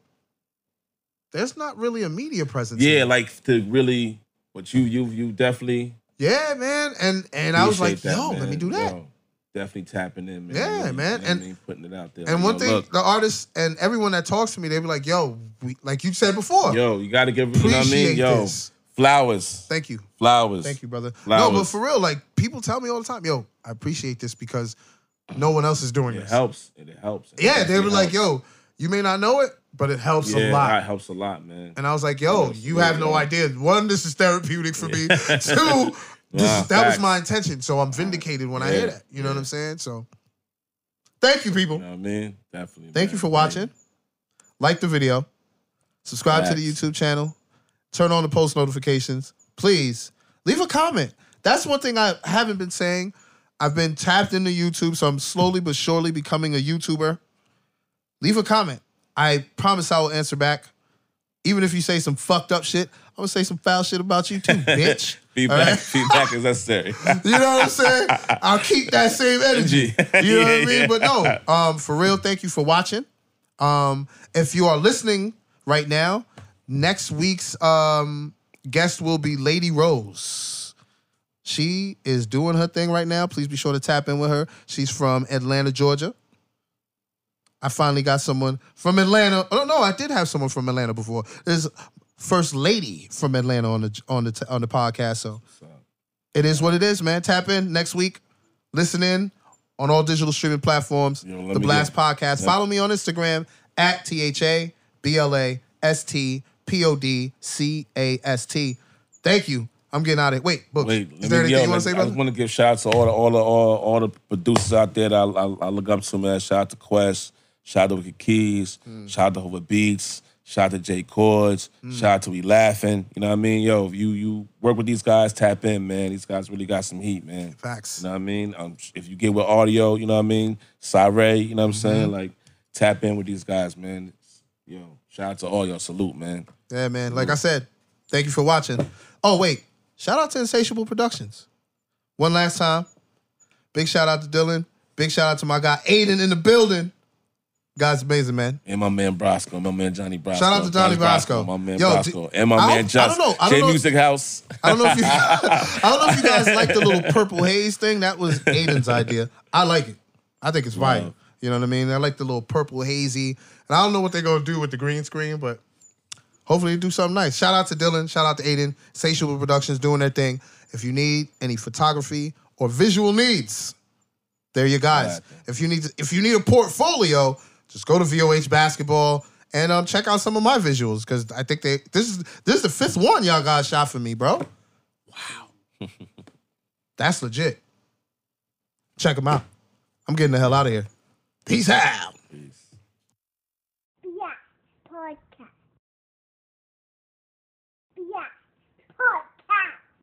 [SPEAKER 1] there's not really a media presence.
[SPEAKER 6] yeah,
[SPEAKER 1] here.
[SPEAKER 6] like to really. But you, you, you definitely.
[SPEAKER 1] yeah, man. And and I was like,
[SPEAKER 6] appreciate that,
[SPEAKER 1] yo, let me
[SPEAKER 6] man.
[SPEAKER 1] do that.
[SPEAKER 6] Yo, definitely tapping in, man.
[SPEAKER 1] Yeah, man.
[SPEAKER 6] Really, you know what I
[SPEAKER 1] And-
[SPEAKER 6] mean? putting it out there.
[SPEAKER 1] And
[SPEAKER 6] Like,
[SPEAKER 1] one
[SPEAKER 6] yo,
[SPEAKER 1] thing,
[SPEAKER 6] look,
[SPEAKER 1] the artists and everyone that talks to me, they be like, yo, we, like you said before,
[SPEAKER 6] yo, you got to give. You know what I
[SPEAKER 1] uh, appreciate
[SPEAKER 6] mean? Yo,
[SPEAKER 1] this.
[SPEAKER 6] flowers,
[SPEAKER 1] Thank you.
[SPEAKER 6] flowers.
[SPEAKER 1] Thank you, brother. No, but
[SPEAKER 6] Flowers.
[SPEAKER 1] for real, like people tell me all the time, yo, I appreciate this because no one else is doing
[SPEAKER 6] It
[SPEAKER 1] this.
[SPEAKER 6] helps. It helps. It
[SPEAKER 1] Yeah, they
[SPEAKER 6] definitely
[SPEAKER 1] were like, yo,
[SPEAKER 6] helps.
[SPEAKER 1] you may not know it, but it helps a
[SPEAKER 6] yeah,
[SPEAKER 1] lot.
[SPEAKER 6] That helps a lot, man.
[SPEAKER 1] And I was like, yo,
[SPEAKER 6] Yes,
[SPEAKER 1] you have no
[SPEAKER 6] yeah.
[SPEAKER 1] idea. One, this is therapeutic for me. [LAUGHS] Two,
[SPEAKER 6] Yeah. [LAUGHS]
[SPEAKER 1] this,
[SPEAKER 6] Nah,
[SPEAKER 1] that was
[SPEAKER 6] facts.
[SPEAKER 1] my intention. So I'm vindicated when I
[SPEAKER 6] Yeah,
[SPEAKER 1] hear that. You know what I'm saying? So thank you, people.
[SPEAKER 6] You know what I mean? Definitely.
[SPEAKER 1] Thank
[SPEAKER 6] man.
[SPEAKER 1] you for watching. Like the video. Subscribe to the
[SPEAKER 6] Facts.
[SPEAKER 1] YouTube channel. Turn on the post notifications. Please leave a comment. That's one thing I haven't been saying. I've been tapped into YouTube, so I'm slowly but surely becoming a YouTuber. Leave a comment. I promise I will answer back. Even if you say some fucked up shit, I'm gonna say some foul shit about you too, bitch. All
[SPEAKER 6] Feedback.
[SPEAKER 1] right?
[SPEAKER 6] [LAUGHS] Feedback is necessary.
[SPEAKER 1] [LAUGHS] You know what I'm saying? I'll keep that same energy. You know what I
[SPEAKER 6] [LAUGHS] Yeah,
[SPEAKER 1] mean?
[SPEAKER 6] yeah.
[SPEAKER 1] But no, um, for real, thank you for watching. Um, if you are listening right now, next week's um, guest will be Lady Rose. She is doing her thing right now. Please be sure to tap in with her. She's from Atlanta, Georgia. I finally got someone from Atlanta. Oh no, I did have someone from Atlanta before. There's first lady from Atlanta on the on the on the podcast. So it is what it is, man. Tap in next week. Listen in on all digital streaming platforms.
[SPEAKER 6] Yo, let
[SPEAKER 1] the
[SPEAKER 6] me
[SPEAKER 1] Blast
[SPEAKER 6] get-
[SPEAKER 1] Podcast. Follow me on Instagram at T H A B L A S T P O D C A S T. Thank you. I'm getting out of it. Wait, Books.
[SPEAKER 6] Wait,
[SPEAKER 1] is there
[SPEAKER 6] let me-
[SPEAKER 1] anything
[SPEAKER 6] yo,
[SPEAKER 1] you want
[SPEAKER 6] let-
[SPEAKER 1] to say,
[SPEAKER 6] I
[SPEAKER 1] brother?
[SPEAKER 6] just want to give shout out to all the all the all, all the producers out there that I, I, I look up to, man. Shout out to Quest, shout out to Wicked Keys,
[SPEAKER 1] Hmm.
[SPEAKER 6] shout out to Hova Beats, shout out to Jay Cords, shout out to We Laughing. You know what I mean? Yo, if you you work with these guys, tap in, man. These guys really got some heat, man.
[SPEAKER 1] Facts.
[SPEAKER 6] You know what I mean? Um, if you get with audio, you know what I mean? Sire, you know what I'm
[SPEAKER 1] Mm-hmm.
[SPEAKER 6] saying? Like, tap in with these guys, man. Yo, shout out to all y'all. Salute, man.
[SPEAKER 1] Yeah, man. Like I said, thank you for watching. Oh, wait. Shout out to Insatiable Productions. One last time. Big shout out to Dylan. Big shout out to my guy Aiden in the building. Guy's amazing, man.
[SPEAKER 6] And my man Brosco, my man Johnny Brosco.
[SPEAKER 1] Shout out to Johnny Brasco.
[SPEAKER 6] My man
[SPEAKER 1] Yo,
[SPEAKER 6] Brosco.
[SPEAKER 1] d-
[SPEAKER 6] And my
[SPEAKER 1] I
[SPEAKER 6] man
[SPEAKER 1] don't- I don't
[SPEAKER 6] Just.
[SPEAKER 1] know. I don't
[SPEAKER 6] J
[SPEAKER 1] know.
[SPEAKER 6] Music House.
[SPEAKER 1] I don't know if you [LAUGHS] I don't know if you guys like the little purple haze thing. That was Aiden's idea. I like it. I think it's fire.
[SPEAKER 6] Wow.
[SPEAKER 1] You know what I mean? I like the little purple hazy. And I don't know what they're gonna do with the green screen, but hopefully they do something nice. Shout out to Dylan, shout out to Aiden, Satiable Productions doing their thing. If you need any photography or visual needs, they're your guys. If you need if you need a portfolio, just go to VOH basketball and um, check out some of my visuals because I think they this is this is the fifth one y'all guys shot for me, bro. That's legit. Check them out. I'm getting the hell out of here. Peace out.
[SPEAKER 2] Yeah, podcast. Yeah, podcast.